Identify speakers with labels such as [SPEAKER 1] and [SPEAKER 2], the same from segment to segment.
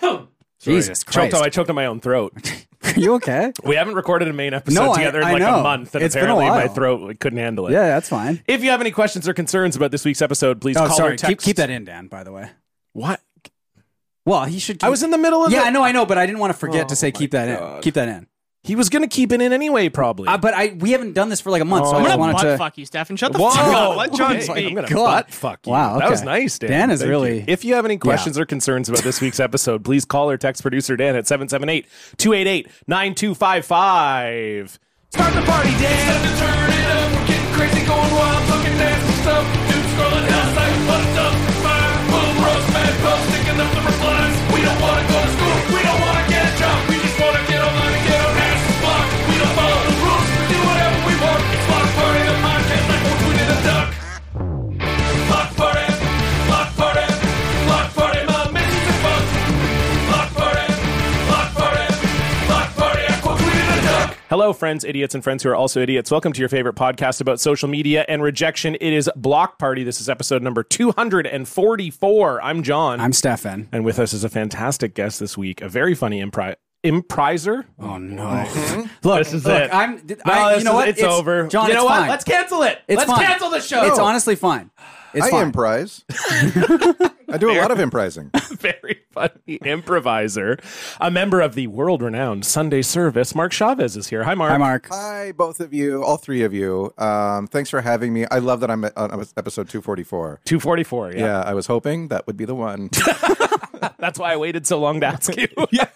[SPEAKER 1] Sorry,
[SPEAKER 2] Jesus
[SPEAKER 1] I choked on-
[SPEAKER 2] Christ.
[SPEAKER 1] I choked on my own throat.
[SPEAKER 2] Are you okay?
[SPEAKER 1] We haven't recorded a main episode
[SPEAKER 2] No, I-
[SPEAKER 1] together in
[SPEAKER 2] I
[SPEAKER 1] like
[SPEAKER 2] know.
[SPEAKER 1] a month, and
[SPEAKER 2] It's been a
[SPEAKER 1] apparently my
[SPEAKER 2] while.
[SPEAKER 1] throat like, couldn't handle it.
[SPEAKER 2] Yeah, that's fine.
[SPEAKER 1] If you have any questions or concerns about this week's episode, please
[SPEAKER 2] Oh,
[SPEAKER 1] call
[SPEAKER 2] sorry.
[SPEAKER 1] or
[SPEAKER 2] Keep,
[SPEAKER 1] text.
[SPEAKER 2] keep that in, Dan. By the way.
[SPEAKER 1] What?
[SPEAKER 2] Well, he should. Keep,
[SPEAKER 1] I was in the middle of
[SPEAKER 2] Yeah,
[SPEAKER 1] it.
[SPEAKER 2] I know, I know, but I didn't want to forget to
[SPEAKER 1] Oh
[SPEAKER 2] say
[SPEAKER 1] my
[SPEAKER 2] keep that in.
[SPEAKER 1] God.
[SPEAKER 2] Keep that in.
[SPEAKER 1] He was going to keep it in anyway, probably.
[SPEAKER 2] Uh, but I we haven't done this for like a month, so
[SPEAKER 1] Oh.
[SPEAKER 2] I
[SPEAKER 3] I'm
[SPEAKER 2] just
[SPEAKER 3] gonna
[SPEAKER 2] wanted
[SPEAKER 3] butt
[SPEAKER 2] to.
[SPEAKER 3] fuck you, Stefan. Shut the
[SPEAKER 1] Whoa.
[SPEAKER 3] fuck up. Let John
[SPEAKER 1] Okay,
[SPEAKER 3] speak.
[SPEAKER 1] I'm going to
[SPEAKER 2] God.
[SPEAKER 1] butt fuck you.
[SPEAKER 2] Wow,
[SPEAKER 1] That was
[SPEAKER 2] okay.
[SPEAKER 1] nice, Dan.
[SPEAKER 2] Dan is
[SPEAKER 1] Thank
[SPEAKER 2] really-
[SPEAKER 1] you. If you have any questions or concerns about this week's episode, please call or text producer Dan at 778 288 9255. Start the party, Dan. Hello, friends, idiots, and friends who are also idiots. Welcome to your favorite podcast about social media and rejection. It is Block Party. This is episode number 244. I'm John.
[SPEAKER 2] I'm Stefan.
[SPEAKER 1] and with us is a fantastic guest this week, a very funny impri- impriser.
[SPEAKER 2] Oh no! look,
[SPEAKER 1] This is
[SPEAKER 2] look,
[SPEAKER 1] it.
[SPEAKER 2] I'm. I-
[SPEAKER 1] No,
[SPEAKER 2] you
[SPEAKER 1] this
[SPEAKER 2] know
[SPEAKER 1] is-
[SPEAKER 2] what?
[SPEAKER 1] It's, over.
[SPEAKER 2] John,
[SPEAKER 1] you know
[SPEAKER 2] it's
[SPEAKER 1] what?
[SPEAKER 2] fine.
[SPEAKER 1] Let's cancel it.
[SPEAKER 2] It's
[SPEAKER 1] Let's
[SPEAKER 2] fine.
[SPEAKER 1] cancel the show.
[SPEAKER 2] It's honestly fine. It's
[SPEAKER 4] I
[SPEAKER 2] fine.
[SPEAKER 4] improvise. I do a lot of improvising.
[SPEAKER 1] very funny improviser, a member of the world-renowned Sunday Service. Mark Chavez is here. Hi, Mark.
[SPEAKER 2] Hi, Mark.
[SPEAKER 4] Hi, both of you, all three of you. Um, thanks for having me. I love that I'm at- on episode 244.
[SPEAKER 1] Two forty-four. Yeah.
[SPEAKER 4] Yeah, I was hoping that would be the one.
[SPEAKER 1] that's why I waited so long to ask you.
[SPEAKER 4] yeah,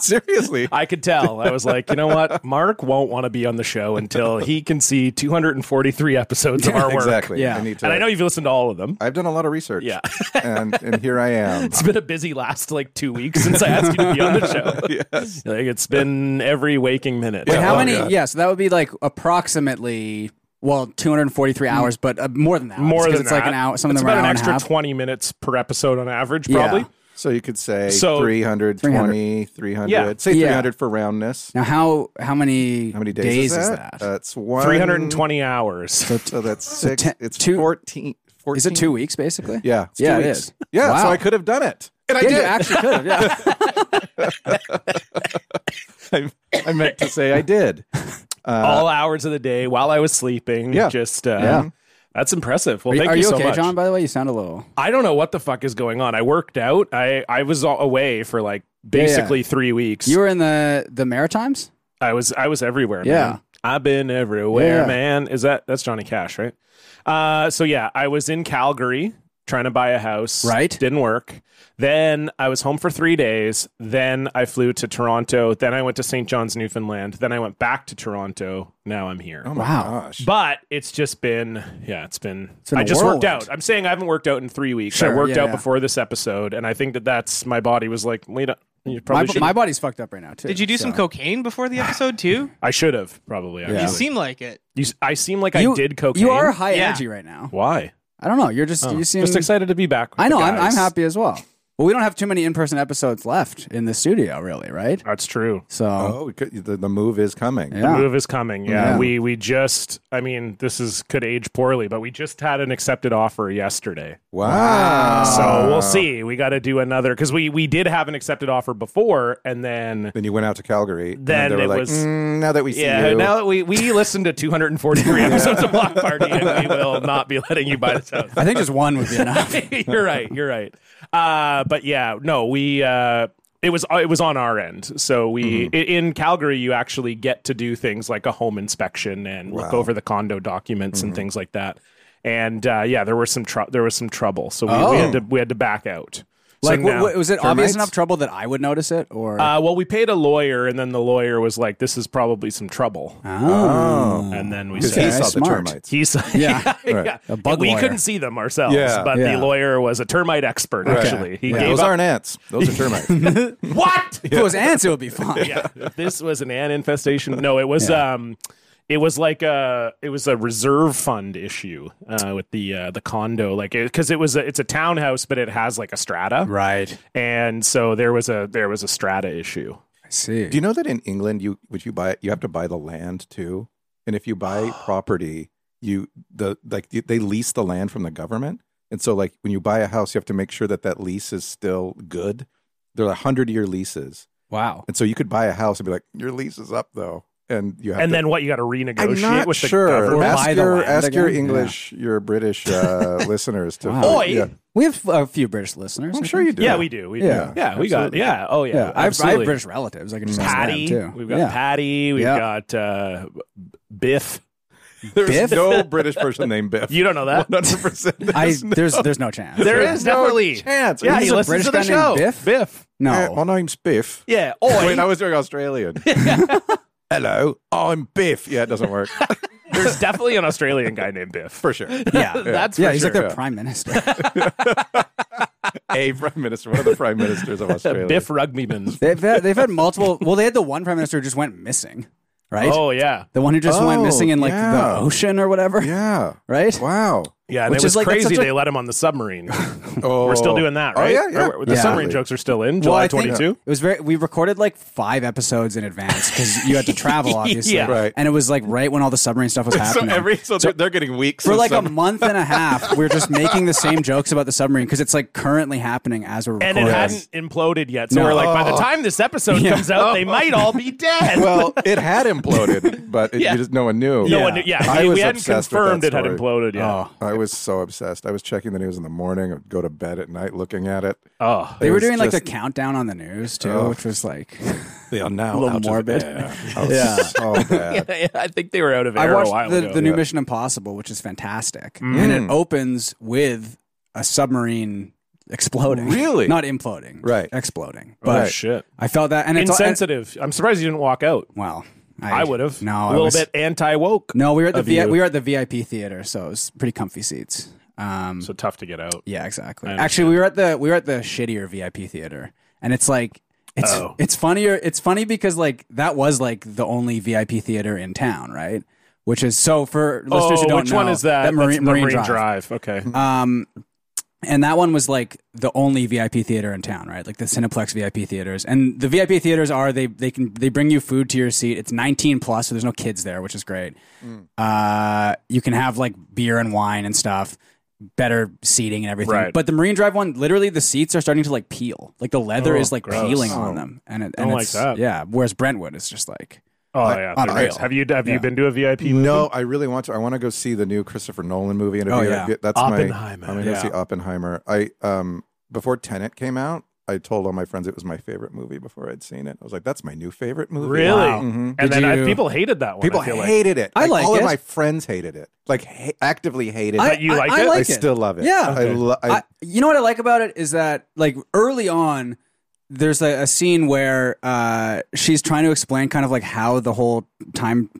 [SPEAKER 4] seriously.
[SPEAKER 1] I could tell. I was like, you know what? Mark won't want to be on the show until he can see 243 episodes of our work.
[SPEAKER 4] Exactly.
[SPEAKER 2] Yeah.
[SPEAKER 4] I need to.
[SPEAKER 1] And I know you've listened to all of them.
[SPEAKER 4] I've done a lot of research.
[SPEAKER 1] Yeah.
[SPEAKER 4] and and here I am.
[SPEAKER 1] It's been a busy last like two weeks since I asked you to be on the show. yes. Like it's been every waking minute.
[SPEAKER 2] Wait,
[SPEAKER 1] So-
[SPEAKER 2] how
[SPEAKER 4] oh,
[SPEAKER 2] many?
[SPEAKER 4] God.
[SPEAKER 2] Yeah, so that would be like approximately well, 243 hours, but uh, more than that.
[SPEAKER 1] Mm. more than
[SPEAKER 2] because it's
[SPEAKER 1] that.
[SPEAKER 2] like an hour, something
[SPEAKER 1] it's
[SPEAKER 2] around
[SPEAKER 1] about an
[SPEAKER 2] hour
[SPEAKER 1] extra
[SPEAKER 2] and a half.
[SPEAKER 1] 20 minutes per episode on average,
[SPEAKER 2] Yeah.
[SPEAKER 1] probably.
[SPEAKER 4] So you could say
[SPEAKER 1] So-
[SPEAKER 4] 320, 300.
[SPEAKER 1] Yeah.
[SPEAKER 4] Say
[SPEAKER 2] Yeah.
[SPEAKER 4] 300 for roundness.
[SPEAKER 2] Now, how how many
[SPEAKER 4] How many days, Uh,
[SPEAKER 2] is, that?
[SPEAKER 4] That's one.
[SPEAKER 1] 320 hours.
[SPEAKER 4] So that's six.
[SPEAKER 2] ten-
[SPEAKER 4] it's
[SPEAKER 2] two-
[SPEAKER 4] 14, 14.
[SPEAKER 2] is it two weeks basically?
[SPEAKER 4] Yeah. it's two
[SPEAKER 2] yeah, it
[SPEAKER 4] weeks.
[SPEAKER 2] is.
[SPEAKER 4] Yeah.
[SPEAKER 2] wow.
[SPEAKER 4] So I could have done it. And I
[SPEAKER 2] Yeah,
[SPEAKER 4] did.
[SPEAKER 2] you actually could have. Yeah.
[SPEAKER 4] I, I meant to say I did.
[SPEAKER 1] All hours of the day while I was sleeping.
[SPEAKER 4] Yeah.
[SPEAKER 1] Just, uh,
[SPEAKER 2] Yeah.
[SPEAKER 1] That's impressive. Well,
[SPEAKER 2] Are you,
[SPEAKER 1] thank
[SPEAKER 2] are
[SPEAKER 1] you,
[SPEAKER 2] you
[SPEAKER 1] so
[SPEAKER 2] okay,
[SPEAKER 1] much.
[SPEAKER 2] John? By the way, you sound a little.
[SPEAKER 1] I don't know what the fuck is going on. I worked out. I, I was all away for like basically three weeks.
[SPEAKER 2] You were in the the Maritimes.
[SPEAKER 1] I was I was everywhere.
[SPEAKER 2] Yeah.
[SPEAKER 1] man. I've been everywhere,
[SPEAKER 2] Yeah.
[SPEAKER 1] man. Is that that's Johnny Cash, right? Uh, so yeah, I was in Calgary trying to buy a house.
[SPEAKER 2] Right.
[SPEAKER 1] didn't work. Then I was home for three days. Then I flew to Toronto. Then I went to St. John's, Newfoundland. Then I went back to Toronto. Now I'm here.
[SPEAKER 2] Wow.
[SPEAKER 4] Gosh.
[SPEAKER 1] But it's just been, yeah, it's been.
[SPEAKER 2] been
[SPEAKER 1] I
[SPEAKER 2] a
[SPEAKER 1] just worked
[SPEAKER 2] whirlwind.
[SPEAKER 1] out. I'm saying I haven't worked out in three weeks. I
[SPEAKER 2] Sure,
[SPEAKER 1] worked
[SPEAKER 2] yeah,
[SPEAKER 1] out
[SPEAKER 2] yeah.
[SPEAKER 1] before this episode, and I think that that's my body was like, wait, a- you
[SPEAKER 2] My,
[SPEAKER 1] probably should.
[SPEAKER 2] my body's fucked up right now too.
[SPEAKER 3] Did you do some
[SPEAKER 2] so-
[SPEAKER 3] cocaine before the episode too?
[SPEAKER 1] I should have probably. Actually.
[SPEAKER 3] You seem like it.
[SPEAKER 1] You s- I seem like I
[SPEAKER 2] You-
[SPEAKER 1] did cocaine.
[SPEAKER 2] You are high
[SPEAKER 3] Yeah.
[SPEAKER 2] energy right now.
[SPEAKER 1] Why?
[SPEAKER 2] I don't know. You're just you seem
[SPEAKER 1] Just excited to be back. with the
[SPEAKER 2] I know. I'm, I'm
[SPEAKER 1] guys.
[SPEAKER 2] happy as well. Well, we don't have too many in person episodes left in the studio, really, right?
[SPEAKER 1] That's true.
[SPEAKER 2] So
[SPEAKER 4] Oh, we could, the, the move is coming.
[SPEAKER 2] yeah,
[SPEAKER 1] Move is coming. Yeah.
[SPEAKER 2] Yeah.
[SPEAKER 1] we we just. I mean, this is could age poorly, but we just had an accepted offer yesterday.
[SPEAKER 4] Wow.
[SPEAKER 1] So
[SPEAKER 2] Ah.
[SPEAKER 1] we'll see. We got to do another because we we did have an accepted offer before, and then
[SPEAKER 4] Then you went out to Calgary. and
[SPEAKER 1] Then
[SPEAKER 4] they were
[SPEAKER 1] it
[SPEAKER 4] like,
[SPEAKER 1] was-
[SPEAKER 4] "Mm, now that we see
[SPEAKER 1] yeah.
[SPEAKER 4] you.
[SPEAKER 1] Now that we we listened to 243 episodes of Block Party, and we will not be letting you buy this house.
[SPEAKER 2] I think just one would be enough.
[SPEAKER 1] you're right. You're right. Uh, but yeah, no, we uh, it was it was on our end. So we
[SPEAKER 2] Mm-hmm.
[SPEAKER 1] i in Calgary, you actually get to do things like a home inspection and look over the condo documents
[SPEAKER 2] Mm-hmm.
[SPEAKER 1] and things like that. And uh, yeah, there were some tr- there was some trouble, so we, we had to we had to back out. So
[SPEAKER 2] Oh. like,
[SPEAKER 1] now-
[SPEAKER 2] what, was it obvious
[SPEAKER 4] Termites?
[SPEAKER 2] enough trouble that I would notice it, or
[SPEAKER 1] uh, well, we paid a lawyer, and then the lawyer was like, "This is probably some trouble,"
[SPEAKER 4] Hmm.
[SPEAKER 2] oh,
[SPEAKER 1] and then we
[SPEAKER 4] Because
[SPEAKER 1] said,
[SPEAKER 4] he
[SPEAKER 2] Okay,
[SPEAKER 4] saw
[SPEAKER 2] smart.
[SPEAKER 4] the termites.
[SPEAKER 1] He saw,
[SPEAKER 2] Yeah.
[SPEAKER 1] yeah, yeah.
[SPEAKER 4] Right.
[SPEAKER 2] A bug
[SPEAKER 1] we
[SPEAKER 2] lawyer.
[SPEAKER 1] couldn't see them ourselves,
[SPEAKER 4] Yeah.
[SPEAKER 1] but
[SPEAKER 2] Yeah.
[SPEAKER 1] the lawyer was a termite expert. Actually, he
[SPEAKER 2] Yeah.
[SPEAKER 1] gave
[SPEAKER 4] Those
[SPEAKER 1] up.
[SPEAKER 4] aren't ants. Those are termites.
[SPEAKER 1] what?
[SPEAKER 2] if it was ants, it would be fine.
[SPEAKER 1] yeah, this was an ant infestation. No, it was um, it was like a it was a reserve fund issue uh, with the uh, the condo, like because it, was a, it's a townhouse, but it has like a strata,
[SPEAKER 2] Right.
[SPEAKER 1] and so there was a there was a strata issue.
[SPEAKER 2] I see.
[SPEAKER 4] do you know that in England, you would you buy you have to buy the land too, and if you buy property, you the like they lease the land from the government, and so like when you buy a house, you have to make sure that that lease is still good. they're hundred year leases,
[SPEAKER 2] Wow.
[SPEAKER 4] and so you could buy a house and be like, your lease is up though, and you have
[SPEAKER 1] and
[SPEAKER 4] to,
[SPEAKER 1] then what? You got to
[SPEAKER 4] I'm
[SPEAKER 1] renegotiate
[SPEAKER 4] not
[SPEAKER 1] with the
[SPEAKER 4] sure.
[SPEAKER 1] government.
[SPEAKER 2] Or
[SPEAKER 4] ask
[SPEAKER 2] buy the
[SPEAKER 4] your
[SPEAKER 2] land
[SPEAKER 4] ask your
[SPEAKER 2] again?
[SPEAKER 4] English, your British uh, listeners to.
[SPEAKER 2] Wow.
[SPEAKER 1] Oi!
[SPEAKER 4] Yeah.
[SPEAKER 2] We have a few British listeners.
[SPEAKER 1] Oh,
[SPEAKER 4] I'm
[SPEAKER 2] I
[SPEAKER 4] sure
[SPEAKER 2] think.
[SPEAKER 4] you do.
[SPEAKER 1] Yeah, we do. We
[SPEAKER 4] Yeah,
[SPEAKER 1] do. Yeah, we got.
[SPEAKER 4] absolutely.
[SPEAKER 1] Yeah. Oh yeah.
[SPEAKER 2] Yeah, I have, I have
[SPEAKER 1] absolutely.
[SPEAKER 2] British relatives. I can just ask them,
[SPEAKER 1] Patty.
[SPEAKER 2] too.
[SPEAKER 1] We've got
[SPEAKER 2] yeah.
[SPEAKER 1] Patty. We've
[SPEAKER 2] Yeah.
[SPEAKER 1] got uh, Biff.
[SPEAKER 4] There's
[SPEAKER 2] Biff?
[SPEAKER 4] no British person named Biff.
[SPEAKER 1] You don't know that.
[SPEAKER 4] 100%.
[SPEAKER 2] I
[SPEAKER 4] There's no
[SPEAKER 2] there's there's no chance.
[SPEAKER 1] There
[SPEAKER 4] There's
[SPEAKER 1] is
[SPEAKER 4] no
[SPEAKER 1] definitely
[SPEAKER 4] chance.
[SPEAKER 1] Yeah,
[SPEAKER 4] Is
[SPEAKER 1] he
[SPEAKER 4] this a
[SPEAKER 1] listens to the
[SPEAKER 2] British guy
[SPEAKER 1] show.
[SPEAKER 2] named Biff?
[SPEAKER 1] Biff.
[SPEAKER 2] no.
[SPEAKER 4] Uh, my name's Biff.
[SPEAKER 1] Yeah. Oi.
[SPEAKER 4] Wait, I was doing Australian. Hello, I'm Biff. Yeah, it doesn't work
[SPEAKER 1] There's definitely an Australian guy named Biff.
[SPEAKER 4] for sure.
[SPEAKER 2] yeah.
[SPEAKER 1] That's
[SPEAKER 2] yeah,
[SPEAKER 1] for
[SPEAKER 2] he's
[SPEAKER 1] sure.
[SPEAKER 2] like their prime minister.
[SPEAKER 4] A prime minister, one of the prime ministers of Australia.
[SPEAKER 1] Uh, Biff Rugbyman.
[SPEAKER 2] they've had, they've had multiple. Well, they had the one prime minister who just went missing, right?
[SPEAKER 1] oh yeah.
[SPEAKER 2] the one who just went
[SPEAKER 4] Oh,
[SPEAKER 2] missing in like
[SPEAKER 4] yeah.
[SPEAKER 2] the ocean or whatever,
[SPEAKER 4] Yeah.
[SPEAKER 2] right?
[SPEAKER 4] Wow.
[SPEAKER 1] Yeah, and
[SPEAKER 2] Which
[SPEAKER 1] it was
[SPEAKER 2] is like- that's
[SPEAKER 1] crazy
[SPEAKER 2] such a-
[SPEAKER 1] they let him on the submarine.
[SPEAKER 4] Oh.
[SPEAKER 1] We're still doing that, right?
[SPEAKER 4] Oh, yeah, yeah.
[SPEAKER 1] Or- The
[SPEAKER 2] Yeah.
[SPEAKER 1] submarine jokes are still in
[SPEAKER 2] Well,
[SPEAKER 1] July
[SPEAKER 2] I think uh,
[SPEAKER 1] 22.
[SPEAKER 2] It was very. We recorded like five episodes in advance because you had to travel, obviously,
[SPEAKER 1] Yeah.
[SPEAKER 4] Right.
[SPEAKER 2] And it was like right when all the submarine stuff was
[SPEAKER 4] So
[SPEAKER 2] happening.
[SPEAKER 4] every so they're, they're getting weeks
[SPEAKER 2] for
[SPEAKER 4] of
[SPEAKER 2] like a
[SPEAKER 4] some-
[SPEAKER 2] month and a half, we're just making the same jokes about the submarine because it's like currently happening as we're
[SPEAKER 1] And
[SPEAKER 2] recording.
[SPEAKER 1] it hadn't imploded yet. So
[SPEAKER 2] No.
[SPEAKER 1] we're like, by the time this episode
[SPEAKER 2] Yeah.
[SPEAKER 1] comes out, they might all be dead.
[SPEAKER 4] well, it had imploded, but it,
[SPEAKER 1] Yeah.
[SPEAKER 4] you just, no one knew.
[SPEAKER 1] no one knew. Yeah,
[SPEAKER 4] I
[SPEAKER 1] we,
[SPEAKER 4] was
[SPEAKER 1] we hadn't
[SPEAKER 4] obsessed with
[SPEAKER 1] confirmed
[SPEAKER 4] that
[SPEAKER 1] it had
[SPEAKER 4] story.
[SPEAKER 1] imploded yet.
[SPEAKER 2] Oh.
[SPEAKER 4] I was so obsessed. I was checking the news in the morning. I'd go to bed at night looking at it.
[SPEAKER 1] Oh.
[SPEAKER 2] They
[SPEAKER 4] It
[SPEAKER 2] were
[SPEAKER 4] was
[SPEAKER 2] doing like
[SPEAKER 4] just-
[SPEAKER 2] the countdown on the news too,
[SPEAKER 4] Ugh.
[SPEAKER 2] which was like
[SPEAKER 4] They are now
[SPEAKER 2] A little
[SPEAKER 4] out of
[SPEAKER 2] morbid.
[SPEAKER 4] air. Oh,
[SPEAKER 2] Yeah.
[SPEAKER 4] so bad.
[SPEAKER 1] I think they were out of
[SPEAKER 2] I
[SPEAKER 1] air a
[SPEAKER 2] watched
[SPEAKER 1] while
[SPEAKER 2] the,
[SPEAKER 1] ago. Mm.
[SPEAKER 2] the new
[SPEAKER 4] Yeah.
[SPEAKER 2] Mission Impossible, which is fantastic, and it opens with a submarine exploding.
[SPEAKER 4] Really?
[SPEAKER 2] not imploding,
[SPEAKER 4] Right.
[SPEAKER 2] Exploding.
[SPEAKER 1] oh,
[SPEAKER 2] But
[SPEAKER 1] shit.
[SPEAKER 2] I felt that, and it's
[SPEAKER 1] Insensitive. I'm surprised you didn't walk out.
[SPEAKER 2] and- well,
[SPEAKER 1] I would have.
[SPEAKER 2] No,
[SPEAKER 1] a
[SPEAKER 2] I
[SPEAKER 1] little
[SPEAKER 2] was-
[SPEAKER 1] bit anti woke.
[SPEAKER 2] No, we were at the
[SPEAKER 1] of
[SPEAKER 2] VI
[SPEAKER 1] you.
[SPEAKER 2] we were at the VIP theater, so it was pretty comfy seats. Um,
[SPEAKER 1] So tough to get out.
[SPEAKER 2] Yeah, exactly.
[SPEAKER 1] I
[SPEAKER 2] Actually, we were at the we were at the shittier VIP theater, and it's like it's
[SPEAKER 1] Oh.
[SPEAKER 2] it's funnier. It's funny because like that was like the only VIP theater in town, right? Which is so for listeners who
[SPEAKER 1] oh,
[SPEAKER 2] don't
[SPEAKER 1] which
[SPEAKER 2] know,
[SPEAKER 1] one is that?
[SPEAKER 2] That
[SPEAKER 1] That's
[SPEAKER 2] Marine,
[SPEAKER 1] the
[SPEAKER 2] Marine, Drive.
[SPEAKER 1] Drive. Okay.
[SPEAKER 2] Um, and that one was like the only VIP theater in town, right? Like the Cineplex VIP theaters, and the VIP theaters are they they can they bring you food to your seat. It's 19 plus, so there's no kids there, which is great.
[SPEAKER 1] Mm.
[SPEAKER 2] Uh, you can have like beer and wine and stuff, better seating and everything.
[SPEAKER 1] Right.
[SPEAKER 2] But the Marine Drive one, literally the seats are starting to like peel, like the leather
[SPEAKER 1] Oh,
[SPEAKER 2] is like
[SPEAKER 1] gross.
[SPEAKER 2] peeling on them, and, it, and
[SPEAKER 1] Don't like
[SPEAKER 2] it's
[SPEAKER 1] that.
[SPEAKER 2] yeah. Whereas Brentwood is just like
[SPEAKER 1] Oh yeah,
[SPEAKER 2] on
[SPEAKER 1] there
[SPEAKER 2] a
[SPEAKER 1] it
[SPEAKER 2] rail.
[SPEAKER 1] is. Have you have you
[SPEAKER 2] Yeah.
[SPEAKER 1] been to a VIP?
[SPEAKER 4] No, I really want to. I want to go see the new Christopher Nolan movie. In a
[SPEAKER 2] Oh,
[SPEAKER 4] theater.
[SPEAKER 2] yeah.
[SPEAKER 4] that's
[SPEAKER 1] Oppenheimer,
[SPEAKER 4] My, I'm gonna
[SPEAKER 2] yeah.
[SPEAKER 4] go see Oppenheimer. I um before Tenet came out, I told all my friends it was my favorite movie before I'd seen it. I was like, that's my new favorite movie.
[SPEAKER 1] Really?
[SPEAKER 2] Wow. Mm-hmm.
[SPEAKER 4] Mhm.
[SPEAKER 1] And then
[SPEAKER 2] Did
[SPEAKER 1] I,
[SPEAKER 2] you-
[SPEAKER 1] people hated that one.
[SPEAKER 4] People
[SPEAKER 1] I feel like.
[SPEAKER 4] hated it.
[SPEAKER 2] I like
[SPEAKER 4] all
[SPEAKER 2] it.
[SPEAKER 4] of my friends hated it. Like ha- actively hated.
[SPEAKER 2] I,
[SPEAKER 1] But you
[SPEAKER 2] I-
[SPEAKER 1] liked
[SPEAKER 2] I
[SPEAKER 1] it?
[SPEAKER 2] like
[SPEAKER 4] I
[SPEAKER 2] it.
[SPEAKER 4] still love it.
[SPEAKER 2] Yeah.
[SPEAKER 4] I, lo- I,
[SPEAKER 2] I, you know what I like about it is that like early on, there's a, a scene where uh, she's trying to explain kind of like how the whole time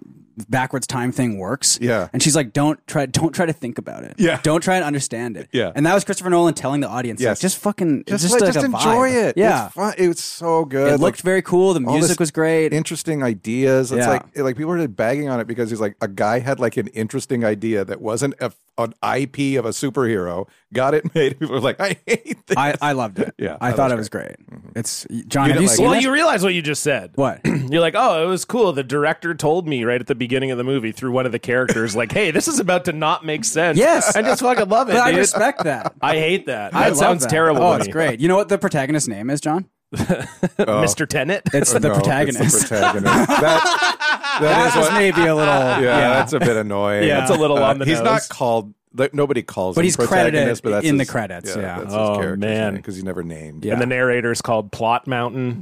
[SPEAKER 2] backwards time thing works.
[SPEAKER 4] Yeah.
[SPEAKER 2] and she's like, "Don't try, don't try to think about it.
[SPEAKER 4] Yeah.
[SPEAKER 2] don't try to understand it.
[SPEAKER 4] Yeah.
[SPEAKER 2] and that was Christopher Nolan telling the audience, like,
[SPEAKER 4] Yes.
[SPEAKER 2] just fucking,
[SPEAKER 4] just
[SPEAKER 2] just,
[SPEAKER 4] like,
[SPEAKER 2] like
[SPEAKER 4] just
[SPEAKER 2] a
[SPEAKER 4] enjoy
[SPEAKER 2] vibe.
[SPEAKER 4] it.
[SPEAKER 2] Yeah,
[SPEAKER 4] it's fun. It was so good.
[SPEAKER 2] it looked
[SPEAKER 4] Like,
[SPEAKER 2] very cool. The
[SPEAKER 4] all this
[SPEAKER 2] music was great.
[SPEAKER 4] interesting ideas. It's
[SPEAKER 2] Yeah.
[SPEAKER 4] like it- like people were bagging on it because he's like a guy had like an interesting idea that wasn't a, an IP of a superhero. Got it made. People were like, I hate this.
[SPEAKER 2] I, I loved it.
[SPEAKER 4] Yeah,
[SPEAKER 2] I
[SPEAKER 4] I
[SPEAKER 2] thought
[SPEAKER 4] loved
[SPEAKER 2] it was great. It's John.
[SPEAKER 4] Mm-hmm. You
[SPEAKER 2] have
[SPEAKER 4] didn't
[SPEAKER 2] you
[SPEAKER 4] like
[SPEAKER 2] seen
[SPEAKER 4] it?
[SPEAKER 1] Well,
[SPEAKER 2] it?
[SPEAKER 1] you realize what you just said.
[SPEAKER 2] what?
[SPEAKER 1] You're like, oh, it was cool. The director told me right at the beginning of the movie through one of the characters, like, hey, this is about to not make sense.
[SPEAKER 2] Yes.
[SPEAKER 1] I just fucking love it.
[SPEAKER 2] But I
[SPEAKER 1] dude.
[SPEAKER 2] respect that.
[SPEAKER 1] I hate that. That
[SPEAKER 2] I love
[SPEAKER 1] sounds
[SPEAKER 2] that.
[SPEAKER 1] terrible.
[SPEAKER 2] Oh,
[SPEAKER 1] to
[SPEAKER 2] it's
[SPEAKER 1] me.
[SPEAKER 2] great. You know what the protagonist's name is, John?
[SPEAKER 1] Mr. Tennant.
[SPEAKER 2] It's the
[SPEAKER 4] No, it's
[SPEAKER 2] protagonist.
[SPEAKER 4] the protagonist. That- that
[SPEAKER 2] That's
[SPEAKER 4] is what.
[SPEAKER 2] maybe a little.
[SPEAKER 4] Yeah,
[SPEAKER 2] Yeah,
[SPEAKER 4] that's a bit annoying. Uh,
[SPEAKER 2] Yeah.
[SPEAKER 1] That's a little on the
[SPEAKER 4] he's
[SPEAKER 1] nose.
[SPEAKER 4] not called. Like, nobody calls.
[SPEAKER 2] But
[SPEAKER 4] him
[SPEAKER 2] he's credited
[SPEAKER 4] protagonist, but that's
[SPEAKER 2] in the
[SPEAKER 4] his-
[SPEAKER 2] credits, yeah.
[SPEAKER 4] that's
[SPEAKER 1] Oh,
[SPEAKER 4] his character's
[SPEAKER 1] man.
[SPEAKER 4] because he's never named.
[SPEAKER 2] Yeah.
[SPEAKER 1] And the narrator is called Plot Mountain.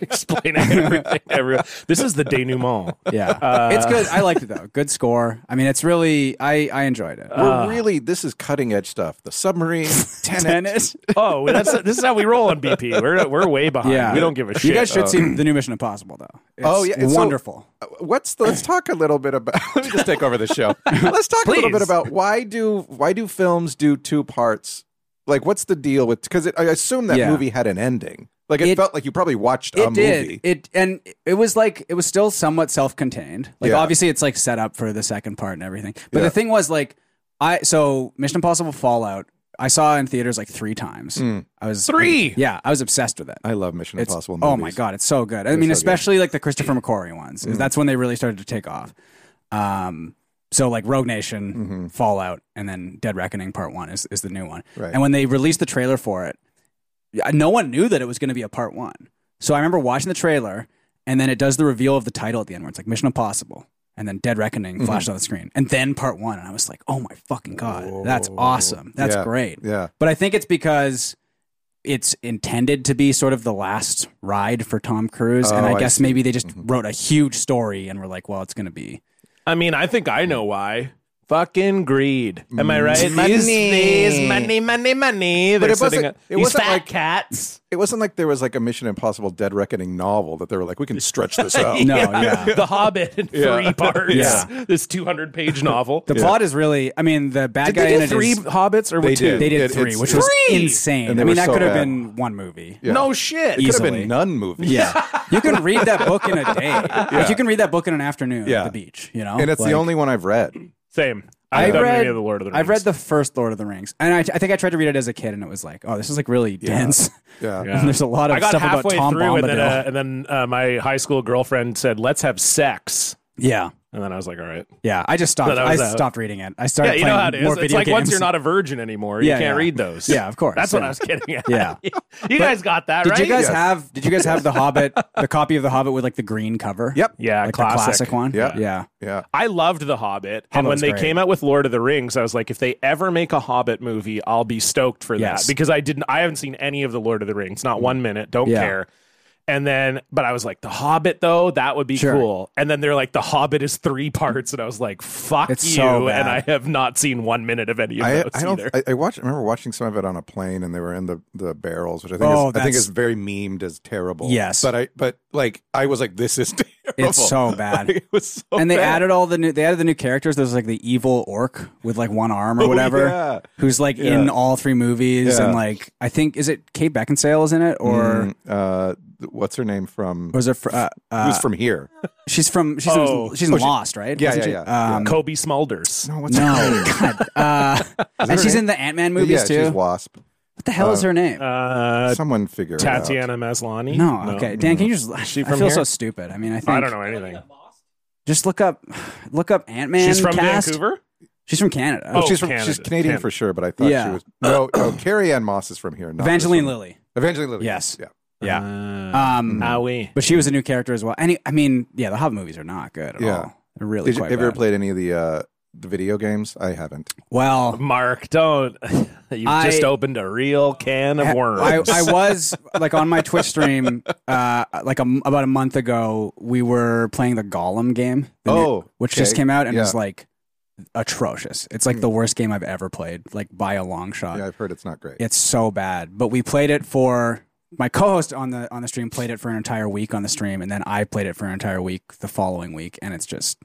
[SPEAKER 1] Explaining everything. to everyone. This is the denouement.
[SPEAKER 2] yeah.
[SPEAKER 1] Uh,
[SPEAKER 2] it's good. I liked it though. Good score. I mean, it's really. I I enjoyed it.
[SPEAKER 1] Uh,
[SPEAKER 4] We're really this is cutting edge stuff. The submarine, Uh, Tenet.
[SPEAKER 2] Tennis.
[SPEAKER 1] Oh, that's this is how we roll on BP. We're we're way behind.
[SPEAKER 2] Yeah,
[SPEAKER 1] We don't give a shit.
[SPEAKER 2] You guys should see the new Mission Impossible though. It's
[SPEAKER 4] Oh, yeah, it's so-
[SPEAKER 2] wonderful.
[SPEAKER 4] What's the, let's talk a little bit about. Let me just take over the show. Let's talk a little
[SPEAKER 1] Please.
[SPEAKER 4] bit about why do why do films do two parts? Like, what's the deal with? Because I assume that
[SPEAKER 2] Yeah.
[SPEAKER 4] movie had an ending. Like, it,
[SPEAKER 2] It-
[SPEAKER 4] felt like you probably watched a
[SPEAKER 2] it
[SPEAKER 4] movie.
[SPEAKER 2] did it and it was like it was still somewhat self-contained like
[SPEAKER 4] Yeah.
[SPEAKER 2] obviously it's like set up for the second part and everything but
[SPEAKER 4] Yeah.
[SPEAKER 2] the thing was like i so mission impossible fallout i saw in theaters like three times
[SPEAKER 4] Mm.
[SPEAKER 2] i was
[SPEAKER 1] Three?
[SPEAKER 2] yeah i was obsessed with it
[SPEAKER 4] I love Mission
[SPEAKER 2] It's-
[SPEAKER 4] Impossible. Movies.
[SPEAKER 2] oh my god it's so good i mean
[SPEAKER 4] so good. Mm-hmm.
[SPEAKER 2] especially like the christopher mcquarrie ones is that's when they really started to take off um so like rogue nation
[SPEAKER 4] Mm-hmm.
[SPEAKER 2] fallout and then dead reckoning part one is, is the new one
[SPEAKER 4] Right.
[SPEAKER 2] and when they released the trailer for it yeah, no one knew that it was going to be a part one. So I remember watching the trailer, and then it does the reveal of the title at the end, where it's like Mission Impossible, and then Dead Reckoning
[SPEAKER 4] Mm-hmm.
[SPEAKER 2] flashed on the screen, and then part one. And I was like, oh my fucking god, that's awesome, that's
[SPEAKER 4] Yeah.
[SPEAKER 2] great.
[SPEAKER 4] Yeah.
[SPEAKER 2] But I think it's because it's intended to be sort of the last ride for Tom Cruise, and
[SPEAKER 4] Oh,
[SPEAKER 2] I,
[SPEAKER 4] I
[SPEAKER 2] guess maybe they just wrote a huge story and were like, well, it's going to be.
[SPEAKER 1] I mean, I think I know why. Fucking greed. Am I right?
[SPEAKER 4] Money.
[SPEAKER 1] Disney's money, money, money. They're
[SPEAKER 4] it wasn't-
[SPEAKER 1] setting up-
[SPEAKER 4] it
[SPEAKER 1] these
[SPEAKER 4] wasn't
[SPEAKER 1] fat
[SPEAKER 4] like-
[SPEAKER 1] cats.
[SPEAKER 4] It wasn't like there was like a Mission Impossible Dead Reckoning novel that they were like, we can stretch this out.
[SPEAKER 2] No, yeah.
[SPEAKER 1] The Hobbit in
[SPEAKER 4] Yeah.
[SPEAKER 1] three parts.
[SPEAKER 2] Yeah.
[SPEAKER 1] This 200 page novel.
[SPEAKER 2] The plot is really, I mean, the bad
[SPEAKER 1] Did
[SPEAKER 2] guy
[SPEAKER 1] they
[SPEAKER 2] in
[SPEAKER 1] do
[SPEAKER 2] it
[SPEAKER 1] three
[SPEAKER 2] is-
[SPEAKER 1] hobbits or
[SPEAKER 4] They
[SPEAKER 1] were two?
[SPEAKER 4] did.
[SPEAKER 2] They did
[SPEAKER 4] It-
[SPEAKER 2] three,
[SPEAKER 4] it's-
[SPEAKER 2] which was
[SPEAKER 1] Three!
[SPEAKER 2] insane.
[SPEAKER 4] And they
[SPEAKER 2] I mean,
[SPEAKER 4] were
[SPEAKER 2] that
[SPEAKER 4] so
[SPEAKER 2] could have
[SPEAKER 4] bad.
[SPEAKER 2] been one movie.
[SPEAKER 4] Yeah.
[SPEAKER 1] No shit.
[SPEAKER 4] It could have
[SPEAKER 2] easily.
[SPEAKER 4] been nun movie.
[SPEAKER 2] Yeah. you can read that book in a day. Like you can read that book in an afternoon
[SPEAKER 4] Yeah.
[SPEAKER 2] at the beach, you know?
[SPEAKER 4] And it's
[SPEAKER 2] Like,
[SPEAKER 4] the only one I've read.
[SPEAKER 1] Same. I
[SPEAKER 2] I've
[SPEAKER 1] haven't read
[SPEAKER 2] read,
[SPEAKER 1] any of the Lord of the Rings.
[SPEAKER 2] I've read the first Lord of the Rings. And I, I think I tried to read it as a kid and it was like, oh, this is like really dense.
[SPEAKER 4] Yeah.
[SPEAKER 1] Yeah.
[SPEAKER 2] There's a lot of
[SPEAKER 1] I got
[SPEAKER 2] stuff about
[SPEAKER 1] halfway
[SPEAKER 2] Tom
[SPEAKER 1] through,
[SPEAKER 2] Bombadil.
[SPEAKER 1] and then, uh, and then uh, my high school girlfriend said, "Let's have sex,"
[SPEAKER 2] yeah.
[SPEAKER 1] and then I was like, "All right."
[SPEAKER 2] Yeah. I just stopped.
[SPEAKER 1] No, that was
[SPEAKER 2] I
[SPEAKER 1] that.
[SPEAKER 2] stopped reading it. I
[SPEAKER 1] Yeah,
[SPEAKER 2] started
[SPEAKER 1] you know
[SPEAKER 2] playing
[SPEAKER 1] how it is.
[SPEAKER 2] more
[SPEAKER 1] It's
[SPEAKER 2] video
[SPEAKER 1] like
[SPEAKER 2] games.
[SPEAKER 1] once you're not a virgin anymore,
[SPEAKER 2] Yeah,
[SPEAKER 1] you can't
[SPEAKER 2] yeah.
[SPEAKER 1] read those.
[SPEAKER 2] Yeah, of course,
[SPEAKER 1] That's what
[SPEAKER 2] yeah.
[SPEAKER 1] I was kidding. At.
[SPEAKER 2] Yeah.
[SPEAKER 1] you guys got that
[SPEAKER 2] did
[SPEAKER 1] right.
[SPEAKER 2] you guys
[SPEAKER 4] Yes.
[SPEAKER 2] have did you guys have the Hobbit the copy of the Hobbit with like the green cover?
[SPEAKER 4] Yep.
[SPEAKER 1] Yeah,
[SPEAKER 2] Like
[SPEAKER 1] classic.
[SPEAKER 2] the classic one?
[SPEAKER 4] Yeah.
[SPEAKER 2] Yeah.
[SPEAKER 4] Yeah.
[SPEAKER 1] I loved The Hobbit, and
[SPEAKER 2] Hobbit
[SPEAKER 1] when
[SPEAKER 2] was
[SPEAKER 1] they
[SPEAKER 2] great.
[SPEAKER 1] came out with Lord of the Rings, I was like, if they ever make a Hobbit movie, I'll be stoked for
[SPEAKER 2] Yes. Mm.
[SPEAKER 1] that because I didn't, I haven't seen any of the Lord of the Rings, not one minute, don't
[SPEAKER 2] Yeah.
[SPEAKER 1] care. And then, but I was like, The Hobbit though, that would be
[SPEAKER 2] Sure.
[SPEAKER 1] cool. And then they're like, The Hobbit is three parts, and I was like, fuck
[SPEAKER 2] It's
[SPEAKER 1] you,
[SPEAKER 2] so bad.
[SPEAKER 1] and I have not seen one minute of any of
[SPEAKER 4] I,
[SPEAKER 1] those
[SPEAKER 4] I don't.
[SPEAKER 1] either.
[SPEAKER 4] I, I watched. I remember watching some of it on a plane, and they were in the, the barrels, which I think
[SPEAKER 2] Oh,
[SPEAKER 4] is, I think
[SPEAKER 2] that's-
[SPEAKER 4] is very memed as terrible.
[SPEAKER 2] Yes.
[SPEAKER 4] but I but like I was like, this is terrible.
[SPEAKER 2] It's so bad.
[SPEAKER 4] Like, it was so.
[SPEAKER 1] Oh,
[SPEAKER 2] and they
[SPEAKER 4] bad.
[SPEAKER 2] added all the new they added the new characters there's like the evil orc with like one arm
[SPEAKER 1] Oh,
[SPEAKER 2] or whatever
[SPEAKER 4] yeah.
[SPEAKER 2] who's like
[SPEAKER 4] Yeah.
[SPEAKER 2] in all three movies
[SPEAKER 4] Yeah.
[SPEAKER 2] and like i think is it kate beckinsale is in it or
[SPEAKER 4] Mm, uh, th- what's her name from?
[SPEAKER 2] or is it fr- uh, uh,
[SPEAKER 4] who's from here?
[SPEAKER 2] she's from she's
[SPEAKER 1] Oh.
[SPEAKER 2] in, she's in lost right
[SPEAKER 4] yeah,
[SPEAKER 2] Wasn't
[SPEAKER 4] yeah,
[SPEAKER 2] she?
[SPEAKER 4] yeah,
[SPEAKER 2] um,
[SPEAKER 1] Kobe Smulders.
[SPEAKER 4] No, what's her
[SPEAKER 2] no
[SPEAKER 4] name?
[SPEAKER 2] god uh, and she's
[SPEAKER 4] name?
[SPEAKER 2] in the ant-man movies
[SPEAKER 4] yeah,
[SPEAKER 2] too
[SPEAKER 4] she's
[SPEAKER 2] what
[SPEAKER 4] Wasp.
[SPEAKER 2] the hell is her name
[SPEAKER 1] Uh,
[SPEAKER 4] Someone figure it out.
[SPEAKER 1] Tatiana Maslany.
[SPEAKER 2] no, okay dan can you just
[SPEAKER 1] She
[SPEAKER 2] she
[SPEAKER 1] from
[SPEAKER 2] i feel
[SPEAKER 1] here?
[SPEAKER 2] so stupid i mean i think
[SPEAKER 1] I don't know anything.
[SPEAKER 2] just look up look up ant-man
[SPEAKER 1] She's from
[SPEAKER 2] cast.
[SPEAKER 1] Vancouver.
[SPEAKER 2] she's from canada
[SPEAKER 1] Oh,
[SPEAKER 4] She's from. She's
[SPEAKER 1] Canada.
[SPEAKER 4] Canadian
[SPEAKER 1] Canada.
[SPEAKER 4] for sure, but I thought
[SPEAKER 2] Yeah.
[SPEAKER 4] she was. No, no. Carrie Ann Moss is from here. Not
[SPEAKER 2] evangeline
[SPEAKER 4] this one.
[SPEAKER 2] lilly
[SPEAKER 4] Evangeline Lilly.
[SPEAKER 2] Yes.
[SPEAKER 4] Yeah.
[SPEAKER 2] yeah
[SPEAKER 1] Uh,
[SPEAKER 2] um
[SPEAKER 1] ah, oui.
[SPEAKER 2] But she was a new character as well. Any, I mean, yeah, the Hobbit movies are not good at
[SPEAKER 4] Yeah.
[SPEAKER 2] all. They're really
[SPEAKER 4] Did you,
[SPEAKER 2] quite
[SPEAKER 4] have you ever
[SPEAKER 2] bad.
[SPEAKER 4] played any of the uh, the video games? I haven't.
[SPEAKER 2] well,
[SPEAKER 1] Mark, don't. You
[SPEAKER 2] I-
[SPEAKER 1] just opened a real can of worms.
[SPEAKER 2] I, I was like on my Twitch stream, uh, like a m about a month ago. We were playing the Gollum game, the new-
[SPEAKER 4] Oh,
[SPEAKER 2] which
[SPEAKER 4] okay.
[SPEAKER 2] just came out and
[SPEAKER 4] Yeah.
[SPEAKER 2] is like atrocious. It's like the worst game I've ever played, like by a long shot.
[SPEAKER 4] Yeah, I've heard it's not great.
[SPEAKER 2] It's so bad. But we played it for my co-host on the on the stream played it for an entire week on the stream, and then I played it for an entire week the following week, and it's just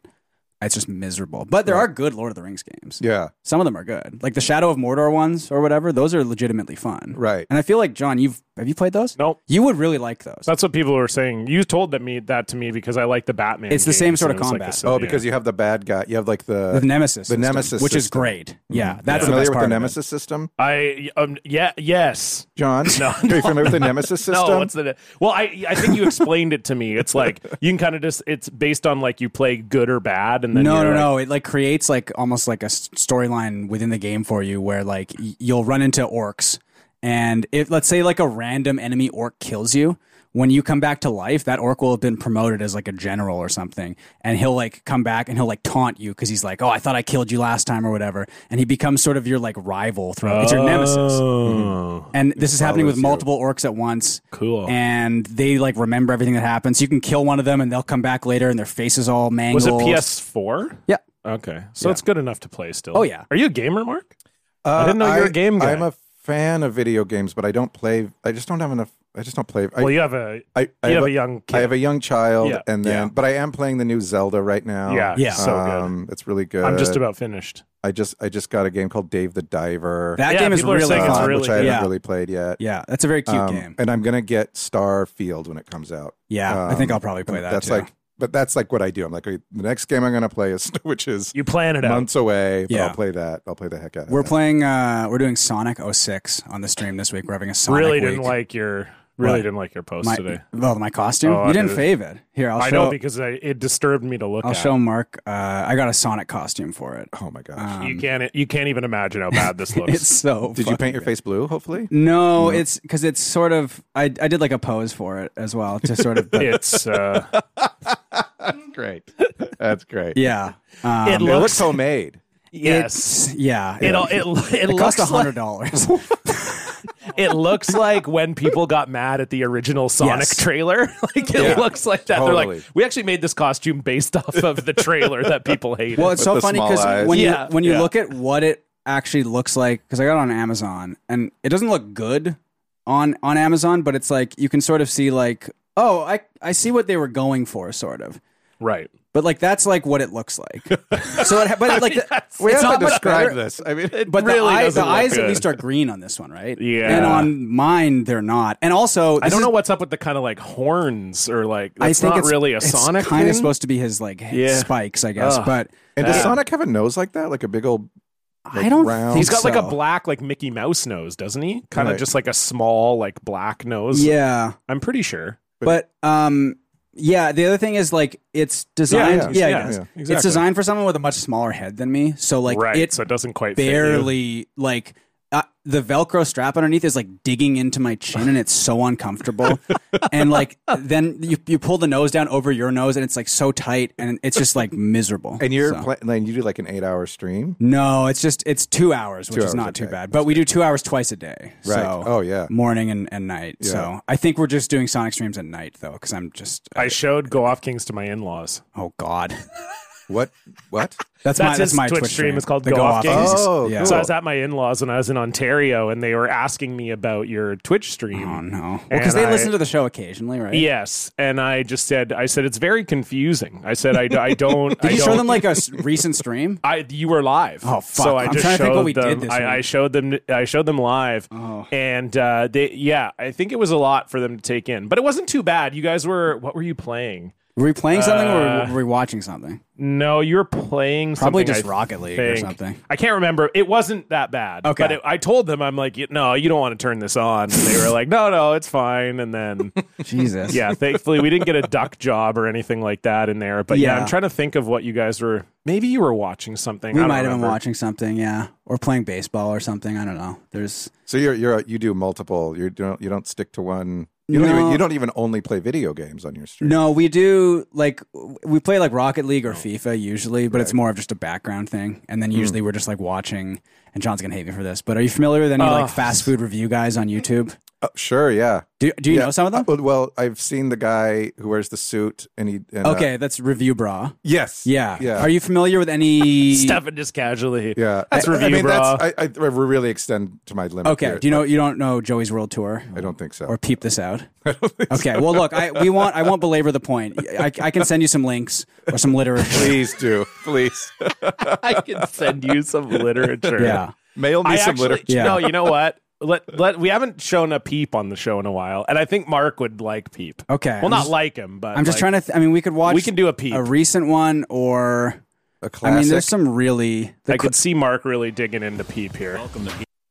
[SPEAKER 2] it's just miserable. But there are good Lord of the Rings games.
[SPEAKER 4] Yeah,
[SPEAKER 2] Some of them are good, like the Shadow of Mordor ones or whatever. Those are legitimately fun.
[SPEAKER 4] right.
[SPEAKER 2] And I feel like John, you've have you played those?
[SPEAKER 1] Nope.
[SPEAKER 2] You would really like those.
[SPEAKER 1] That's what people were saying. You told that me that to me because I like the Batman.
[SPEAKER 2] It's the
[SPEAKER 1] games,
[SPEAKER 2] same sort of
[SPEAKER 1] and it was
[SPEAKER 2] combat.
[SPEAKER 1] this-
[SPEAKER 4] Oh,
[SPEAKER 1] yeah.
[SPEAKER 4] because you have the bad guy. You have like
[SPEAKER 2] the
[SPEAKER 4] the.
[SPEAKER 2] Nemesis.
[SPEAKER 4] the
[SPEAKER 2] system,
[SPEAKER 4] Nemesis
[SPEAKER 2] which is
[SPEAKER 4] system. Mm-hmm.
[SPEAKER 2] great. Yeah, that's the
[SPEAKER 4] familiar
[SPEAKER 2] best part
[SPEAKER 4] with the
[SPEAKER 2] of it.
[SPEAKER 4] Nemesis system,
[SPEAKER 1] I um yeah yes
[SPEAKER 4] John?
[SPEAKER 1] No,
[SPEAKER 4] Are you familiar with the Nemesis system?
[SPEAKER 1] no what's the well I I think you explained it to me. It's like you can kind of just it's based on like you play good or bad and then
[SPEAKER 2] no,
[SPEAKER 1] you're
[SPEAKER 2] no,
[SPEAKER 1] like,
[SPEAKER 2] no. It like creates like almost like a s- storyline within the game for you, where like y- you'll run into orcs, and if let's say like a random enemy orc kills you, when you come back to life, that orc will have been promoted as like a general or something, and he'll like come back and he'll like taunt you because he's like, oh, I thought I killed you last time or whatever, and he becomes sort of your like rival throughout. It's your nemesis.
[SPEAKER 1] Oh,
[SPEAKER 2] And this is happening with
[SPEAKER 4] follows you.
[SPEAKER 2] multiple orcs at once.
[SPEAKER 1] Cool.
[SPEAKER 2] And they like remember everything that happens. You can kill one of them and they'll come back later and their face is all mangled.
[SPEAKER 1] was it PS4?
[SPEAKER 2] Yeah.
[SPEAKER 1] Okay, so it's good enough to play still.
[SPEAKER 2] Oh, yeah.
[SPEAKER 1] Are you a gamer, Mark?
[SPEAKER 4] Uh,
[SPEAKER 1] I didn't know you were a game guy.
[SPEAKER 4] I'm a fan of video games, but I don't play. I just don't have enough. I just don't play. I,
[SPEAKER 1] well, you have a
[SPEAKER 4] I, I
[SPEAKER 1] you have
[SPEAKER 4] have
[SPEAKER 1] a young kid.
[SPEAKER 4] I have a young child,
[SPEAKER 1] Yeah.
[SPEAKER 4] and then
[SPEAKER 2] Yeah.
[SPEAKER 4] but I am playing the new Zelda right now.
[SPEAKER 1] Yeah,
[SPEAKER 2] Yeah.
[SPEAKER 1] so good.
[SPEAKER 4] um, it's really good.
[SPEAKER 1] I'm just about finished.
[SPEAKER 4] I just I just got a game called Dave the Diver.
[SPEAKER 2] That
[SPEAKER 1] Yeah,
[SPEAKER 2] game is
[SPEAKER 1] people are
[SPEAKER 2] really
[SPEAKER 1] saying
[SPEAKER 2] fun.
[SPEAKER 1] it's
[SPEAKER 4] um,
[SPEAKER 1] really
[SPEAKER 4] which I haven't
[SPEAKER 2] Yeah.
[SPEAKER 4] really played yet.
[SPEAKER 2] Yeah, that's a very cute
[SPEAKER 4] Um,
[SPEAKER 2] game.
[SPEAKER 4] And I'm gonna get Starfield when it comes out.
[SPEAKER 2] Yeah, I think
[SPEAKER 4] um,
[SPEAKER 2] I'll probably play
[SPEAKER 4] And
[SPEAKER 2] that.
[SPEAKER 4] That's
[SPEAKER 2] too.
[SPEAKER 4] like, but that's like what I do. I'm like, okay, the next game I'm gonna play is which is
[SPEAKER 1] You plan it out.
[SPEAKER 4] months away. But
[SPEAKER 2] Yeah.
[SPEAKER 4] I'll play that. I'll play the heck out of
[SPEAKER 2] we're oh
[SPEAKER 4] that.
[SPEAKER 2] playing. uh We're doing Sonic 06 on the stream this week. We're having a Sonic.
[SPEAKER 1] Really didn't
[SPEAKER 2] week.
[SPEAKER 1] like your Really
[SPEAKER 2] What?
[SPEAKER 1] didn't like your post
[SPEAKER 2] My,
[SPEAKER 1] today.
[SPEAKER 2] well, my costume.
[SPEAKER 1] Oh, I
[SPEAKER 2] you didn't
[SPEAKER 1] did.
[SPEAKER 2] fave it. Here, I'll
[SPEAKER 1] I
[SPEAKER 2] show.
[SPEAKER 1] know because I, it disturbed me to look
[SPEAKER 2] I'll
[SPEAKER 1] at.
[SPEAKER 2] show Mark. Uh, I got a Sonic costume for it.
[SPEAKER 4] Oh my gosh.
[SPEAKER 2] Um,
[SPEAKER 1] you can't you can't even imagine how bad this looks.
[SPEAKER 2] it's so.
[SPEAKER 4] Did you
[SPEAKER 2] fucking
[SPEAKER 4] paint your face blue? Hopefully.
[SPEAKER 2] No, it's because it's sort of. I I did like a pose for it as well to sort of.
[SPEAKER 1] it's uh,
[SPEAKER 4] Great. That's great.
[SPEAKER 2] yeah. Um,
[SPEAKER 1] it
[SPEAKER 4] It looks
[SPEAKER 1] looks
[SPEAKER 4] homemade.
[SPEAKER 1] yes.
[SPEAKER 2] it's- yeah.
[SPEAKER 1] It
[SPEAKER 2] It,
[SPEAKER 1] all- it it,
[SPEAKER 2] it cost
[SPEAKER 1] looks
[SPEAKER 2] a
[SPEAKER 1] like,
[SPEAKER 2] hundred dollars.
[SPEAKER 1] it looks like when people got mad at the original Sonic
[SPEAKER 2] Yes.
[SPEAKER 1] trailer. like it
[SPEAKER 4] Yeah.
[SPEAKER 1] looks like that. They're
[SPEAKER 4] Totally.
[SPEAKER 1] like, we actually made this costume based off of the trailer that people hated.
[SPEAKER 2] Well, it's
[SPEAKER 4] With
[SPEAKER 2] so
[SPEAKER 4] the
[SPEAKER 2] funny
[SPEAKER 4] small
[SPEAKER 2] because
[SPEAKER 4] eyes.
[SPEAKER 2] when
[SPEAKER 1] Yeah.
[SPEAKER 2] you when you
[SPEAKER 1] Yeah.
[SPEAKER 2] look at what it actually looks like, because I got it on Amazon and it doesn't look good on on Amazon, but it's like you can sort of see like, oh, I I see what they were going for, sort of.
[SPEAKER 1] right.
[SPEAKER 2] But like that's like what it looks like. so, it, ha- but like the,
[SPEAKER 4] We
[SPEAKER 2] it's
[SPEAKER 4] have
[SPEAKER 2] not
[SPEAKER 4] to
[SPEAKER 2] much
[SPEAKER 4] describe
[SPEAKER 2] better,
[SPEAKER 4] this. I mean,
[SPEAKER 2] But
[SPEAKER 1] really
[SPEAKER 2] the, eye,
[SPEAKER 1] doesn't
[SPEAKER 2] the
[SPEAKER 1] look
[SPEAKER 2] eyes
[SPEAKER 1] good.
[SPEAKER 2] at least are green on this one, right?
[SPEAKER 1] Yeah.
[SPEAKER 2] And on mine, they're not. And also,
[SPEAKER 1] I
[SPEAKER 2] this
[SPEAKER 1] don't
[SPEAKER 2] is-
[SPEAKER 1] know what's up with the kind of like horns or like.
[SPEAKER 2] I
[SPEAKER 1] That's
[SPEAKER 2] think
[SPEAKER 1] not
[SPEAKER 2] it's,
[SPEAKER 1] really a
[SPEAKER 2] it's
[SPEAKER 1] Sonic
[SPEAKER 2] Kind
[SPEAKER 1] thing.
[SPEAKER 2] of supposed to be his like
[SPEAKER 1] Yeah.
[SPEAKER 2] spikes, I guess.
[SPEAKER 1] Ugh.
[SPEAKER 2] But
[SPEAKER 4] and does
[SPEAKER 1] Yeah.
[SPEAKER 4] Sonic have a nose like that? Like a big old. Like
[SPEAKER 2] I don't.
[SPEAKER 4] round.
[SPEAKER 2] Think
[SPEAKER 1] He's got like a
[SPEAKER 2] so.
[SPEAKER 1] black like Mickey Mouse nose, doesn't he? Kind of
[SPEAKER 4] Right.
[SPEAKER 1] just like a small like black nose.
[SPEAKER 2] Yeah.
[SPEAKER 1] I'm pretty sure.
[SPEAKER 2] But um yeah, the other thing is like it's designed yeah,
[SPEAKER 4] yeah,
[SPEAKER 2] I
[SPEAKER 4] yeah,
[SPEAKER 2] guess.
[SPEAKER 4] yeah,
[SPEAKER 2] It's
[SPEAKER 1] exactly.
[SPEAKER 2] designed for someone with a much smaller head than me. So like
[SPEAKER 1] right.
[SPEAKER 2] it's
[SPEAKER 1] so it doesn't quite fit you.
[SPEAKER 2] barely like uh, the velcro strap underneath is like digging into my chin and it's so uncomfortable. and like then you you pull the nose down over your nose and it's like so tight and it's just like miserable.
[SPEAKER 4] And you're
[SPEAKER 2] So-
[SPEAKER 4] pla- and you do like an eight-hour stream.
[SPEAKER 2] no, it's just it's two hours, which
[SPEAKER 4] Two
[SPEAKER 2] is
[SPEAKER 4] hours,
[SPEAKER 2] not too
[SPEAKER 4] okay.
[SPEAKER 2] bad. But we do two hours twice a day.
[SPEAKER 4] Right.
[SPEAKER 2] So
[SPEAKER 4] Oh, yeah.
[SPEAKER 2] morning and, and night. So I think we're just doing Sonic streams at night though, because I'm just
[SPEAKER 1] I showed Go Off Kings to my in laws.
[SPEAKER 2] Oh God,
[SPEAKER 4] What? What?
[SPEAKER 2] that's, my
[SPEAKER 1] That's
[SPEAKER 2] that's
[SPEAKER 1] his
[SPEAKER 2] my
[SPEAKER 1] Twitch
[SPEAKER 2] Twitch,
[SPEAKER 1] stream. It's called
[SPEAKER 2] The
[SPEAKER 1] Go Off Games.
[SPEAKER 4] Oh,
[SPEAKER 2] yeah.
[SPEAKER 4] cool.
[SPEAKER 1] So I was at my in laws when I was in Ontario, and they were asking me about your Twitch stream.
[SPEAKER 2] Oh no, because
[SPEAKER 1] And
[SPEAKER 2] they
[SPEAKER 1] I-
[SPEAKER 2] listen to the show occasionally, right?
[SPEAKER 1] Yes, and I just said, I said it's very confusing. I said I, I don't.
[SPEAKER 2] Did
[SPEAKER 1] I
[SPEAKER 2] you
[SPEAKER 1] don't,
[SPEAKER 2] show them like a s- recent stream?
[SPEAKER 1] I you were live.
[SPEAKER 2] Oh, fuck.
[SPEAKER 1] So I
[SPEAKER 2] I'm
[SPEAKER 1] just
[SPEAKER 2] trying
[SPEAKER 1] showed
[SPEAKER 2] to think what we did
[SPEAKER 1] them.
[SPEAKER 2] this
[SPEAKER 1] I, I
[SPEAKER 2] week.
[SPEAKER 1] showed them. I showed them live,
[SPEAKER 2] Oh.
[SPEAKER 1] and uh, they yeah. I think it was a lot for them to take in, but it wasn't too bad. You guys were what were you playing?
[SPEAKER 2] Were we playing something or
[SPEAKER 1] Uh,
[SPEAKER 2] were we watching something?
[SPEAKER 1] No, you were playing
[SPEAKER 2] Probably
[SPEAKER 1] something,
[SPEAKER 2] just
[SPEAKER 1] I
[SPEAKER 2] Rocket League or
[SPEAKER 1] think.
[SPEAKER 2] something.
[SPEAKER 1] I can't remember. It wasn't that bad.
[SPEAKER 2] Okay.
[SPEAKER 1] but it, I told them I'm like, "You- no, you don't want to turn this on. And they were like, no, no, it's fine. And then
[SPEAKER 2] Jesus.
[SPEAKER 1] yeah, thankfully we didn't get a duck job or anything like that in there. But yeah,
[SPEAKER 2] Yeah.
[SPEAKER 1] I'm trying to think of what you guys were. Maybe you were watching something.
[SPEAKER 2] We
[SPEAKER 1] I don't
[SPEAKER 2] might have been
[SPEAKER 1] remember.
[SPEAKER 2] watching something, yeah, or playing baseball or something. I don't know. There's
[SPEAKER 4] So you're you're you do multiple. You don't you don't stick to one. You don't
[SPEAKER 2] No.
[SPEAKER 4] even you don't even only play video games on your stream.
[SPEAKER 2] no, we do like w- we play like Rocket League or FIFA usually, but it's more of just a background thing. And
[SPEAKER 1] Hmm.
[SPEAKER 2] then usually we're just like watching. And John's gonna hate me for this, but are you familiar with any
[SPEAKER 1] Oh.
[SPEAKER 2] like fast food review guys on YouTube?
[SPEAKER 4] Oh, sure, yeah.
[SPEAKER 2] Do Do you know some of them?
[SPEAKER 4] Uh, well, I've seen the guy who wears the suit, and he. And, uh,
[SPEAKER 2] Okay, that's review bra.
[SPEAKER 4] yes.
[SPEAKER 2] Yeah.
[SPEAKER 4] Yeah.
[SPEAKER 2] Are you familiar with any
[SPEAKER 1] Stefan just casually.
[SPEAKER 4] Yeah.
[SPEAKER 1] That's
[SPEAKER 4] I,
[SPEAKER 1] review,
[SPEAKER 4] I mean,
[SPEAKER 1] brah.
[SPEAKER 4] that's I, I, I really extend to my limit.
[SPEAKER 2] Okay.
[SPEAKER 4] here.
[SPEAKER 2] Do you know you don't know Joey's World Tour?
[SPEAKER 4] I don't think so.
[SPEAKER 2] Or peep this out. okay. Well, look, I we want I won't belabor the point. I, I can send you some links or some literature.
[SPEAKER 4] Please do. Please
[SPEAKER 1] I can send you some literature.
[SPEAKER 2] yeah.
[SPEAKER 4] mail me
[SPEAKER 1] I
[SPEAKER 4] some
[SPEAKER 1] actually,
[SPEAKER 4] literature.
[SPEAKER 2] Yeah.
[SPEAKER 1] No, you know what? Let let we haven't shown a peep on the show in a while, and I think Mark would like peep.
[SPEAKER 2] Okay,
[SPEAKER 1] Well,
[SPEAKER 2] I'm
[SPEAKER 1] not
[SPEAKER 2] just-
[SPEAKER 1] like him, but
[SPEAKER 2] I'm just
[SPEAKER 1] like,
[SPEAKER 2] trying to. Th- I mean, we could watch.
[SPEAKER 1] We can do a peep.
[SPEAKER 2] a recent one, or
[SPEAKER 4] A
[SPEAKER 2] I
[SPEAKER 4] classic.
[SPEAKER 2] mean, there's some really
[SPEAKER 1] I
[SPEAKER 2] the, cl-
[SPEAKER 1] could see Mark really digging into peep here,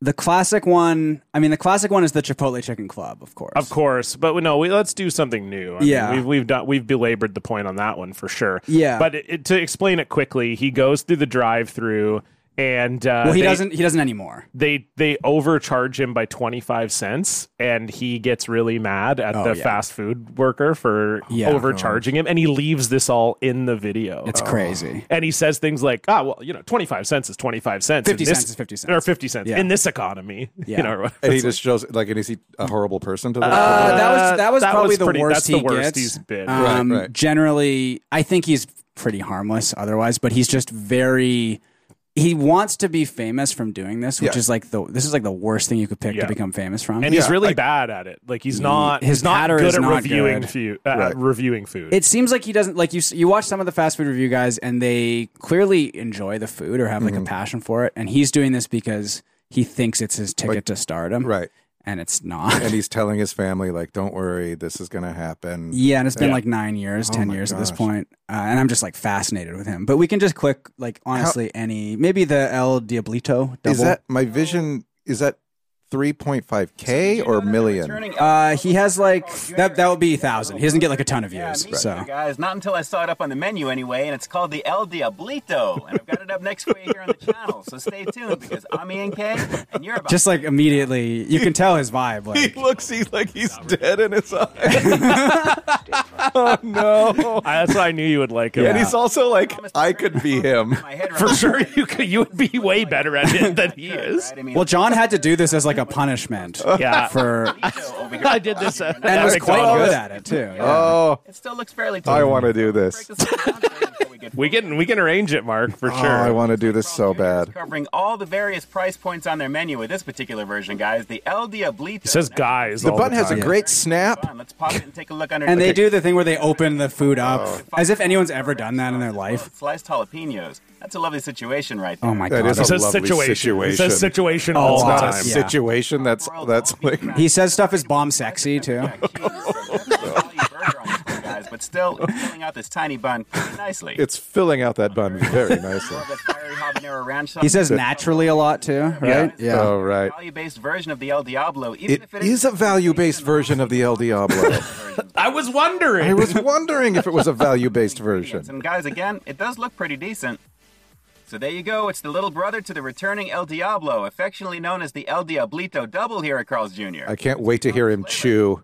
[SPEAKER 2] the classic one. I mean, the classic one is the Chipotle Chicken Club, of course.
[SPEAKER 1] of course. But no, we, let's do something new. I
[SPEAKER 2] Yeah.
[SPEAKER 1] mean, we've we've done we've belabored the point on that one for sure.
[SPEAKER 2] Yeah.
[SPEAKER 1] but it, it- to explain it quickly, he goes through the drive-through, and uh,
[SPEAKER 2] Well, he
[SPEAKER 1] they-
[SPEAKER 2] doesn't. He doesn't anymore.
[SPEAKER 1] they they overcharge him by 25 cents and he gets really mad at the
[SPEAKER 2] Oh, yeah.
[SPEAKER 1] fast food worker for
[SPEAKER 2] Yeah. oh.
[SPEAKER 1] overcharging him and he leaves this all in the video Oh.
[SPEAKER 2] It's crazy.
[SPEAKER 1] and he says things like ah well you know 25 cents is 25 cents
[SPEAKER 2] 50
[SPEAKER 1] in this-
[SPEAKER 2] cents is 50 cents.
[SPEAKER 1] or 50 cents
[SPEAKER 2] Yeah.
[SPEAKER 1] in this economy
[SPEAKER 2] Yeah.
[SPEAKER 1] you know or whatever.
[SPEAKER 4] and he just shows like, and is he a horrible person to the?
[SPEAKER 2] Uh, that was that was
[SPEAKER 1] that
[SPEAKER 2] probably
[SPEAKER 1] was
[SPEAKER 2] the
[SPEAKER 1] pretty-
[SPEAKER 2] worst
[SPEAKER 1] that's
[SPEAKER 2] he
[SPEAKER 1] the worst
[SPEAKER 2] gets.
[SPEAKER 1] he's been.
[SPEAKER 2] Um,
[SPEAKER 4] Right, right.
[SPEAKER 2] Generally, I think he's pretty harmless otherwise, but he's just very. He wants to be famous from doing this, which
[SPEAKER 4] Yeah.
[SPEAKER 2] is like the this is like the worst thing you could pick
[SPEAKER 1] Yeah.
[SPEAKER 2] to become famous from.
[SPEAKER 1] and he's
[SPEAKER 4] Yeah,
[SPEAKER 1] really
[SPEAKER 4] like-
[SPEAKER 1] bad at it like he's not
[SPEAKER 2] his
[SPEAKER 1] he's not
[SPEAKER 2] patter
[SPEAKER 1] good
[SPEAKER 2] is
[SPEAKER 1] at
[SPEAKER 2] not
[SPEAKER 1] reviewing
[SPEAKER 2] good.
[SPEAKER 1] food uh,
[SPEAKER 4] Right.
[SPEAKER 1] reviewing food
[SPEAKER 2] it seems like he doesn't like you. s- You watch some of the fast food review guys, and they clearly enjoy the food or have
[SPEAKER 4] Mm-hmm.
[SPEAKER 2] like a passion for it. And he's doing this because he thinks it's his ticket to stardom,
[SPEAKER 4] right.
[SPEAKER 2] And it's not.
[SPEAKER 4] And he's telling his family, like, "Don't worry, this is going to happen."
[SPEAKER 2] Yeah, and it's been
[SPEAKER 1] Yeah.
[SPEAKER 2] like nine years, ten
[SPEAKER 4] my
[SPEAKER 2] years at this
[SPEAKER 4] gosh.
[SPEAKER 2] point, uh, and I'm just like fascinated with him. But we can just click like honestly any maybe the El Diablito double.
[SPEAKER 4] Is that my vision? Is that 3.5K or million?
[SPEAKER 5] Turning
[SPEAKER 2] Uh, he has like that. That would be thousand. He doesn't get like a ton of
[SPEAKER 5] Yeah,
[SPEAKER 2] views.
[SPEAKER 5] me
[SPEAKER 2] so
[SPEAKER 5] too, guys, not until I saw it up on the menu anyway, and it's called the El Diablito, and I've got it up next for you here on the channel. So stay tuned because I'm Ian K, and you're about
[SPEAKER 2] just like immediately, you can tell his vibe.
[SPEAKER 4] He
[SPEAKER 2] Like
[SPEAKER 4] looks he's like he's dead in his eyes. oh no.
[SPEAKER 1] I, that's why I knew you would like him.
[SPEAKER 4] And he's also like, I could be him.
[SPEAKER 5] my head right
[SPEAKER 1] for sure, you could you would be way better at it than he is.
[SPEAKER 5] Right? I mean,
[SPEAKER 2] well, John had to do this as like a punishment.
[SPEAKER 1] Yeah.
[SPEAKER 2] For
[SPEAKER 5] over here.
[SPEAKER 1] I did this. Uh,
[SPEAKER 2] and
[SPEAKER 1] at
[SPEAKER 2] was quite
[SPEAKER 1] McDonald's.
[SPEAKER 2] good at it too. yeah.
[SPEAKER 4] Oh,
[SPEAKER 5] It still looks fairly
[SPEAKER 4] I want to do this.
[SPEAKER 1] We can we can arrange it, Mark, for
[SPEAKER 4] Oh,
[SPEAKER 1] sure.
[SPEAKER 4] I want to do this so bad.
[SPEAKER 5] Covering all the various price points on their menu with this particular version, guys. The El Diablito.
[SPEAKER 1] it says
[SPEAKER 5] Now,
[SPEAKER 1] guys.
[SPEAKER 4] The
[SPEAKER 1] all
[SPEAKER 4] button
[SPEAKER 1] the
[SPEAKER 4] has a
[SPEAKER 1] time.
[SPEAKER 4] great snap.
[SPEAKER 5] come on, Let's pop it and take a look under.
[SPEAKER 2] And they do the thing where they open the food up, as if anyone's ever done that in their life.
[SPEAKER 5] Sliced jalapenos. That's a lovely situation right there.
[SPEAKER 2] Oh my
[SPEAKER 4] That
[SPEAKER 2] god!
[SPEAKER 4] is a
[SPEAKER 1] It says
[SPEAKER 4] lovely
[SPEAKER 1] situation. It
[SPEAKER 4] situation.
[SPEAKER 1] says situation
[SPEAKER 2] Oh,
[SPEAKER 1] all
[SPEAKER 4] It's
[SPEAKER 1] the
[SPEAKER 4] not
[SPEAKER 1] time.
[SPEAKER 4] a situation. That's that's like
[SPEAKER 2] he says stuff is bomb sexy too.
[SPEAKER 5] guys, but still filling out this tiny bun nicely.
[SPEAKER 4] it's filling out that bun very nicely.
[SPEAKER 5] Love that fiery habanero ranch sauce.
[SPEAKER 2] He says naturally a lot too, right?
[SPEAKER 4] Oh right.
[SPEAKER 5] value-based version of the El Diablo. Even
[SPEAKER 4] It
[SPEAKER 5] if it
[SPEAKER 4] is a value-based version of the El Diablo.
[SPEAKER 1] I was
[SPEAKER 4] I
[SPEAKER 1] wondering.
[SPEAKER 4] was wondering if it was a value-based version.
[SPEAKER 5] And guys, again, it does look pretty decent. So there you go. It's the little brother to the returning El Diablo, affectionately known as the El Diablito double here at Carl's Jr.
[SPEAKER 4] I can't wait to hear him chew.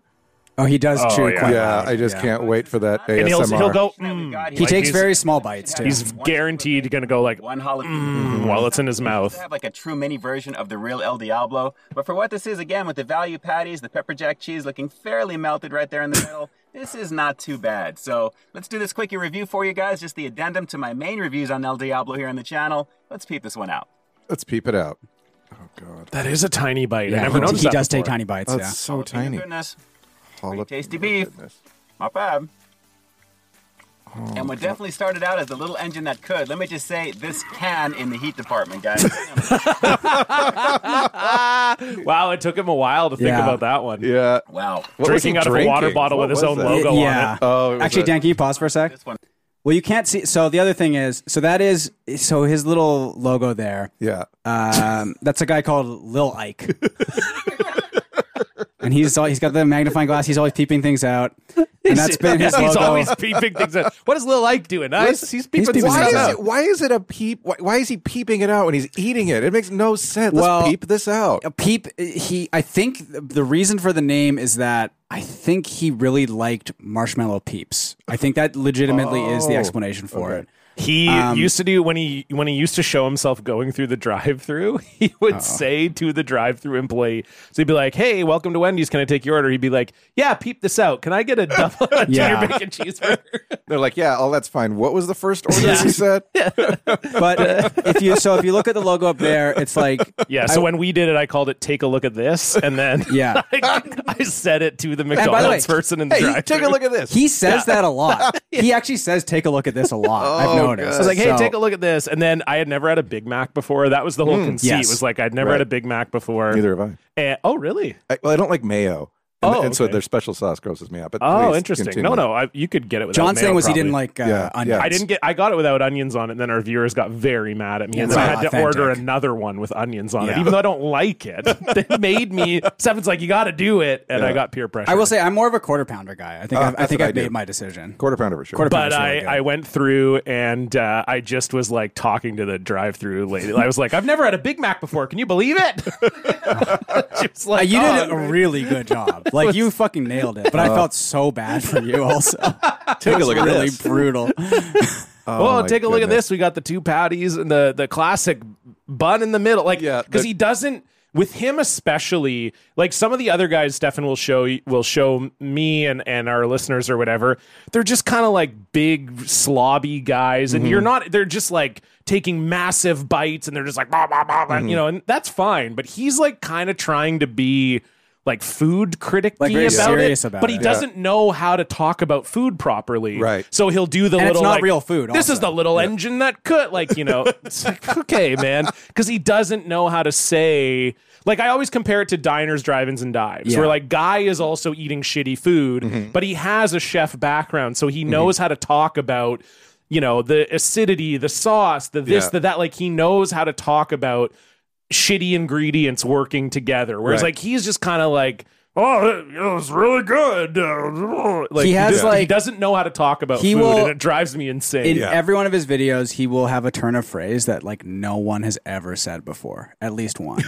[SPEAKER 2] Oh, he does
[SPEAKER 1] Oh,
[SPEAKER 2] chew
[SPEAKER 1] yeah.
[SPEAKER 2] quite.
[SPEAKER 4] Yeah,
[SPEAKER 2] loud.
[SPEAKER 4] I just can't wait for that ASMR.
[SPEAKER 1] And he'll, he'll go.
[SPEAKER 5] Now we
[SPEAKER 1] "Mm,"
[SPEAKER 5] got
[SPEAKER 2] He
[SPEAKER 5] here-
[SPEAKER 2] takes
[SPEAKER 1] he's-
[SPEAKER 2] very small bites too. Mm-hmm.
[SPEAKER 1] He's guaranteed going to go like
[SPEAKER 5] one holiday. Mm-hmm.
[SPEAKER 1] "Mm," while it's in his mouth.
[SPEAKER 5] to have like a true mini version of the real El Diablo. But for what this is, again, with the value patties, the pepper jack cheese looking fairly melted right there in the middle, this is not too bad. So let's do this quickie review for you guys, just the addendum to my main reviews on El Diablo here on the channel. Let's peep this one out.
[SPEAKER 4] Let's peep it out. Oh god,
[SPEAKER 1] That is a tiny bite. I
[SPEAKER 2] Yeah,
[SPEAKER 1] never
[SPEAKER 2] he,
[SPEAKER 1] noticed
[SPEAKER 2] he
[SPEAKER 1] that
[SPEAKER 2] does take
[SPEAKER 1] before.
[SPEAKER 2] tiny bites.
[SPEAKER 4] that's
[SPEAKER 2] Yeah.
[SPEAKER 4] so tiny.
[SPEAKER 5] Goodness,
[SPEAKER 4] Jalapeno
[SPEAKER 5] tasty beef.
[SPEAKER 4] goodness.
[SPEAKER 5] my fab.
[SPEAKER 4] Oh,
[SPEAKER 5] and what definitely started out as the little engine that could. Let me just say, this can in the heat department, guys.
[SPEAKER 1] Wow, it took him a while to think
[SPEAKER 2] Yeah.
[SPEAKER 1] about that one.
[SPEAKER 4] Yeah.
[SPEAKER 5] wow.
[SPEAKER 4] What was he
[SPEAKER 1] Drinking out of a water
[SPEAKER 4] drinking?
[SPEAKER 1] bottle with
[SPEAKER 4] What
[SPEAKER 1] his
[SPEAKER 4] was
[SPEAKER 1] own
[SPEAKER 4] that?
[SPEAKER 1] logo. on
[SPEAKER 2] yeah.
[SPEAKER 1] it.
[SPEAKER 4] Oh, it was
[SPEAKER 2] Actually,
[SPEAKER 4] a-
[SPEAKER 2] Dan, can you pause for a sec?
[SPEAKER 5] This one.
[SPEAKER 2] Well, you can't see. So the other thing is, so that is, so his little logo there.
[SPEAKER 4] Yeah.
[SPEAKER 2] Um, that's a guy called Lil Ike. and he's all, he's got the magnifying glass. He's always peeping things out, and that's been his
[SPEAKER 1] he's
[SPEAKER 2] logo.
[SPEAKER 1] always peeping things out. What is Lil Ike doing? I, he's, peeping
[SPEAKER 2] peeping
[SPEAKER 1] stuff
[SPEAKER 4] why
[SPEAKER 2] it
[SPEAKER 4] is,
[SPEAKER 1] out.
[SPEAKER 4] it, why is it a peep? Why, why is he peeping it out when he's eating it? It makes no sense. Let's
[SPEAKER 2] Well-
[SPEAKER 4] peep this out.
[SPEAKER 2] Peep. He. I think the reason for the name is that I think he really liked marshmallow peeps. I think that legitimately is the
[SPEAKER 4] Oh,
[SPEAKER 2] explanation for
[SPEAKER 4] okay.
[SPEAKER 2] it.
[SPEAKER 1] He
[SPEAKER 2] Um,
[SPEAKER 1] used to do when he when he used to show himself going through the drive-through. He
[SPEAKER 2] Oh.
[SPEAKER 1] would say to the drive-through employee, so he'd be like, "Hey, welcome to Wendy's. Can I take your order?" He'd be like, "Yeah, peep this out. Can I get a double a
[SPEAKER 2] Yeah.
[SPEAKER 1] junior bacon cheeseburger?"
[SPEAKER 4] They're like, yeah, oh, that's fine. What was the first order he said?
[SPEAKER 2] But if you so if you look at the logo up there, it's like
[SPEAKER 1] Yeah. So when we did it, I called it "Take a look at this," and then
[SPEAKER 2] Yeah.
[SPEAKER 1] I, I said it to the
[SPEAKER 2] the way-
[SPEAKER 1] McDonald's person in the
[SPEAKER 4] Hey,
[SPEAKER 1] drive-through.
[SPEAKER 4] take a look at this.
[SPEAKER 2] He says that a lot. He actually says, "Take a look at this" a lot. I've
[SPEAKER 4] Oh,
[SPEAKER 2] noticed.
[SPEAKER 4] God.
[SPEAKER 1] I was like, "Hey,
[SPEAKER 2] So-
[SPEAKER 1] take a look at this," and then I had never had a Big Mac before. That was the whole conceit.
[SPEAKER 2] Mm, Yes.
[SPEAKER 1] Was like I'd never
[SPEAKER 4] Right.
[SPEAKER 1] had a Big Mac before.
[SPEAKER 4] Neither have I.
[SPEAKER 1] And- oh, really?
[SPEAKER 4] I. Well, I don't like mayo. And,
[SPEAKER 1] Oh,
[SPEAKER 4] and so
[SPEAKER 1] okay.
[SPEAKER 4] their special sauce grosses me out. But
[SPEAKER 1] Oh,
[SPEAKER 4] please
[SPEAKER 1] interesting.
[SPEAKER 4] continue.
[SPEAKER 1] No, no, I, you could get it. Without
[SPEAKER 2] John's
[SPEAKER 1] mayo,
[SPEAKER 2] thing was he
[SPEAKER 1] probably.
[SPEAKER 2] didn't like uh,
[SPEAKER 4] Yeah, yeah.
[SPEAKER 2] onions.
[SPEAKER 1] I didn't get. I got it without onions on it, and then our viewers got very mad at me, and
[SPEAKER 2] it's
[SPEAKER 1] so I
[SPEAKER 2] not
[SPEAKER 1] had to
[SPEAKER 2] authentic.
[SPEAKER 1] order another one with onions on it,
[SPEAKER 2] Yeah.
[SPEAKER 1] even though I don't like it. they made me. Seven's like, you got to do it, and I got peer pressure.
[SPEAKER 2] I will say I'm more of a quarter pounder guy. I think I've, I
[SPEAKER 4] Ah, that's
[SPEAKER 2] think
[SPEAKER 4] what
[SPEAKER 2] I've
[SPEAKER 4] I do.
[SPEAKER 2] made my decision.
[SPEAKER 4] Quarter pounder for sure.
[SPEAKER 2] Quarter
[SPEAKER 1] But
[SPEAKER 2] That's
[SPEAKER 1] I,
[SPEAKER 2] really good.
[SPEAKER 1] I went through and uh, I just was like talking to the drive-through lady. I was like, I've never had a Big Mac before. Can you believe it? she was
[SPEAKER 2] Uh,
[SPEAKER 1] like,
[SPEAKER 2] you
[SPEAKER 1] "Oh,
[SPEAKER 2] did
[SPEAKER 4] Ah.
[SPEAKER 2] a really good job. Like you fucking nailed it. But
[SPEAKER 4] Uh.
[SPEAKER 2] I felt so bad for you. Also, take
[SPEAKER 4] look at
[SPEAKER 2] really
[SPEAKER 4] this.
[SPEAKER 2] brutal.
[SPEAKER 1] Oh,
[SPEAKER 4] my
[SPEAKER 1] take a look at
[SPEAKER 4] goodness.
[SPEAKER 1] this. We got the two patties and the the classic bun in the middle. Like,
[SPEAKER 4] Yeah,
[SPEAKER 1] because
[SPEAKER 4] the-
[SPEAKER 1] he doesn't. With him especially, like some of the other guys, Stefan will show will show me and, and our listeners or whatever. They're just kind of like big slobby guys, and you're not. They're just like taking massive bites, and they're just like, bah, bah, bah, bah, you know, and that's fine. But he's like kind of trying to be like food critic
[SPEAKER 2] Like, very
[SPEAKER 1] about
[SPEAKER 2] serious
[SPEAKER 1] it,
[SPEAKER 2] about
[SPEAKER 1] but he
[SPEAKER 2] it.
[SPEAKER 1] doesn't know how to talk about food properly.
[SPEAKER 4] Right.
[SPEAKER 1] So he'll do the
[SPEAKER 2] And it's
[SPEAKER 1] little
[SPEAKER 2] not
[SPEAKER 1] like,
[SPEAKER 2] real food
[SPEAKER 1] This is
[SPEAKER 2] also.
[SPEAKER 1] the little engine that could like you know it's like, okay man because he doesn't know how to say like i always compare it to diners drive-ins and dives
[SPEAKER 2] Yeah. Mm-hmm.
[SPEAKER 1] where like guy is also eating shitty food but he has a chef background so he knows how to talk about you know the acidity the sauce the this
[SPEAKER 4] Yeah.
[SPEAKER 1] the that like he knows how to talk about shitty ingredients working together. Whereas
[SPEAKER 4] Right.
[SPEAKER 1] like he's just kind of like, oh, it it was really good. Like
[SPEAKER 2] He has,
[SPEAKER 1] just- he
[SPEAKER 2] like-
[SPEAKER 1] doesn't know how to talk about
[SPEAKER 2] He
[SPEAKER 1] food,
[SPEAKER 2] will-
[SPEAKER 1] and it drives me insane.
[SPEAKER 2] In
[SPEAKER 4] Yeah.
[SPEAKER 2] every one of his videos, he will have a turn of phrase that like no one has ever said before, at least one,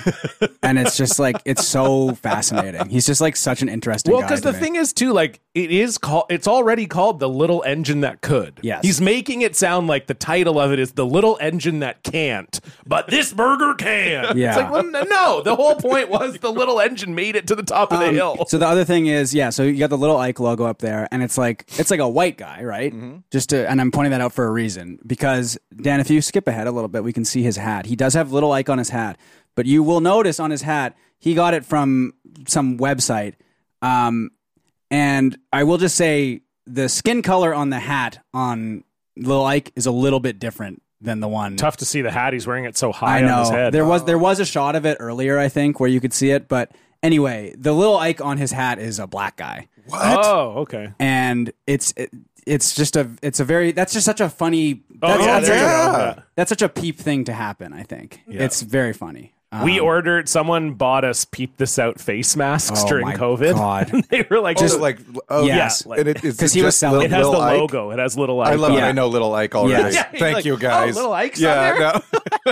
[SPEAKER 2] and it's just like it's so fascinating. He's just like such an interesting.
[SPEAKER 1] Well,
[SPEAKER 2] guy
[SPEAKER 1] because
[SPEAKER 2] to
[SPEAKER 1] the
[SPEAKER 2] me.
[SPEAKER 1] thing is too, like it is called. It's already called the little engine that could.
[SPEAKER 2] Yes.
[SPEAKER 1] he's making it sound like the title of it is the little engine that can't, but this burger can.
[SPEAKER 2] Yeah.
[SPEAKER 1] it's like well, n- no. The whole point was the little engine made it to the top of the
[SPEAKER 2] Um,
[SPEAKER 1] hill.
[SPEAKER 2] So the other thing is, yeah. So you got the little Ike logo up there, and it's like it's like a white guy, right?
[SPEAKER 1] Mm-hmm.
[SPEAKER 2] Just to, and I'm pointing that out for a reason because Dan, if you skip ahead a little bit, we can see his hat. He does have little Ike on his hat, but you will notice on his hat he got it from some website. Um, and I will just say the skin color on the hat on little Ike is a little bit different than the one
[SPEAKER 1] Tough to see the hat he's wearing. It so high
[SPEAKER 2] I know.
[SPEAKER 1] on his head.
[SPEAKER 2] There was there was a shot of it earlier, I think, where you could see it. But anyway, the little Ike on his hat is a black guy,
[SPEAKER 1] oh, okay.
[SPEAKER 2] and it's it, it's just a it's a very that's just such a funny that's,
[SPEAKER 1] Oh, yeah,
[SPEAKER 2] that's,
[SPEAKER 1] there
[SPEAKER 2] such,
[SPEAKER 1] you
[SPEAKER 2] a,
[SPEAKER 1] go.
[SPEAKER 4] Yeah.
[SPEAKER 2] that's such a peep thing to happen. I think it's very funny. Um,
[SPEAKER 1] we ordered. Someone bought us peep this out face masks
[SPEAKER 2] Oh
[SPEAKER 1] during
[SPEAKER 2] my
[SPEAKER 1] COVID.
[SPEAKER 2] God.
[SPEAKER 1] And they were like,
[SPEAKER 4] Just like oh
[SPEAKER 2] Yeah,
[SPEAKER 4] yes,
[SPEAKER 1] like-
[SPEAKER 4] and it- it's
[SPEAKER 2] 'Cause he
[SPEAKER 4] just
[SPEAKER 2] was selling-
[SPEAKER 1] it has
[SPEAKER 4] Lil
[SPEAKER 1] the
[SPEAKER 4] Ike.
[SPEAKER 1] logo. It has little. Ike
[SPEAKER 4] I love
[SPEAKER 1] on
[SPEAKER 4] it.
[SPEAKER 2] Yeah.
[SPEAKER 4] I know Little Ike already.
[SPEAKER 2] Yeah,
[SPEAKER 1] he's
[SPEAKER 4] Thank
[SPEAKER 1] like,
[SPEAKER 4] you
[SPEAKER 1] "Oh,
[SPEAKER 4] guys.
[SPEAKER 1] Little Ike's on
[SPEAKER 4] yeah,
[SPEAKER 1] there?"
[SPEAKER 4] no.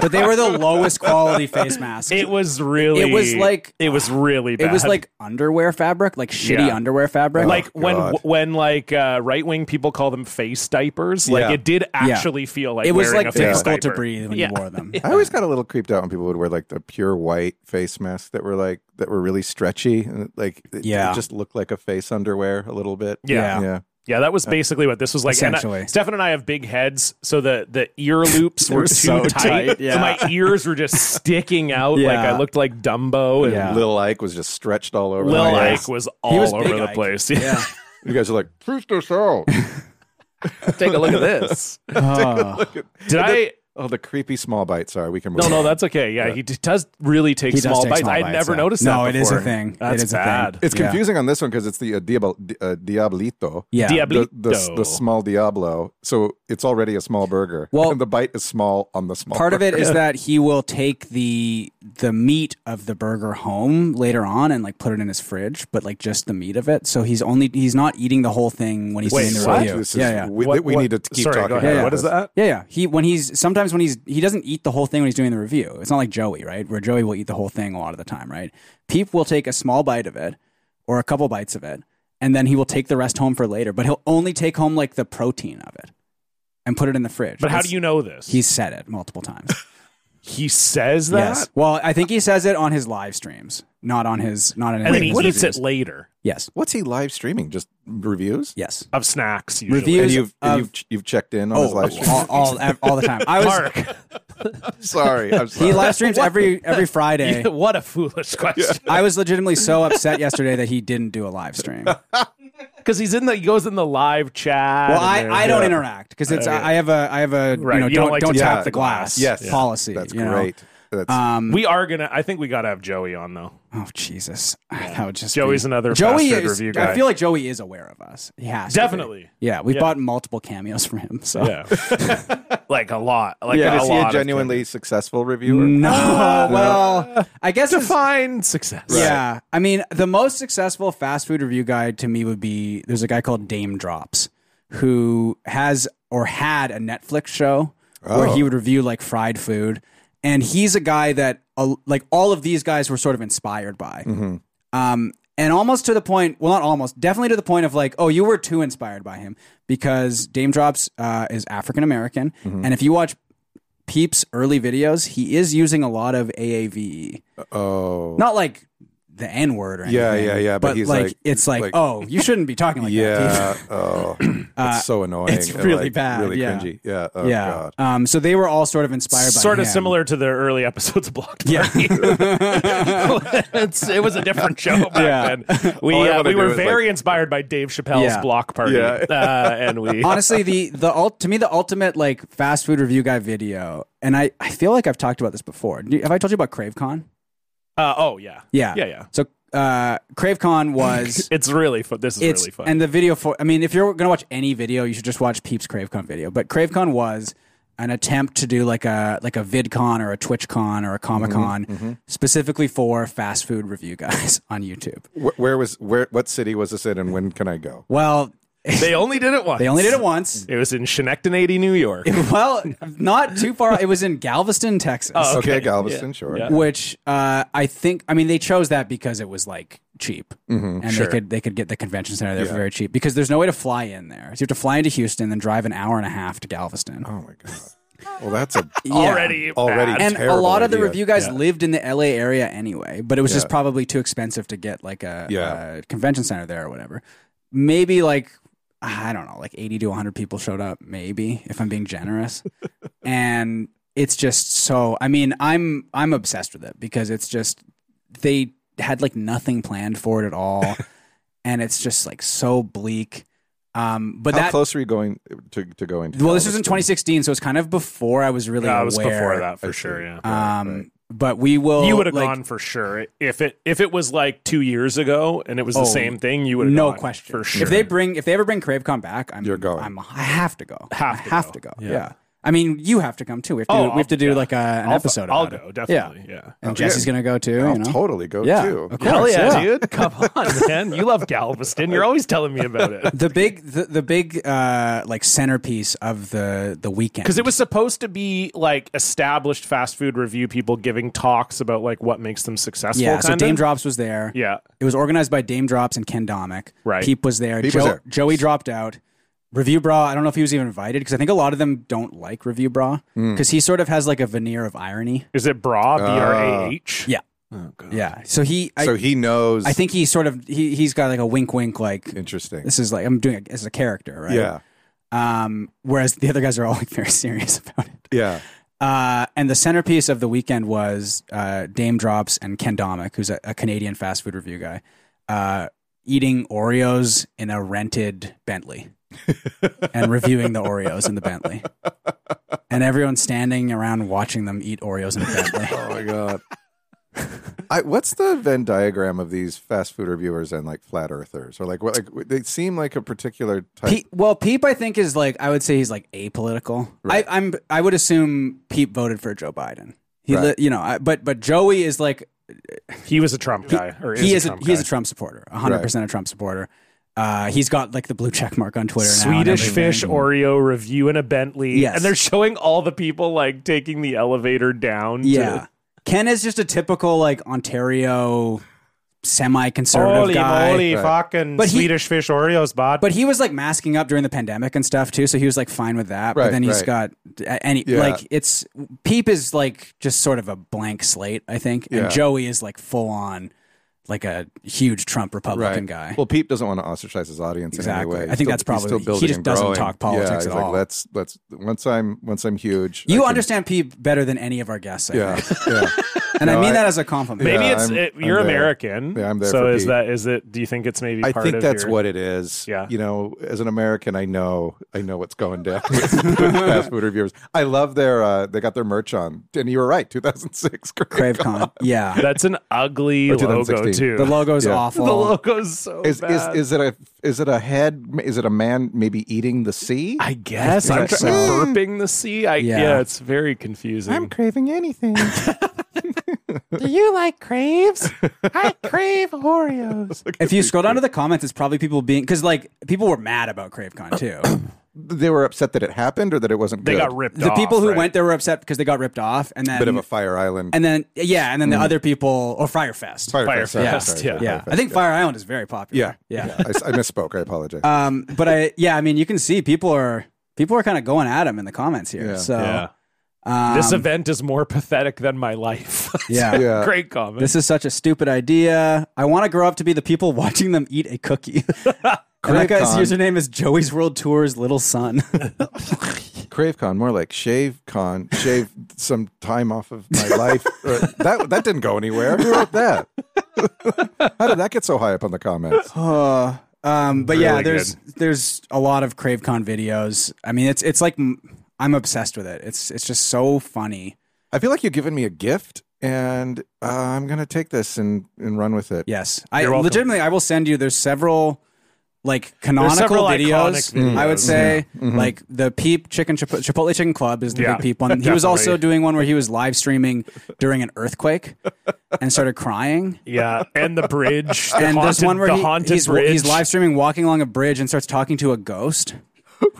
[SPEAKER 2] but they were the lowest quality face masks.
[SPEAKER 1] It was really.
[SPEAKER 2] It was like-
[SPEAKER 1] It was really. Bad.
[SPEAKER 2] It was like underwear fabric, like shitty
[SPEAKER 1] Yeah.
[SPEAKER 2] underwear fabric.
[SPEAKER 1] like when
[SPEAKER 4] Oh, God.
[SPEAKER 1] when like uh, right wing people call them face diapers. Like
[SPEAKER 4] Yeah.
[SPEAKER 1] it did actually feel like
[SPEAKER 2] it was
[SPEAKER 1] wearing
[SPEAKER 2] like
[SPEAKER 1] a face
[SPEAKER 2] difficult to
[SPEAKER 1] diaper.
[SPEAKER 2] breathe when
[SPEAKER 1] Yeah.
[SPEAKER 2] you wore them.
[SPEAKER 4] I always got a little creeped out when people would wear like the pure white face masks that were like that were really stretchy and like it,
[SPEAKER 2] Yeah.
[SPEAKER 4] it just looked like a face underwear a little bit.
[SPEAKER 1] Yeah.
[SPEAKER 4] yeah.
[SPEAKER 1] Yeah, that was basically what this was like. And I-
[SPEAKER 2] Essentially.
[SPEAKER 1] Stefan and I have big heads, so the the ear loops were,
[SPEAKER 2] were
[SPEAKER 1] too
[SPEAKER 2] so
[SPEAKER 1] tight.
[SPEAKER 2] tight, yeah.
[SPEAKER 1] So my ears were just sticking out. Like
[SPEAKER 2] Yeah.
[SPEAKER 1] I looked like Dumbo, and
[SPEAKER 2] Yeah. Oh,
[SPEAKER 4] Lil Ike was just stretched all over.
[SPEAKER 1] Lil
[SPEAKER 4] the place.
[SPEAKER 1] Ike was all
[SPEAKER 2] was
[SPEAKER 1] over
[SPEAKER 2] Big
[SPEAKER 1] the
[SPEAKER 2] Ike.
[SPEAKER 1] place.
[SPEAKER 2] Yeah.
[SPEAKER 4] You guys are like, proof this out.
[SPEAKER 1] take a look at this.
[SPEAKER 2] Oh.
[SPEAKER 1] Did I?
[SPEAKER 4] oh, the creepy small bite. Sorry, we can. Move
[SPEAKER 1] No, no,
[SPEAKER 4] on.
[SPEAKER 1] that's okay. Yeah, he d- does really take
[SPEAKER 2] He does
[SPEAKER 1] small
[SPEAKER 2] take
[SPEAKER 1] bites.
[SPEAKER 2] small
[SPEAKER 1] I had
[SPEAKER 2] bites,
[SPEAKER 1] never
[SPEAKER 2] yeah.
[SPEAKER 1] noticed
[SPEAKER 2] No,
[SPEAKER 1] that.
[SPEAKER 2] it is a
[SPEAKER 1] before.
[SPEAKER 2] thing. It
[SPEAKER 1] That's
[SPEAKER 2] is a thing.
[SPEAKER 1] bad.
[SPEAKER 4] It's
[SPEAKER 2] Yeah.
[SPEAKER 4] confusing on this one because it's the uh, Diablo, uh, Diablito.
[SPEAKER 2] Yeah.
[SPEAKER 4] The,
[SPEAKER 1] Diablito.
[SPEAKER 4] the, the small Diablo. So it's already a small burger.
[SPEAKER 2] Well-
[SPEAKER 4] and the bite is small on the small.
[SPEAKER 2] part of it
[SPEAKER 4] burger.
[SPEAKER 2] is that he will take the the meat of the burger home later on and like put it in his fridge, but like just the meat of it. So he's only he's not eating the whole thing when he's
[SPEAKER 1] Wait,
[SPEAKER 2] doing the
[SPEAKER 1] what?
[SPEAKER 2] review.
[SPEAKER 4] This is,
[SPEAKER 2] yeah, yeah.
[SPEAKER 4] We,
[SPEAKER 1] What-
[SPEAKER 4] we
[SPEAKER 1] what-
[SPEAKER 4] need to keep
[SPEAKER 1] sorry, go
[SPEAKER 4] talking.
[SPEAKER 1] ahead.
[SPEAKER 4] about
[SPEAKER 2] Yeah,
[SPEAKER 1] What
[SPEAKER 4] this.
[SPEAKER 1] is that?
[SPEAKER 2] Yeah, yeah. He when he's sometimes when he's he doesn't eat the whole thing when he's doing the review. It's not like Joey, right? Where Joey will eat the whole thing a lot of the time, right? Peep will take a small bite of it or a couple bites of it, and then he will take the rest home for later. But he'll only take home like the protein of it and put it in the fridge.
[SPEAKER 1] But how
[SPEAKER 2] It's-
[SPEAKER 1] do you know this?
[SPEAKER 2] He's said it multiple times.
[SPEAKER 1] he says that,
[SPEAKER 2] Yes. Well, I think he says it on his live streams, not on his not on his.
[SPEAKER 1] and then he
[SPEAKER 2] reviews.
[SPEAKER 1] eats it later
[SPEAKER 2] Yes.
[SPEAKER 4] What's he live streaming? Just reviews?
[SPEAKER 2] Yes.
[SPEAKER 1] of snacks. Usually.
[SPEAKER 2] Review-
[SPEAKER 4] And
[SPEAKER 2] Is-
[SPEAKER 4] you've, and
[SPEAKER 2] of-
[SPEAKER 4] you've you've checked in on his
[SPEAKER 2] Oh,
[SPEAKER 4] live stream.
[SPEAKER 2] all, all ev- all the time. I was.
[SPEAKER 1] Mark,
[SPEAKER 4] sorry, I'm sorry.
[SPEAKER 2] He live streams every every Friday.
[SPEAKER 1] what a foolish question.
[SPEAKER 2] I was legitimately so upset yesterday that he didn't do a live stream. Well,
[SPEAKER 1] Because he's in the, he goes in the live chat.
[SPEAKER 2] I,
[SPEAKER 1] and
[SPEAKER 2] I
[SPEAKER 1] then-
[SPEAKER 2] don't interact because it's I I have a I have a
[SPEAKER 1] Uh, Right,
[SPEAKER 2] you know
[SPEAKER 1] you don't
[SPEAKER 2] don't,
[SPEAKER 1] like to
[SPEAKER 2] don't
[SPEAKER 1] tap
[SPEAKER 2] tap
[SPEAKER 1] the
[SPEAKER 2] the glass,
[SPEAKER 4] glass. Yes.
[SPEAKER 2] policy.
[SPEAKER 4] That's
[SPEAKER 2] you know?
[SPEAKER 4] great. That's
[SPEAKER 2] Um,
[SPEAKER 1] We are gonna. I think we gotta have Joey on though.
[SPEAKER 2] oh Jesus, that would just
[SPEAKER 1] Joey's
[SPEAKER 2] be-
[SPEAKER 1] another
[SPEAKER 2] Joey
[SPEAKER 1] fast food
[SPEAKER 2] is.
[SPEAKER 1] review guy.
[SPEAKER 2] I feel like Joey is aware of us. He has to be.
[SPEAKER 1] Definitely.
[SPEAKER 2] Yeah, we've
[SPEAKER 1] Yeah.
[SPEAKER 2] bought multiple cameos from him. So
[SPEAKER 1] yeah, like a lot. Like
[SPEAKER 4] yeah,
[SPEAKER 1] a
[SPEAKER 4] is he
[SPEAKER 1] lot.
[SPEAKER 4] a
[SPEAKER 1] of
[SPEAKER 4] genuinely successful reviewer?
[SPEAKER 2] No, Oh, well, I guess
[SPEAKER 1] things.
[SPEAKER 2] it's,
[SPEAKER 1] define success.
[SPEAKER 2] yeah. I mean, the most successful fast food review guy to me would be there's a guy called Dame Drops who has or had a Netflix show where he would review like fried food, and he's a guy that uh, like all of these guys were sort of inspired by. Um, and almost to the point, well, not almost, definitely to the point of like, oh, you were too inspired by him because Dame Drops uh, is African American. And if you watch Peep's early videos, he is using a lot of AAVE.
[SPEAKER 4] Oh,
[SPEAKER 2] Not like the N word or anything.
[SPEAKER 4] Yeah, yeah, yeah, but he's like-
[SPEAKER 2] it's like,
[SPEAKER 4] like-
[SPEAKER 2] oh, you shouldn't be talking like that.
[SPEAKER 4] yeah.
[SPEAKER 2] Peep.
[SPEAKER 4] oh, it's so annoying.
[SPEAKER 2] Uh, it's
[SPEAKER 4] and,
[SPEAKER 2] really
[SPEAKER 4] like,
[SPEAKER 2] bad,
[SPEAKER 4] Really
[SPEAKER 2] yeah.
[SPEAKER 4] cringy. Yeah. Oh,
[SPEAKER 2] yeah.
[SPEAKER 4] God.
[SPEAKER 2] Um, so they were all sort of inspired by
[SPEAKER 1] Sort of
[SPEAKER 2] him.
[SPEAKER 1] similar to the early episodes of Blocked
[SPEAKER 2] Yeah.
[SPEAKER 1] Party. It's- it was a different show back
[SPEAKER 2] Yeah.
[SPEAKER 1] then. We,
[SPEAKER 4] All I
[SPEAKER 1] uh,
[SPEAKER 4] wanna
[SPEAKER 1] we
[SPEAKER 4] do
[SPEAKER 1] were
[SPEAKER 4] is, like-
[SPEAKER 1] very inspired by Dave Chappelle's
[SPEAKER 2] Yeah.
[SPEAKER 1] Block Party,
[SPEAKER 4] Yeah.
[SPEAKER 1] uh, and we
[SPEAKER 2] honestly the the ult, to me the ultimate like fast food review guy video and i i feel like i've talked about this before Do- have i told you about cravecon
[SPEAKER 1] Uh, oh yeah,
[SPEAKER 2] yeah
[SPEAKER 1] yeah, yeah.
[SPEAKER 2] so uh cravecon was
[SPEAKER 1] It's really fun. This is
[SPEAKER 2] it's
[SPEAKER 1] really fun.
[SPEAKER 2] and the video for i mean if you're gonna watch any video you should just watch peeps cravecon video but cravecon was an attempt to do like a like a VidCon or a TwitchCon
[SPEAKER 1] Mm-hmm,
[SPEAKER 2] or a Comic Con specifically for fast food review guys on YouTube.
[SPEAKER 4] Wh- where was where? What city was this in, and when can I go?
[SPEAKER 2] Well,
[SPEAKER 1] They only did it once.
[SPEAKER 2] they only did it once.
[SPEAKER 1] It was in Schenectady, New York.
[SPEAKER 2] well, not too far. It was in Galveston, Texas.
[SPEAKER 1] Oh,
[SPEAKER 4] Okay,
[SPEAKER 1] Okay,
[SPEAKER 4] Galveston, sure.
[SPEAKER 1] yeah.
[SPEAKER 2] which uh, I think I mean they chose that because it was like cheap,
[SPEAKER 1] Mm-hmm,
[SPEAKER 2] and they could they could get the convention center there for very cheap because there's no way to fly in there. So you have to fly into Houston, then drive an hour and a half to Galveston.
[SPEAKER 4] Oh my god. Well, that's a
[SPEAKER 2] Yeah.
[SPEAKER 1] Uh-huh. Already,
[SPEAKER 4] Already.
[SPEAKER 1] bad.
[SPEAKER 2] And a
[SPEAKER 4] terrible
[SPEAKER 2] lot of the
[SPEAKER 4] idea.
[SPEAKER 2] review guys
[SPEAKER 1] Yeah.
[SPEAKER 2] lived in the LA area anyway, but it was
[SPEAKER 4] Yeah.
[SPEAKER 2] just probably too expensive to get like a,
[SPEAKER 4] Yeah.
[SPEAKER 2] a convention center there or whatever. Maybe like I don't know, like 80 to 100 people showed up maybe if I'm being generous. and it's just so I mean, I'm I'm obsessed with it because it's just they had like nothing planned for it at all and it's just like so bleak. Um but
[SPEAKER 4] How
[SPEAKER 2] that
[SPEAKER 4] close are you going to to go into?
[SPEAKER 2] well this was in
[SPEAKER 4] Galveston?
[SPEAKER 2] 2016 so it's kind of before I was really
[SPEAKER 1] Yeah, it was
[SPEAKER 2] aware.
[SPEAKER 1] before that
[SPEAKER 4] I
[SPEAKER 1] for
[SPEAKER 4] see.
[SPEAKER 1] sure. Yeah.
[SPEAKER 2] Um, but we will.
[SPEAKER 1] you would have
[SPEAKER 2] like,
[SPEAKER 1] gone for sure if it if it was like two years ago and it was
[SPEAKER 2] Oh,
[SPEAKER 1] the same thing. You would have
[SPEAKER 2] No
[SPEAKER 1] gone
[SPEAKER 2] question.
[SPEAKER 1] for sure.
[SPEAKER 2] If they bring, if they ever bring CraveCon back, I'm
[SPEAKER 4] You're going.
[SPEAKER 2] I'm, I have to go.
[SPEAKER 1] Have
[SPEAKER 2] I
[SPEAKER 1] to
[SPEAKER 2] have
[SPEAKER 1] go.
[SPEAKER 2] to go.
[SPEAKER 1] Yeah.
[SPEAKER 2] Yeah. I mean, you have to come too. We have to.
[SPEAKER 1] Oh,
[SPEAKER 2] we have to do
[SPEAKER 1] I'll-
[SPEAKER 2] like a, an
[SPEAKER 1] I'll,
[SPEAKER 2] episode.
[SPEAKER 1] I'll
[SPEAKER 2] about it.
[SPEAKER 1] go definitely. Yeah.
[SPEAKER 2] And Jesse's gonna go too.
[SPEAKER 4] I'll
[SPEAKER 2] you know?
[SPEAKER 4] Oh, totally go
[SPEAKER 2] Yeah.
[SPEAKER 4] too.
[SPEAKER 2] Of
[SPEAKER 1] Hell
[SPEAKER 2] course,
[SPEAKER 1] yeah,
[SPEAKER 2] yeah.
[SPEAKER 1] dude! Come on, man. You love Galveston. You're always telling me about it.
[SPEAKER 2] The big, the, the big, uh, like centerpiece of the the weekend
[SPEAKER 1] Because it was supposed to be like established fast food review people giving talks about like what makes them successful.
[SPEAKER 2] Yeah. So
[SPEAKER 1] kinda.
[SPEAKER 2] Dame Drops was there.
[SPEAKER 1] Yeah.
[SPEAKER 2] It was organized by Dame Drops and Ken Domick.
[SPEAKER 1] Right.
[SPEAKER 2] Peep was there.
[SPEAKER 4] Peep
[SPEAKER 2] Joe,
[SPEAKER 4] was there.
[SPEAKER 2] Joey dropped out. Review Bra, I don't know if he was even invited because I think a lot of them don't like Review Bra
[SPEAKER 4] Hmm.
[SPEAKER 2] because he sort of has like a veneer of irony.
[SPEAKER 1] Is it Bra? B R A H.
[SPEAKER 2] Yeah. Yeah. So he, I,
[SPEAKER 4] so he knows.
[SPEAKER 2] I think he sort of, he, he's got like a wink wink, like,
[SPEAKER 4] interesting.
[SPEAKER 2] this is like, I'm doing it as a character, right?
[SPEAKER 4] Yeah,
[SPEAKER 2] Um, whereas the other guys are all like very serious about it.
[SPEAKER 4] yeah.
[SPEAKER 2] Uh, and the centerpiece of the weekend was uh, Dame Drops and Ken Domick, who's a, a Canadian fast food review guy, uh, eating Oreos in a rented Bentley and reviewing the Oreos in the Bentley. And everyone standing around watching them eat Oreos in a Bentley.
[SPEAKER 4] Oh my god. I, what's the Venn diagram of these fast food reviewers and like flat earthers? Or like what? Like they seem like a particular type.
[SPEAKER 2] Pe- well, Peep, I think, is like, I would say he's like apolitical. I, I'm, I would assume Peep voted for Joe Biden. He,
[SPEAKER 4] Right.
[SPEAKER 2] li- you know, I, but but Joey is like
[SPEAKER 1] He was a Trump guy, or
[SPEAKER 2] he is
[SPEAKER 1] a
[SPEAKER 2] a,
[SPEAKER 1] Trump
[SPEAKER 2] he is
[SPEAKER 1] guy.
[SPEAKER 2] a Trump supporter, hundred percent a Trump supporter. Uh, he's got like the blue check mark on Twitter. now and
[SPEAKER 1] Swedish
[SPEAKER 2] everything.
[SPEAKER 1] fish Oreo review in a Bentley.
[SPEAKER 2] Yes.
[SPEAKER 1] And they're showing all the people like taking the elevator down. to-
[SPEAKER 2] Yeah, Ken is just a typical like Ontario semi-conservative
[SPEAKER 1] Holy
[SPEAKER 2] guy.
[SPEAKER 1] moly,
[SPEAKER 4] Right.
[SPEAKER 1] fucking
[SPEAKER 2] But he-
[SPEAKER 1] Swedish fish Oreos, bot.
[SPEAKER 2] But he was like masking up during the pandemic and stuff too, so he was like fine with that.
[SPEAKER 4] Right,
[SPEAKER 2] but then he's
[SPEAKER 4] right.
[SPEAKER 2] got and he,
[SPEAKER 4] Yeah.
[SPEAKER 2] like it's Peep is like just sort of a blank slate, I think,
[SPEAKER 4] Yeah.
[SPEAKER 2] and Joey is like full on like a huge Trump Republican guy.
[SPEAKER 4] Well, Pete doesn't want to ostracize his audience
[SPEAKER 2] Exactly.
[SPEAKER 4] in any way.
[SPEAKER 2] I think that's
[SPEAKER 4] he's
[SPEAKER 2] probably- he just
[SPEAKER 4] and
[SPEAKER 2] doesn't
[SPEAKER 4] growing.
[SPEAKER 2] talk politics
[SPEAKER 4] yeah, he's
[SPEAKER 2] at
[SPEAKER 4] like,
[SPEAKER 2] all.
[SPEAKER 4] Let's let's once I'm once I'm huge. I
[SPEAKER 2] you
[SPEAKER 4] can-
[SPEAKER 2] understand Peep better than any of our guests, I
[SPEAKER 4] Yeah,
[SPEAKER 2] think.
[SPEAKER 4] yeah.
[SPEAKER 2] and I
[SPEAKER 4] No,
[SPEAKER 2] mean
[SPEAKER 4] I-
[SPEAKER 2] that as a compliment.
[SPEAKER 1] maybe
[SPEAKER 4] Yeah,
[SPEAKER 1] it's
[SPEAKER 4] I'm-
[SPEAKER 1] it,
[SPEAKER 4] I'm
[SPEAKER 1] you're
[SPEAKER 4] there.
[SPEAKER 1] American.
[SPEAKER 4] Yeah, I'm there
[SPEAKER 1] So
[SPEAKER 4] for
[SPEAKER 1] is
[SPEAKER 4] Pete.
[SPEAKER 1] that is it? Do you think it's maybe?
[SPEAKER 4] I
[SPEAKER 1] part
[SPEAKER 4] think
[SPEAKER 1] of
[SPEAKER 4] that's
[SPEAKER 1] your-
[SPEAKER 4] what it is.
[SPEAKER 1] Yeah.
[SPEAKER 4] You know, as an American, I know I know what's going down with fast food reviewers. I love their uh, they got their merch on, and you were right, 2006. Crave.
[SPEAKER 2] CraveCon. Yeah.
[SPEAKER 1] That's an ugly
[SPEAKER 4] Or
[SPEAKER 1] logo
[SPEAKER 4] 2016.
[SPEAKER 1] too.
[SPEAKER 2] The logo's
[SPEAKER 4] Yeah.
[SPEAKER 2] awful.
[SPEAKER 1] The logo's so
[SPEAKER 4] Is, is
[SPEAKER 1] bad.
[SPEAKER 4] is it a is it a head? Is it a man maybe eating the sea?
[SPEAKER 1] I guess
[SPEAKER 4] I
[SPEAKER 1] I'm
[SPEAKER 4] think
[SPEAKER 1] try-
[SPEAKER 4] so.
[SPEAKER 1] burping the sea. I, yeah.
[SPEAKER 2] Yeah.
[SPEAKER 1] it's very confusing.
[SPEAKER 4] I'm craving anything.
[SPEAKER 1] Do you like craves? I crave Oreos.
[SPEAKER 2] if you scroll down to the comments, it's probably people being because like people were mad about CraveCon too.
[SPEAKER 4] they were upset that it happened or that it wasn't.
[SPEAKER 1] They
[SPEAKER 4] good.
[SPEAKER 1] got ripped.
[SPEAKER 2] the
[SPEAKER 1] off,
[SPEAKER 2] people who
[SPEAKER 1] right?
[SPEAKER 2] went there were upset because they got ripped off, and then
[SPEAKER 4] Bit of a Fire Island.
[SPEAKER 2] and then yeah, and then the other people or Firefest.
[SPEAKER 1] Fire
[SPEAKER 4] sorry,
[SPEAKER 2] Fest,
[SPEAKER 4] sorry,
[SPEAKER 1] yeah.
[SPEAKER 4] sorry,
[SPEAKER 2] yeah,
[SPEAKER 4] Firefest,
[SPEAKER 2] I think Fire Island is very
[SPEAKER 4] Yeah,
[SPEAKER 2] popular.
[SPEAKER 4] yeah.
[SPEAKER 2] yeah.
[SPEAKER 4] I, s- I misspoke. I apologize.
[SPEAKER 2] um, but I yeah, I mean you can see people are people are kind of going at him in the comments here.
[SPEAKER 4] Yeah.
[SPEAKER 2] So
[SPEAKER 1] Yeah.
[SPEAKER 2] um,
[SPEAKER 1] this event is more pathetic than my life.
[SPEAKER 2] Yeah.
[SPEAKER 4] Yeah.
[SPEAKER 1] Great comment.
[SPEAKER 2] This is such a stupid idea. I want to grow up to be the people watching them eat a cookie. and that guy's
[SPEAKER 4] CraveCon.
[SPEAKER 2] username is Joey's World Tour's little son.
[SPEAKER 4] CraveCon, more like shave con, shave some time off of my life. Uh, that that didn't go anywhere. Who wrote that? How did that get so high up on the comments?
[SPEAKER 2] Uh, um, but yeah,
[SPEAKER 1] Really
[SPEAKER 2] there's there's a lot of CraveCon videos. I mean, it's it's like m- I'm obsessed with it. It's it's just so funny.
[SPEAKER 4] I feel like you've given me a gift, and uh, I'm gonna take this and and run with it.
[SPEAKER 2] Yes, I
[SPEAKER 1] You're welcome.
[SPEAKER 2] legitimately I will send you. There's several like canonical
[SPEAKER 1] several
[SPEAKER 2] videos,
[SPEAKER 1] iconic
[SPEAKER 2] I would
[SPEAKER 1] videos, Mm-hmm.
[SPEAKER 2] say like the Peep Chicken Chipo- Chipotle Chicken Club is the
[SPEAKER 1] Yeah,
[SPEAKER 2] big Peep one. He was also
[SPEAKER 1] definitely.
[SPEAKER 2] doing one where he was live streaming during an earthquake and started crying.
[SPEAKER 1] Yeah, and the bridge. The
[SPEAKER 2] And
[SPEAKER 1] haunted,
[SPEAKER 2] there's one where
[SPEAKER 1] the
[SPEAKER 2] he-
[SPEAKER 1] haunted
[SPEAKER 2] he's,
[SPEAKER 1] bridge.
[SPEAKER 2] he's live streaming walking along a bridge and starts talking to a ghost.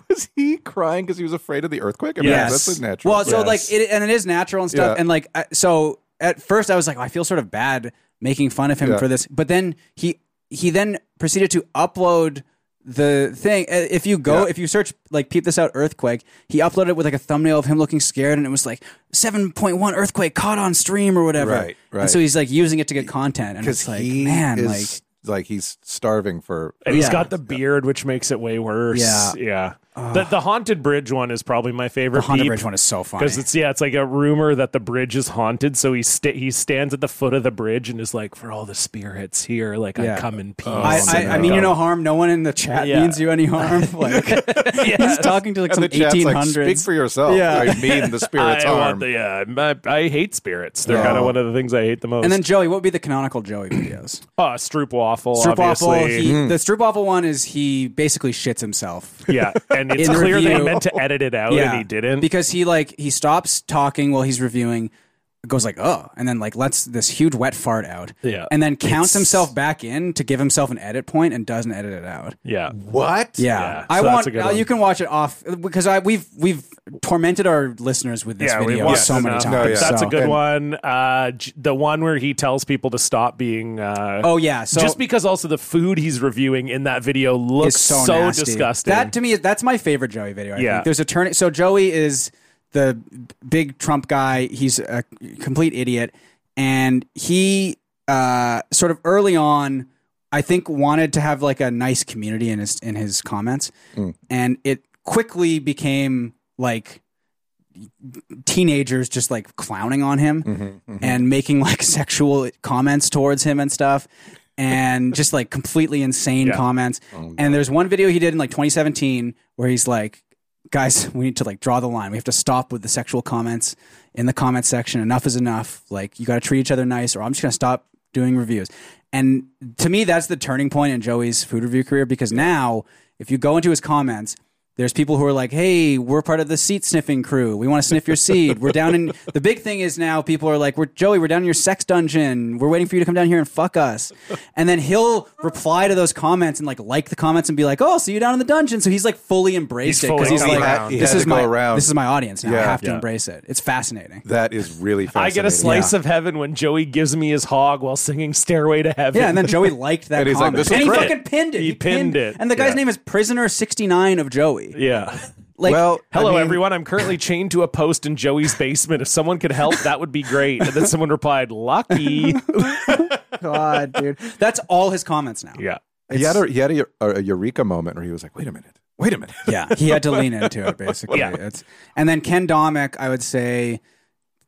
[SPEAKER 4] Was he crying because he was afraid of the earthquake? I mean,
[SPEAKER 2] Yes,
[SPEAKER 4] that's natural.
[SPEAKER 2] Well, so
[SPEAKER 1] Yes.
[SPEAKER 2] like, it, and it is natural and stuff.
[SPEAKER 4] Yeah.
[SPEAKER 2] And like, I, so at first I was like, I feel sort of bad making fun of him
[SPEAKER 4] Yeah.
[SPEAKER 2] for this, but then he he then proceeded to upload the thing. Uh, If you go,
[SPEAKER 4] Yeah.
[SPEAKER 2] if you search like peep this out earthquake, he uploaded it with like a thumbnail of him looking scared, and it was like seven point one earthquake caught on stream or whatever.
[SPEAKER 4] Right, right.
[SPEAKER 2] And so he's like using it to get content, and
[SPEAKER 4] because
[SPEAKER 2] it's like,
[SPEAKER 4] he
[SPEAKER 2] man,
[SPEAKER 4] is like, he's starving for.
[SPEAKER 1] and he's
[SPEAKER 2] Yeah.
[SPEAKER 1] got the beard, which makes it way worse.
[SPEAKER 2] Yeah.
[SPEAKER 1] yeah. The, the haunted bridge one is probably my favorite.
[SPEAKER 2] like the Honda
[SPEAKER 1] peep.
[SPEAKER 2] Bridge one is so funny.
[SPEAKER 1] Because it's yeah, it's like a rumor that the bridge is haunted. So he sta he stands at the foot of the bridge and is like, "For all the spirits here, like
[SPEAKER 2] Yeah.
[SPEAKER 1] I come in peace."
[SPEAKER 2] I, I,
[SPEAKER 1] And
[SPEAKER 2] I mean,
[SPEAKER 1] go-
[SPEAKER 2] you no harm. No one in the chat
[SPEAKER 1] Yeah.
[SPEAKER 2] means you any harm. Like he's talking to like
[SPEAKER 4] And
[SPEAKER 2] some
[SPEAKER 4] the chat's
[SPEAKER 2] eighteen
[SPEAKER 4] like, speak
[SPEAKER 2] hundreds.
[SPEAKER 4] for yourself.
[SPEAKER 2] Yeah.
[SPEAKER 4] I mean, the spirit's
[SPEAKER 1] I
[SPEAKER 4] harm.
[SPEAKER 1] want the yeah. I, I hate spirits. They're
[SPEAKER 4] Yeah.
[SPEAKER 1] kind of one of the things I hate the most.
[SPEAKER 2] and then Joey, what would be the canonical Joey videos?
[SPEAKER 1] oh, Stroop waffle,
[SPEAKER 2] Stroopwafel.
[SPEAKER 1] obviously. Hmm.
[SPEAKER 2] He, The Stroopwafel one is he basically shits himself.
[SPEAKER 1] yeah, and it's
[SPEAKER 2] In
[SPEAKER 1] clear they
[SPEAKER 2] review-
[SPEAKER 1] meant to edit it out Oh, and he didn't.
[SPEAKER 2] because he like he stops talking while he's reviewing, goes like oh, and then like lets this huge wet fart out.
[SPEAKER 1] Yeah.
[SPEAKER 2] and then counts
[SPEAKER 1] It's-
[SPEAKER 2] himself back in to give himself an edit point and doesn't edit it out.
[SPEAKER 1] yeah,
[SPEAKER 4] What?
[SPEAKER 2] Yeah,
[SPEAKER 1] Yeah,
[SPEAKER 2] I
[SPEAKER 1] so that's
[SPEAKER 2] want
[SPEAKER 1] a good
[SPEAKER 2] uh,
[SPEAKER 1] one.
[SPEAKER 2] you can watch it off because I we've we've tormented our listeners with this
[SPEAKER 1] yeah, we
[SPEAKER 2] video
[SPEAKER 1] watched
[SPEAKER 2] so many
[SPEAKER 1] enough.
[SPEAKER 2] times.
[SPEAKER 4] No, yeah.
[SPEAKER 1] That's
[SPEAKER 2] so-
[SPEAKER 1] a good
[SPEAKER 4] And-
[SPEAKER 1] one. Uh, j- the one where he tells people to stop being. Uh,
[SPEAKER 2] Oh yeah, so
[SPEAKER 1] just because also the food he's reviewing in that video
[SPEAKER 2] it's
[SPEAKER 1] looks
[SPEAKER 2] so,
[SPEAKER 1] so,
[SPEAKER 2] nasty.
[SPEAKER 1] disgusting.
[SPEAKER 2] That to me, is- that's my favorite Joey video. I
[SPEAKER 1] Yeah.
[SPEAKER 2] think. there's a turn. So Joey is the big Trump guy. He's a complete idiot, and he uh, sort of early on, I think, wanted to have like a nice community in his in his comments, and it quickly became like teenagers just like clowning on him and making like sexual comments towards him and stuff and just like completely insane
[SPEAKER 1] Yeah.
[SPEAKER 2] comments and there's one video he did in like 2017 where he's like guys we need to like draw the line we have to stop with the sexual comments in the comment section enough is enough like you got to treat each other nice or i'm just going to stop doing reviews and to me that's the turning point in joey's food review career because now if you go into his comments there's people who are like, "Hey, we're part of the seat sniffing crew. We want to sniff your seed. We're down in the big thing is now people are like, "We're Joey. We're down in your sex dungeon. We're waiting for you to come down here and fuck us." And then he'll reply to those comments and like like the comments and be like, "Oh, see you down in the dungeon." So he's like fully embraced
[SPEAKER 1] He's
[SPEAKER 2] it because
[SPEAKER 1] fully
[SPEAKER 2] he's
[SPEAKER 1] come
[SPEAKER 2] like,
[SPEAKER 1] around.
[SPEAKER 4] He
[SPEAKER 2] "This
[SPEAKER 4] had
[SPEAKER 2] is
[SPEAKER 4] to go
[SPEAKER 2] my
[SPEAKER 4] around.
[SPEAKER 2] this is my audience now. I
[SPEAKER 4] Yeah.
[SPEAKER 2] have to
[SPEAKER 1] Yeah.
[SPEAKER 2] embrace it. It's fascinating."
[SPEAKER 4] That is really
[SPEAKER 1] I
[SPEAKER 4] fascinating.
[SPEAKER 1] get a slice of heaven when Joey gives me his hog while singing "Stairway to Heaven."
[SPEAKER 2] Yeah, and then Joey liked that
[SPEAKER 4] And he's like,
[SPEAKER 2] comment,
[SPEAKER 4] "This is
[SPEAKER 2] and he
[SPEAKER 4] great."
[SPEAKER 2] fucking pinned it.
[SPEAKER 1] He pinned it.
[SPEAKER 2] and the guy's
[SPEAKER 1] Yeah.
[SPEAKER 2] name is Prisoner Sixty Nine of Joey.
[SPEAKER 1] yeah.
[SPEAKER 2] Like,
[SPEAKER 4] well, I
[SPEAKER 1] Hello,
[SPEAKER 4] mean,
[SPEAKER 1] everyone. I'm currently chained to a post in Joey's basement. If someone could help, that would be great. And then someone replied, "Lucky."
[SPEAKER 2] God, dude, that's all his comments now.
[SPEAKER 1] Yeah.
[SPEAKER 4] He had, a, he had a, a eureka moment where he was like, wait a minute. Wait a minute.
[SPEAKER 2] yeah, he had to lean into it basically.
[SPEAKER 1] Yeah.
[SPEAKER 2] It's, and then Ken Domick, I would say,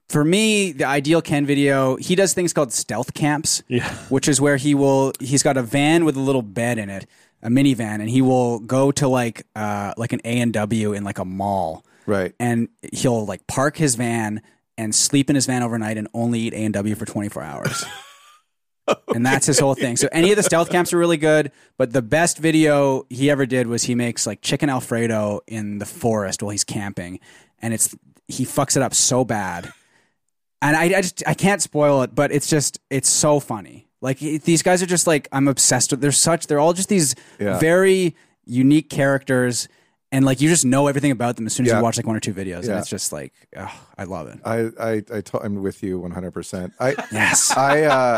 [SPEAKER 2] for me, the ideal Ken video, he does things called stealth camps,
[SPEAKER 1] Yeah.
[SPEAKER 2] which is where he will he's got a van with a little bed in it, a minivan, and he will go to like uh like an A and W in like a mall,
[SPEAKER 4] Right.
[SPEAKER 2] and he'll like park his van and sleep in his van overnight and only eat A and W for twenty four hours. And that's his whole thing. So any of the stealth camps are really good, but the best video he ever did was he makes like chicken alfredo in the forest while he's camping, and it's he fucks it up so bad. And I, I just I can't spoil it, but it's just it's so funny. Like it- these guys are just like I'm obsessed with. They're such they're all just these
[SPEAKER 4] Yeah.
[SPEAKER 2] very unique characters, and like you just know everything about them as soon as
[SPEAKER 4] Yeah.
[SPEAKER 2] you watch like one or two videos, and
[SPEAKER 4] Yeah. Uh,
[SPEAKER 2] it's just like ugh, I love it.
[SPEAKER 4] I, I, I to, I'm with you 100%. I,
[SPEAKER 2] Yes.
[SPEAKER 4] I, uh,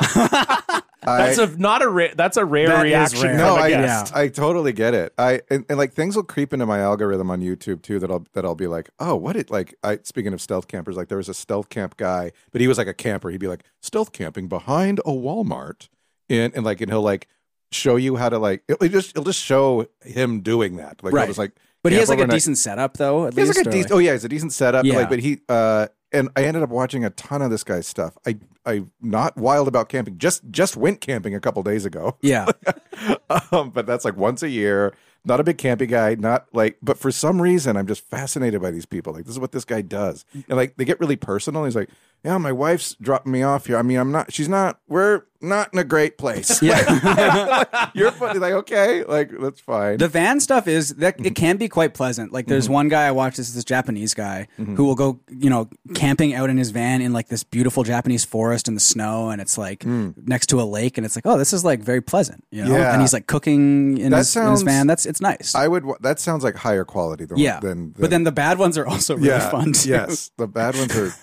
[SPEAKER 4] I,
[SPEAKER 1] That's a not a ra- that's a rare
[SPEAKER 2] That is
[SPEAKER 1] reaction.
[SPEAKER 2] rare.
[SPEAKER 1] From
[SPEAKER 4] no,
[SPEAKER 1] a
[SPEAKER 4] I,
[SPEAKER 1] guest.
[SPEAKER 2] guest.
[SPEAKER 4] I totally get it. I, and, and like things will creep into my algorithm on YouTube too, that I'll, that I'll be like, oh, what it like, I, speaking of stealth campers, like there was a stealth camp guy, but he was like a camper. He'd be like stealth camping behind a Walmart and, and like, and he'll like show you how to like, it'll just, it'll just show him doing that. Like,
[SPEAKER 2] Right.
[SPEAKER 4] it was like,
[SPEAKER 2] But he
[SPEAKER 4] camp
[SPEAKER 2] has like a
[SPEAKER 4] overnight.
[SPEAKER 2] decent setup though. At
[SPEAKER 4] He has
[SPEAKER 2] least
[SPEAKER 4] like a
[SPEAKER 2] or,
[SPEAKER 4] decent. Oh yeah, it's a decent setup.
[SPEAKER 2] Yeah.
[SPEAKER 4] Like, but he uh, and I ended up watching a ton of this guy's stuff. I I not wild about camping. Just just went camping a couple days ago.
[SPEAKER 2] yeah.
[SPEAKER 4] um, but that's like once a year. Not a big campy guy. Not like. But
[SPEAKER 2] Mm.
[SPEAKER 4] for some reason, I'm just fascinated by these people. Like this is what this guy does, and like they get really personal. He's like, yeah, my wife's dropping me off here. I mean, I'm not. She's not. We're not in a great place.
[SPEAKER 2] Yeah.
[SPEAKER 4] You're funny. Like, okay, like that's fine.
[SPEAKER 2] The van stuff is that
[SPEAKER 4] Mm-hmm.
[SPEAKER 2] it can be quite pleasant. Like there's one guy I watched, this this Japanese guy
[SPEAKER 4] Mm-hmm.
[SPEAKER 2] who will go, you know, camping out in his van in like this beautiful Japanese forest in the snow, and it's like next to a lake, and it's like, oh, this is like very pleasant, you know.
[SPEAKER 4] Mm. Yeah.
[SPEAKER 2] And he's like cooking in
[SPEAKER 4] That
[SPEAKER 2] his, in his
[SPEAKER 4] sounds-
[SPEAKER 2] van. That's it's nice.
[SPEAKER 4] I would. wa- That sounds like higher quality. Than,
[SPEAKER 2] yeah,
[SPEAKER 4] Than,
[SPEAKER 2] but then the bad ones are also really fun. Too.
[SPEAKER 4] Yes, the bad ones are.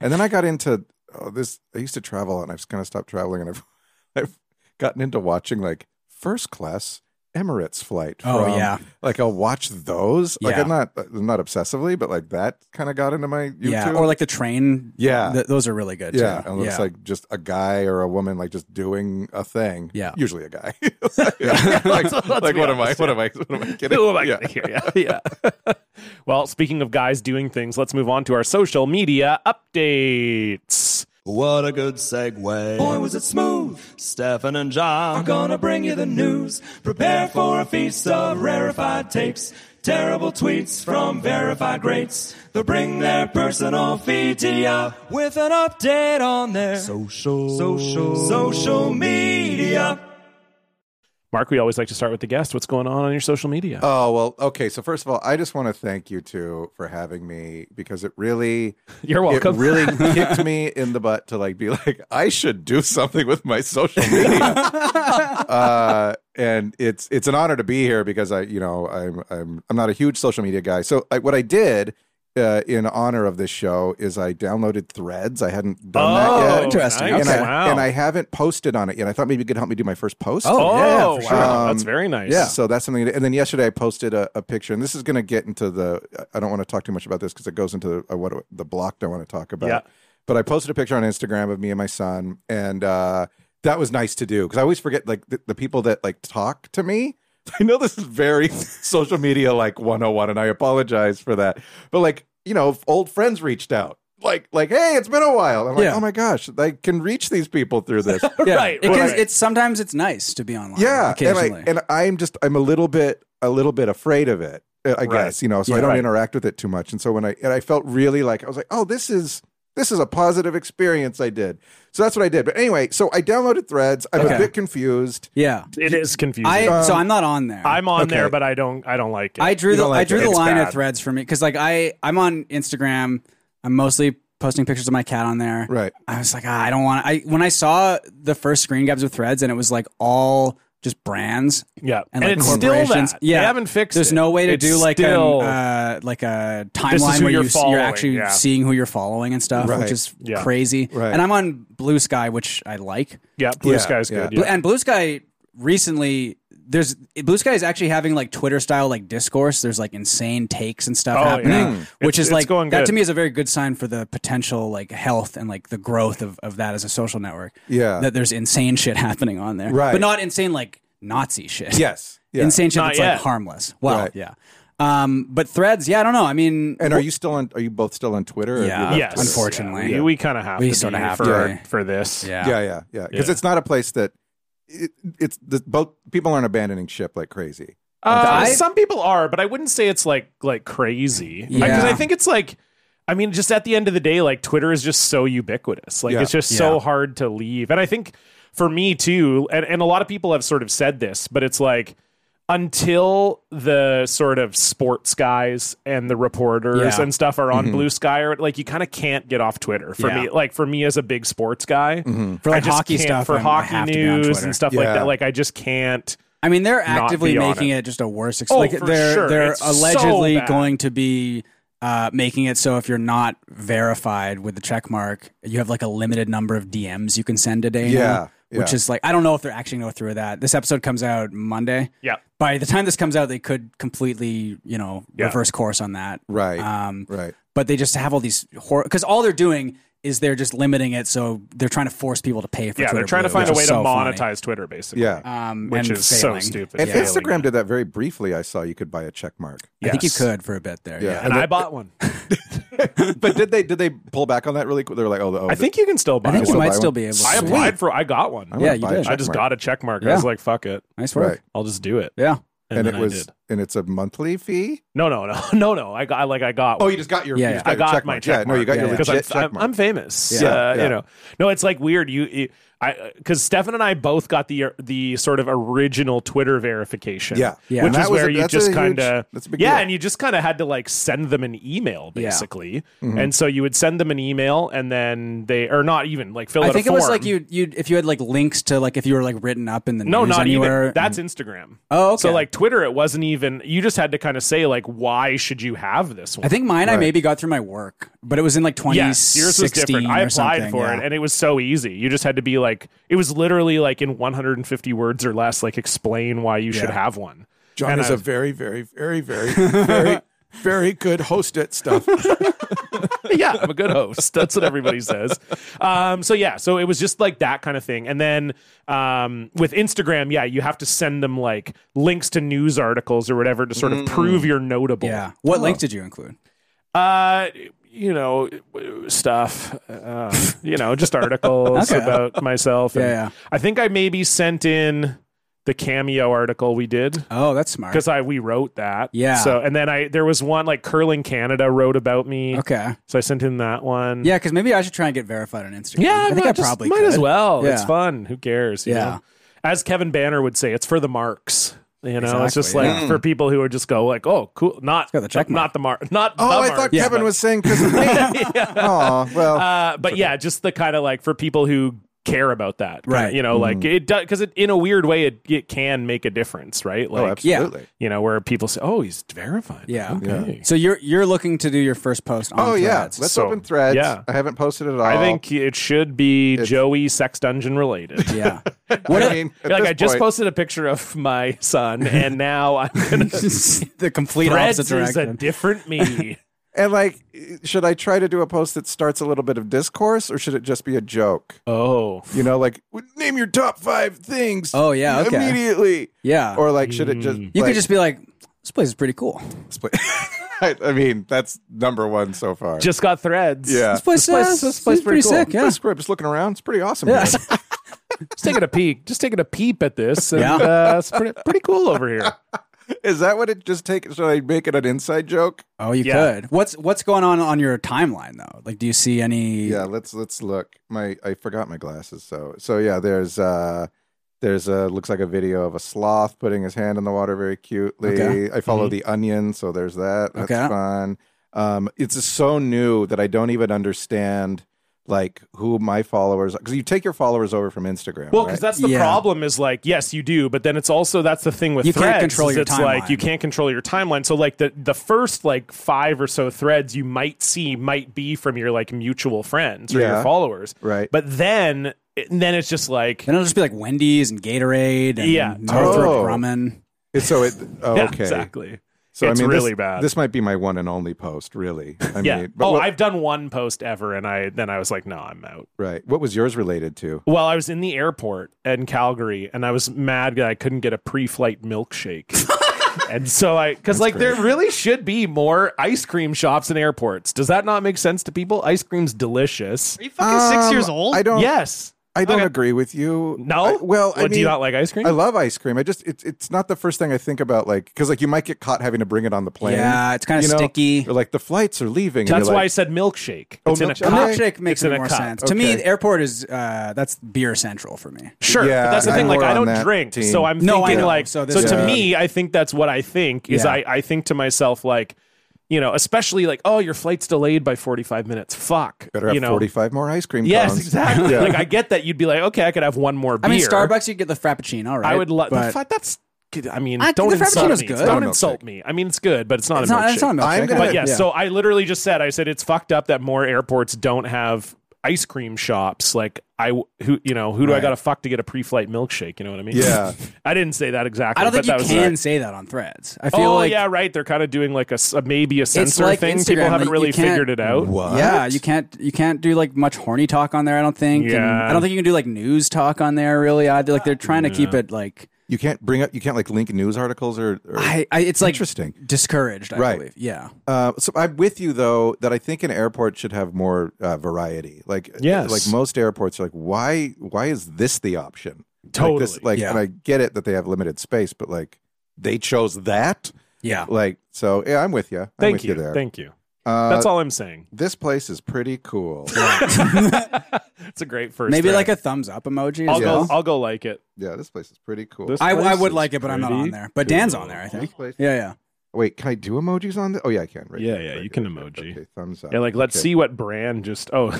[SPEAKER 4] and then I got into oh, this. I used to travel, and I've kind of stopped traveling, and I've I've gotten into watching like first class Emirates flight.
[SPEAKER 2] Oh,
[SPEAKER 4] from-
[SPEAKER 2] yeah.
[SPEAKER 4] like I'll watch those. Like
[SPEAKER 2] Yeah.
[SPEAKER 4] I'm not not obsessively, but like that kind of got into my YouTube.
[SPEAKER 2] yeah, or like the train.
[SPEAKER 4] Yeah.
[SPEAKER 2] Th- those are really good.
[SPEAKER 4] yeah,
[SPEAKER 2] too.
[SPEAKER 4] and it's like just a guy or a woman like just doing a thing.
[SPEAKER 2] Yeah.
[SPEAKER 4] usually a guy. like
[SPEAKER 1] let's
[SPEAKER 4] like
[SPEAKER 1] be
[SPEAKER 4] what am I?
[SPEAKER 1] honest,
[SPEAKER 4] What am I? What am I kidding?
[SPEAKER 1] Who am I
[SPEAKER 4] Yeah.
[SPEAKER 1] gonna hear? Yeah. yeah. well, speaking of guys doing things, let's move on to our social media updates.
[SPEAKER 6] What a good segue. Boy, was it smooth. Stefan and John are gonna bring you the news. Prepare for a feast of rarefied tapes, terrible tweets from verified greats. They'll bring their personal feed to ya with an update on their social, social, social media.
[SPEAKER 1] Mark, we always like to start with the guest. What's going on on your social media?
[SPEAKER 4] Oh well, okay. So first of all, I just want to thank you two for having me because it really,
[SPEAKER 1] You're welcome.
[SPEAKER 4] It really kicked me in the butt to like be like, I should do something with my social media. uh, and it's it's an honor to be here because I, you know, I'm I'm I'm not a huge social media guy. So I, what I did. Uh, in honor of this show, is I downloaded Threads. I hadn't done that yet,
[SPEAKER 2] Interesting.
[SPEAKER 1] nice.
[SPEAKER 4] and, I,
[SPEAKER 1] Oh, wow.
[SPEAKER 4] and I haven't posted on it yet. I thought maybe you could help me do my first post.
[SPEAKER 2] Oh,
[SPEAKER 1] oh,
[SPEAKER 2] yeah, yeah, for sure.
[SPEAKER 1] wow. That's
[SPEAKER 4] Um,
[SPEAKER 1] very nice.
[SPEAKER 4] Yeah. So that's something. And then yesterday I posted a, a picture, and this is going to get into the. I don't want to talk too much about this because it goes into the, uh, what the block I want to talk about.
[SPEAKER 1] Yeah.
[SPEAKER 4] But I posted a picture on Instagram of me and my son, and uh, that was nice to do because I always forget like the, the people that like talk to me. I know this is very social media like 101, and I apologize for that. But like you know, if old friends reached out. Like, like, hey, it's been a while. I'm like,
[SPEAKER 2] Yeah.
[SPEAKER 4] oh my gosh, I can reach these people through this.
[SPEAKER 2] Yeah.
[SPEAKER 1] Right,
[SPEAKER 2] It can-
[SPEAKER 1] right.
[SPEAKER 2] It's sometimes it's nice to be online.
[SPEAKER 4] Yeah, and, I,
[SPEAKER 2] occasionally.
[SPEAKER 4] and I'm just I'm a little bit a little bit afraid of it. uh, I
[SPEAKER 1] Right.
[SPEAKER 4] guess you know, so
[SPEAKER 2] Yeah,
[SPEAKER 4] I don't
[SPEAKER 1] right.
[SPEAKER 4] interact with it too much. And so when I and I felt really like I was like, oh, this is this is a positive experience I did. So that's what I did. But anyway, so I downloaded Threads. I'm
[SPEAKER 2] Okay.
[SPEAKER 4] a bit confused.
[SPEAKER 2] yeah.
[SPEAKER 1] It is confusing.
[SPEAKER 2] I
[SPEAKER 1] I,
[SPEAKER 2] so I'm not on there.
[SPEAKER 1] am on
[SPEAKER 4] okay.
[SPEAKER 1] there, but I don't. I don't like it.
[SPEAKER 2] I drew
[SPEAKER 4] You
[SPEAKER 2] the
[SPEAKER 4] don't like
[SPEAKER 2] I drew
[SPEAKER 4] it.
[SPEAKER 2] the
[SPEAKER 1] It's
[SPEAKER 2] line
[SPEAKER 1] bad.
[SPEAKER 2] of threads for me because like I I'm on Instagram. I'm mostly posting pictures of my cat on there.
[SPEAKER 4] Right.
[SPEAKER 2] I was like, ah, I don't want. I when I saw the first screen grabs with threads and it was like all just brands.
[SPEAKER 1] yeah,
[SPEAKER 2] And, like
[SPEAKER 1] it's still
[SPEAKER 2] corporations,
[SPEAKER 1] that.
[SPEAKER 2] yeah,
[SPEAKER 1] they haven't fixed.
[SPEAKER 2] There's
[SPEAKER 1] it.
[SPEAKER 2] no way to
[SPEAKER 1] It's
[SPEAKER 2] do like an,
[SPEAKER 1] still,
[SPEAKER 2] uh, like a
[SPEAKER 1] This is
[SPEAKER 2] timeline
[SPEAKER 1] who
[SPEAKER 2] where
[SPEAKER 1] you're
[SPEAKER 2] you, s- you're
[SPEAKER 1] following,
[SPEAKER 2] actually
[SPEAKER 1] yeah.
[SPEAKER 2] seeing who you're following and stuff,
[SPEAKER 4] Right.
[SPEAKER 2] which is
[SPEAKER 1] Yeah.
[SPEAKER 2] crazy.
[SPEAKER 4] Right.
[SPEAKER 2] And I'm on Blue Sky, which I like.
[SPEAKER 1] yeah, blue
[SPEAKER 4] yeah,
[SPEAKER 1] sky's
[SPEAKER 4] yeah.
[SPEAKER 1] good. Yeah.
[SPEAKER 2] And Blue Sky recently there's Blue Sky is actually having like Twitter style like discourse. There's like insane takes and stuff
[SPEAKER 1] Oh, yeah.
[SPEAKER 4] Hmm.
[SPEAKER 2] happening, which
[SPEAKER 1] It's-
[SPEAKER 2] is
[SPEAKER 1] it's
[SPEAKER 2] like
[SPEAKER 1] going
[SPEAKER 2] that
[SPEAKER 1] good.
[SPEAKER 2] to me is a very good sign for the potential like health and like the growth of, of that as a social network.
[SPEAKER 4] Yeah.
[SPEAKER 2] that there's insane shit happening on there,
[SPEAKER 4] Right.
[SPEAKER 2] But not insane like Nazi shit.
[SPEAKER 4] Yes. Yeah.
[SPEAKER 2] insane shit
[SPEAKER 1] Not
[SPEAKER 2] that's
[SPEAKER 1] yet.
[SPEAKER 2] like harmless. Well,
[SPEAKER 4] Right.
[SPEAKER 2] yeah. Um, but Threads, yeah, I don't know. I mean,
[SPEAKER 4] And are you still on? Are you both still on Twitter? or have you
[SPEAKER 2] Yeah.
[SPEAKER 4] left
[SPEAKER 1] Yes,
[SPEAKER 4] Twitter?
[SPEAKER 2] Unfortunately.
[SPEAKER 1] yeah, we, we kind of have
[SPEAKER 2] We
[SPEAKER 1] to
[SPEAKER 2] sorta
[SPEAKER 1] be
[SPEAKER 2] have
[SPEAKER 1] for
[SPEAKER 2] to.
[SPEAKER 1] for this.
[SPEAKER 2] yeah.
[SPEAKER 4] Yeah, yeah, yeah. Because
[SPEAKER 1] Yeah.
[SPEAKER 4] it's not a place that it, it's the both people aren't abandoning ship like crazy.
[SPEAKER 1] Uh,
[SPEAKER 2] I-
[SPEAKER 1] some people are, but I wouldn't say it's like like crazy. Because
[SPEAKER 2] Yeah.
[SPEAKER 1] I think it's like, I mean, just at the end of the day, like Twitter is just so ubiquitous. Like
[SPEAKER 4] Yeah.
[SPEAKER 1] it's just so
[SPEAKER 2] Yeah.
[SPEAKER 1] hard to leave. And I think for me too, and, and a lot of people have sort of said this, but it's like until the sort of sports guys and the reporters
[SPEAKER 2] Yeah.
[SPEAKER 1] and stuff are
[SPEAKER 4] Mm-hmm.
[SPEAKER 1] on Blue Sky, or like you kind of can't get off Twitter for
[SPEAKER 2] Yeah.
[SPEAKER 1] me. Like for me as a big sports guy,
[SPEAKER 2] For,
[SPEAKER 1] I
[SPEAKER 2] like,
[SPEAKER 1] just
[SPEAKER 2] hockey
[SPEAKER 1] can't-
[SPEAKER 2] stuff,
[SPEAKER 1] for
[SPEAKER 2] I'm- I have
[SPEAKER 1] hockey
[SPEAKER 2] to be on
[SPEAKER 1] news
[SPEAKER 2] Twitter.
[SPEAKER 1] and stuff like
[SPEAKER 4] Mm-hmm. Yeah.
[SPEAKER 1] that. Like I just can't.
[SPEAKER 2] I mean, they're
[SPEAKER 1] not
[SPEAKER 2] actively
[SPEAKER 1] be on
[SPEAKER 2] making
[SPEAKER 1] it.
[SPEAKER 2] it. just a worse. Ex-
[SPEAKER 1] Oh,
[SPEAKER 2] like
[SPEAKER 1] for
[SPEAKER 2] they're
[SPEAKER 1] sure.
[SPEAKER 2] they're
[SPEAKER 1] It's so
[SPEAKER 2] allegedly
[SPEAKER 1] bad.
[SPEAKER 2] going to be uh, making it so if you're not verified with the check mark, you have like a limited number of DMs you can send a day. now,
[SPEAKER 4] Yeah,
[SPEAKER 2] which
[SPEAKER 4] yeah.
[SPEAKER 2] is like I don't know if they're actually going to go through with that. This episode comes out Monday.
[SPEAKER 1] Yeah.
[SPEAKER 2] By the time this comes out, they could completely you know
[SPEAKER 1] Yeah.
[SPEAKER 2] reverse course on that.
[SPEAKER 4] Right.
[SPEAKER 2] Um,
[SPEAKER 4] Right.
[SPEAKER 2] but they just have all these horror because all they're doing is they're just limiting it, so they're trying to force people to pay for.
[SPEAKER 1] Yeah,
[SPEAKER 2] Twitter
[SPEAKER 1] they're trying to
[SPEAKER 2] Blue,
[SPEAKER 1] find a
[SPEAKER 2] which
[SPEAKER 1] way
[SPEAKER 2] is
[SPEAKER 1] to
[SPEAKER 2] so funny.
[SPEAKER 1] monetize Twitter, basically.
[SPEAKER 4] Yeah.
[SPEAKER 2] Um,
[SPEAKER 1] which
[SPEAKER 2] and
[SPEAKER 1] is
[SPEAKER 2] failing.
[SPEAKER 1] so stupid.
[SPEAKER 4] And
[SPEAKER 1] Failing.
[SPEAKER 4] Instagram did that very briefly. I saw you could buy a check mark.
[SPEAKER 2] I think you
[SPEAKER 1] Yes.
[SPEAKER 2] could for a bit there.
[SPEAKER 4] Yeah.
[SPEAKER 2] yeah.
[SPEAKER 1] and I bought one.
[SPEAKER 4] But did they did they pull back on that really quick? They were like, oh, oh
[SPEAKER 1] I think you can still buy.
[SPEAKER 2] I think
[SPEAKER 1] one.
[SPEAKER 2] you
[SPEAKER 4] wanna
[SPEAKER 2] might
[SPEAKER 4] buy
[SPEAKER 2] still
[SPEAKER 4] one.
[SPEAKER 2] be able. to.
[SPEAKER 1] I applied for. I got one.
[SPEAKER 4] I wanna
[SPEAKER 2] Yeah, you
[SPEAKER 4] buy a
[SPEAKER 2] did.
[SPEAKER 1] I just
[SPEAKER 4] checkmark.
[SPEAKER 1] got a check mark. I was
[SPEAKER 2] Yeah.
[SPEAKER 1] like, fuck it,
[SPEAKER 2] Nice work.
[SPEAKER 4] Right.
[SPEAKER 1] I'll just do it.
[SPEAKER 2] Yeah.
[SPEAKER 1] And,
[SPEAKER 4] And
[SPEAKER 1] then
[SPEAKER 4] it
[SPEAKER 1] I
[SPEAKER 4] was
[SPEAKER 1] did.
[SPEAKER 4] and it's a monthly fee.
[SPEAKER 1] No, no, no, no, no. I got like I got.
[SPEAKER 4] Oh, you just got your
[SPEAKER 2] Yeah,
[SPEAKER 4] you
[SPEAKER 2] yeah.
[SPEAKER 4] just
[SPEAKER 1] I got
[SPEAKER 4] your check
[SPEAKER 1] my
[SPEAKER 4] mark.
[SPEAKER 1] check
[SPEAKER 4] yeah, no, you got
[SPEAKER 2] mark,
[SPEAKER 4] your
[SPEAKER 2] yeah.
[SPEAKER 1] because I'm,
[SPEAKER 4] legit check
[SPEAKER 1] I'm,
[SPEAKER 4] mark.
[SPEAKER 1] I'm famous.
[SPEAKER 4] Yeah,
[SPEAKER 1] uh,
[SPEAKER 4] yeah.
[SPEAKER 1] You know, no, it's like weird. You, you I, because Stefan and I both got the the sort of original Twitter verification.
[SPEAKER 4] Yeah.
[SPEAKER 2] Yeah.
[SPEAKER 1] which
[SPEAKER 2] And
[SPEAKER 1] is
[SPEAKER 4] that was
[SPEAKER 1] where
[SPEAKER 4] a-
[SPEAKER 1] you
[SPEAKER 4] that's
[SPEAKER 1] just
[SPEAKER 4] a huge-
[SPEAKER 1] kind of
[SPEAKER 4] that's a big
[SPEAKER 1] yeah,
[SPEAKER 4] deal.
[SPEAKER 1] and you just kind of had to like send them an email
[SPEAKER 2] Yeah.
[SPEAKER 1] basically,
[SPEAKER 4] Mm-hmm.
[SPEAKER 1] and so you would send them an email, and then they or not even like fill out.
[SPEAKER 2] I
[SPEAKER 1] a
[SPEAKER 2] think it was
[SPEAKER 1] form.
[SPEAKER 2] like you you if you had like links to like if you were like written up in the
[SPEAKER 1] No,
[SPEAKER 2] news
[SPEAKER 1] not
[SPEAKER 2] anywhere.
[SPEAKER 1] even.
[SPEAKER 4] Mm-hmm.
[SPEAKER 1] That's Instagram.
[SPEAKER 2] Oh,
[SPEAKER 1] So
[SPEAKER 2] okay.
[SPEAKER 1] like Twitter, it wasn't even. You just had to kind of say like, why should you have this one?
[SPEAKER 2] I think mine I
[SPEAKER 4] Right.
[SPEAKER 2] maybe got through my work, but it was in like 2016
[SPEAKER 1] Yes, yours was different. I
[SPEAKER 2] or
[SPEAKER 1] applied
[SPEAKER 2] something,
[SPEAKER 1] for
[SPEAKER 2] yeah.
[SPEAKER 1] it, and it was so easy. You just had to be like, it was literally like in 150 words or less, like explain why you should have one.
[SPEAKER 4] John
[SPEAKER 1] and
[SPEAKER 4] is
[SPEAKER 1] I-
[SPEAKER 4] a very, very, very, very, very, very good host at stuff.
[SPEAKER 1] yeah, I'm a good host. That's what everybody says. Um, so yeah, so it was just like that kind of thing. And then um, with Instagram, yeah, you have to send them like links to news articles or whatever to sort of prove you're notable.
[SPEAKER 2] Mm-hmm. Yeah. What
[SPEAKER 1] Oh.
[SPEAKER 2] links did you include?
[SPEAKER 1] Uh, you know, stuff. Uh, you know, just articles
[SPEAKER 2] Okay.
[SPEAKER 1] about myself. and
[SPEAKER 2] Yeah, yeah.
[SPEAKER 1] I think I maybe sent in the cameo article we did
[SPEAKER 2] Oh, that's smart.
[SPEAKER 1] because I we wrote that.
[SPEAKER 2] Yeah.
[SPEAKER 1] So and then I there was one like curling Canada wrote about me.
[SPEAKER 2] Okay.
[SPEAKER 1] So I sent in that one.
[SPEAKER 2] Yeah, because maybe I should try and get verified on Instagram.
[SPEAKER 1] Yeah.
[SPEAKER 2] I think
[SPEAKER 1] might
[SPEAKER 2] I
[SPEAKER 1] just-
[SPEAKER 2] probably
[SPEAKER 1] might
[SPEAKER 2] could.
[SPEAKER 1] as well. It's
[SPEAKER 2] Yeah.
[SPEAKER 1] fun. Who cares? you
[SPEAKER 2] Yeah.
[SPEAKER 1] know? As Kevin Banner would say, it's for the marks. You know, it's just like
[SPEAKER 2] Exactly,
[SPEAKER 1] for people who would just go like, "Oh, cool!" Not
[SPEAKER 2] got the check
[SPEAKER 1] not
[SPEAKER 2] mark.
[SPEAKER 1] the mark, not.
[SPEAKER 4] Oh,
[SPEAKER 1] the
[SPEAKER 4] I
[SPEAKER 1] marks,
[SPEAKER 4] thought Kevin
[SPEAKER 1] but-
[SPEAKER 4] was saying because of me. Aw, well,
[SPEAKER 1] uh, but yeah, just the kind of like for people who care about that, kinda,
[SPEAKER 2] Right.
[SPEAKER 1] You know, like
[SPEAKER 4] Mm-hmm.
[SPEAKER 1] it does because it in a weird way it, it can make a difference, right?
[SPEAKER 4] oh,
[SPEAKER 1] Like
[SPEAKER 4] absolutely.
[SPEAKER 1] you know where people say, "Oh, he's verified."
[SPEAKER 2] Yeah.
[SPEAKER 1] Okay.
[SPEAKER 2] So you're you're looking to do your first post on
[SPEAKER 4] Oh yeah,
[SPEAKER 2] Threads.
[SPEAKER 4] let's
[SPEAKER 1] So,
[SPEAKER 4] open threads.
[SPEAKER 1] yeah.
[SPEAKER 4] I haven't posted it all.
[SPEAKER 1] I think it should be Joey Sex Dungeon related.
[SPEAKER 2] yeah.
[SPEAKER 4] What I mean, at
[SPEAKER 1] like
[SPEAKER 4] this
[SPEAKER 1] I just
[SPEAKER 4] point-
[SPEAKER 1] posted a picture of my son, and now I'm gonna
[SPEAKER 2] the complete
[SPEAKER 1] Threads
[SPEAKER 2] opposite
[SPEAKER 1] is a
[SPEAKER 2] direction.
[SPEAKER 1] different me.
[SPEAKER 4] And like, should I try to do a post that starts a little bit of discourse, or should it just be a joke?
[SPEAKER 1] oh,
[SPEAKER 4] You know, like w- name your top five things.
[SPEAKER 2] Oh, yeah, okay.
[SPEAKER 4] immediately.
[SPEAKER 2] yeah.
[SPEAKER 4] Or like, should it just?
[SPEAKER 2] you
[SPEAKER 4] like,
[SPEAKER 2] could just be like, this place is pretty cool.
[SPEAKER 4] split- I, I mean, that's number one so far.
[SPEAKER 1] just got Threads.
[SPEAKER 4] yeah.
[SPEAKER 2] This place,
[SPEAKER 4] This
[SPEAKER 2] uh,
[SPEAKER 4] place, this place
[SPEAKER 2] is pretty
[SPEAKER 4] pretty, cool.
[SPEAKER 2] sick. Yeah.
[SPEAKER 4] Just- just looking around, it's pretty awesome.
[SPEAKER 2] Yeah.
[SPEAKER 4] here.
[SPEAKER 1] just taking a peek, just taking a peep at this, and
[SPEAKER 2] Yeah.
[SPEAKER 1] uh, it's pretty, pretty cool over here.
[SPEAKER 4] Is that what it just take? Should I make it an inside joke?
[SPEAKER 2] Oh, you
[SPEAKER 1] Yeah.
[SPEAKER 2] could. What's what's going on on your timeline though? Like, do you see any?
[SPEAKER 4] Yeah, let's let's look. My I forgot my glasses. So so yeah, there's uh there's a looks like a video of a sloth putting his hand in the water very cutely.
[SPEAKER 2] Okay.
[SPEAKER 4] I follow the onion, so there's that. That's
[SPEAKER 2] Okay.
[SPEAKER 4] fun. Um it's just so new that I don't even understand like who my followers cuz you take your followers over from Instagram,
[SPEAKER 1] Well,
[SPEAKER 4] right?
[SPEAKER 1] because that's the
[SPEAKER 2] Yeah.
[SPEAKER 1] problem is like, yes, you do, but then it's also that's the thing with
[SPEAKER 2] You can't
[SPEAKER 1] threads.
[SPEAKER 2] control
[SPEAKER 1] is
[SPEAKER 2] your
[SPEAKER 1] it's like
[SPEAKER 2] timeline.
[SPEAKER 1] you can't control your timeline. So like the the first like five or so threads you might see might be from your like mutual friends or your
[SPEAKER 4] Yeah.
[SPEAKER 1] followers.
[SPEAKER 4] Right.
[SPEAKER 1] But then it- then it's just like
[SPEAKER 2] Then it'll just be like Wendy's and Gatorade and
[SPEAKER 1] Yeah,
[SPEAKER 2] Northrop
[SPEAKER 4] totally.
[SPEAKER 2] Grumman.
[SPEAKER 4] It's so it oh,
[SPEAKER 1] yeah,
[SPEAKER 4] okay.
[SPEAKER 1] exactly.
[SPEAKER 4] So
[SPEAKER 1] it's
[SPEAKER 4] I mean this-
[SPEAKER 1] really bad.
[SPEAKER 4] This might be my one and only post, really. I
[SPEAKER 1] yeah.
[SPEAKER 4] mean,
[SPEAKER 1] oh,
[SPEAKER 4] what,
[SPEAKER 1] I've done one post ever and I then I was like, no, I'm out.
[SPEAKER 4] right. What was yours related to?
[SPEAKER 1] Well, I was in the airport in Calgary, and I was mad that I couldn't get a pre-flight milkshake. and so I, because like there really should be more ice cream shops in airports. Does that not make sense to people? Ice cream's delicious.
[SPEAKER 3] Are you fucking six
[SPEAKER 4] Um,
[SPEAKER 3] years old?
[SPEAKER 4] I don't
[SPEAKER 1] Yes.
[SPEAKER 4] I don't
[SPEAKER 3] Okay.
[SPEAKER 4] agree with you.
[SPEAKER 1] No.
[SPEAKER 4] I- well, I
[SPEAKER 1] What, do you
[SPEAKER 4] mean,
[SPEAKER 1] not like ice cream?
[SPEAKER 4] I love ice cream. I just it's it's not the first thing I think about. Like because like you might get caught having to bring it on the plane.
[SPEAKER 2] Yeah, it's kinda
[SPEAKER 4] you know?
[SPEAKER 2] sticky.
[SPEAKER 4] Or like the flights are leaving. and
[SPEAKER 1] That's
[SPEAKER 4] you're
[SPEAKER 1] why I
[SPEAKER 4] like,
[SPEAKER 1] said milkshake.
[SPEAKER 4] Oh,
[SPEAKER 1] it's in a
[SPEAKER 4] milkshake.
[SPEAKER 1] cup.
[SPEAKER 4] Okay.
[SPEAKER 2] Milkshake makes
[SPEAKER 1] It's in
[SPEAKER 2] it
[SPEAKER 1] a
[SPEAKER 2] more
[SPEAKER 1] cup.
[SPEAKER 2] sense. To me,
[SPEAKER 4] Okay.
[SPEAKER 2] the airport is uh, that's beer central for me.
[SPEAKER 1] Sure,
[SPEAKER 4] Yeah,
[SPEAKER 1] but that's the
[SPEAKER 4] I'm
[SPEAKER 1] thing. Like,
[SPEAKER 4] more
[SPEAKER 1] I
[SPEAKER 4] on
[SPEAKER 1] don't
[SPEAKER 4] that
[SPEAKER 1] drink,
[SPEAKER 4] team.
[SPEAKER 1] so I'm
[SPEAKER 2] No, I
[SPEAKER 1] thinking
[SPEAKER 2] know.
[SPEAKER 1] like. So,
[SPEAKER 2] So this
[SPEAKER 1] to
[SPEAKER 4] is-
[SPEAKER 1] me, I think that's what I think is
[SPEAKER 2] Yeah.
[SPEAKER 1] I I think to myself like, you know, especially like, oh, your flight's delayed by 45 minutes. Fuck,
[SPEAKER 4] better have
[SPEAKER 1] you know,
[SPEAKER 4] forty five more ice cream.
[SPEAKER 1] Yes,
[SPEAKER 4] cones.
[SPEAKER 1] exactly.
[SPEAKER 4] Yeah.
[SPEAKER 1] Like I get that you'd be like, okay, I could have one more beer.
[SPEAKER 2] I mean, Starbucks, you get the frappuccino, right?
[SPEAKER 1] I would love.
[SPEAKER 2] But
[SPEAKER 1] That's. I mean,
[SPEAKER 2] I think
[SPEAKER 1] don't
[SPEAKER 2] the
[SPEAKER 1] insult me.
[SPEAKER 2] Frappuccino's good.
[SPEAKER 1] Don't
[SPEAKER 4] No milkshake.
[SPEAKER 1] insult me. I mean, it's good, but it's not
[SPEAKER 2] it's
[SPEAKER 1] a
[SPEAKER 2] not.
[SPEAKER 1] milkshake.
[SPEAKER 2] It's not a milkshake.
[SPEAKER 4] I'm gonna-
[SPEAKER 1] but yes,
[SPEAKER 2] yeah.
[SPEAKER 1] so I literally just said, I said it's fucked up that more airports don't have ice cream shops. Like I, who you know, who do I
[SPEAKER 4] Right.
[SPEAKER 1] got to fuck to get a pre-flight milkshake? You know what I mean?
[SPEAKER 4] Yeah.
[SPEAKER 1] I didn't say that exactly.
[SPEAKER 2] I don't think
[SPEAKER 1] but that
[SPEAKER 2] you
[SPEAKER 1] was
[SPEAKER 2] can
[SPEAKER 1] the-
[SPEAKER 2] say that on Threads. I feel
[SPEAKER 1] Oh
[SPEAKER 2] like
[SPEAKER 1] yeah, right. They're kind of doing like a s- maybe a censor
[SPEAKER 2] like
[SPEAKER 1] thing.
[SPEAKER 2] Instagram,
[SPEAKER 1] People haven't
[SPEAKER 2] like, you
[SPEAKER 1] really
[SPEAKER 2] can't-
[SPEAKER 1] figured it out.
[SPEAKER 4] What?
[SPEAKER 2] Yeah, you can't you can't do like much horny talk on there. I don't think. And
[SPEAKER 1] Yeah.
[SPEAKER 2] I don't think you can do like news talk on there really either. Like they're trying to keep it like
[SPEAKER 4] You can't bring up. You can't like link news articles or. or
[SPEAKER 2] I, I it's like
[SPEAKER 4] Interesting.
[SPEAKER 2] discouraged. I
[SPEAKER 4] Right.
[SPEAKER 2] believe. Yeah.
[SPEAKER 4] Uh, so I'm with you though that I think an airport should have more uh, variety. Like
[SPEAKER 1] Yes.
[SPEAKER 4] like most airports are like why why is this the option? Like,
[SPEAKER 1] Totally.
[SPEAKER 4] this, like
[SPEAKER 2] Yeah.
[SPEAKER 4] and I get it that they have limited space, but like they chose that.
[SPEAKER 2] Yeah.
[SPEAKER 4] Like so, yeah, I'm with you. I'm
[SPEAKER 1] Thank
[SPEAKER 4] with
[SPEAKER 1] you.
[SPEAKER 4] you. there.
[SPEAKER 1] Thank you.
[SPEAKER 4] Uh,
[SPEAKER 1] That's all I'm saying.
[SPEAKER 4] This place is pretty cool.
[SPEAKER 1] It's a great first.
[SPEAKER 2] Maybe
[SPEAKER 1] thread.
[SPEAKER 2] like a thumbs up emoji.
[SPEAKER 1] I'll
[SPEAKER 2] as
[SPEAKER 1] go.
[SPEAKER 2] well.
[SPEAKER 1] I'll go like it.
[SPEAKER 4] yeah, this place is pretty cool.
[SPEAKER 1] This-
[SPEAKER 2] I, I
[SPEAKER 1] This
[SPEAKER 2] would
[SPEAKER 1] is
[SPEAKER 2] like it, but I'm not on
[SPEAKER 1] pretty
[SPEAKER 2] there. But Dan's on
[SPEAKER 1] cool.
[SPEAKER 2] there, I
[SPEAKER 4] This
[SPEAKER 2] think.
[SPEAKER 4] place-
[SPEAKER 2] Yeah, yeah.
[SPEAKER 4] Wait, can I do emojis on this? Oh yeah, I can. Right,
[SPEAKER 1] Yeah,
[SPEAKER 4] right,
[SPEAKER 1] yeah,
[SPEAKER 4] right,
[SPEAKER 1] you can
[SPEAKER 4] right, right.
[SPEAKER 1] emoji.
[SPEAKER 4] Okay, thumbs up.
[SPEAKER 1] Yeah, like let's
[SPEAKER 4] Okay.
[SPEAKER 1] see what brand just. Oh,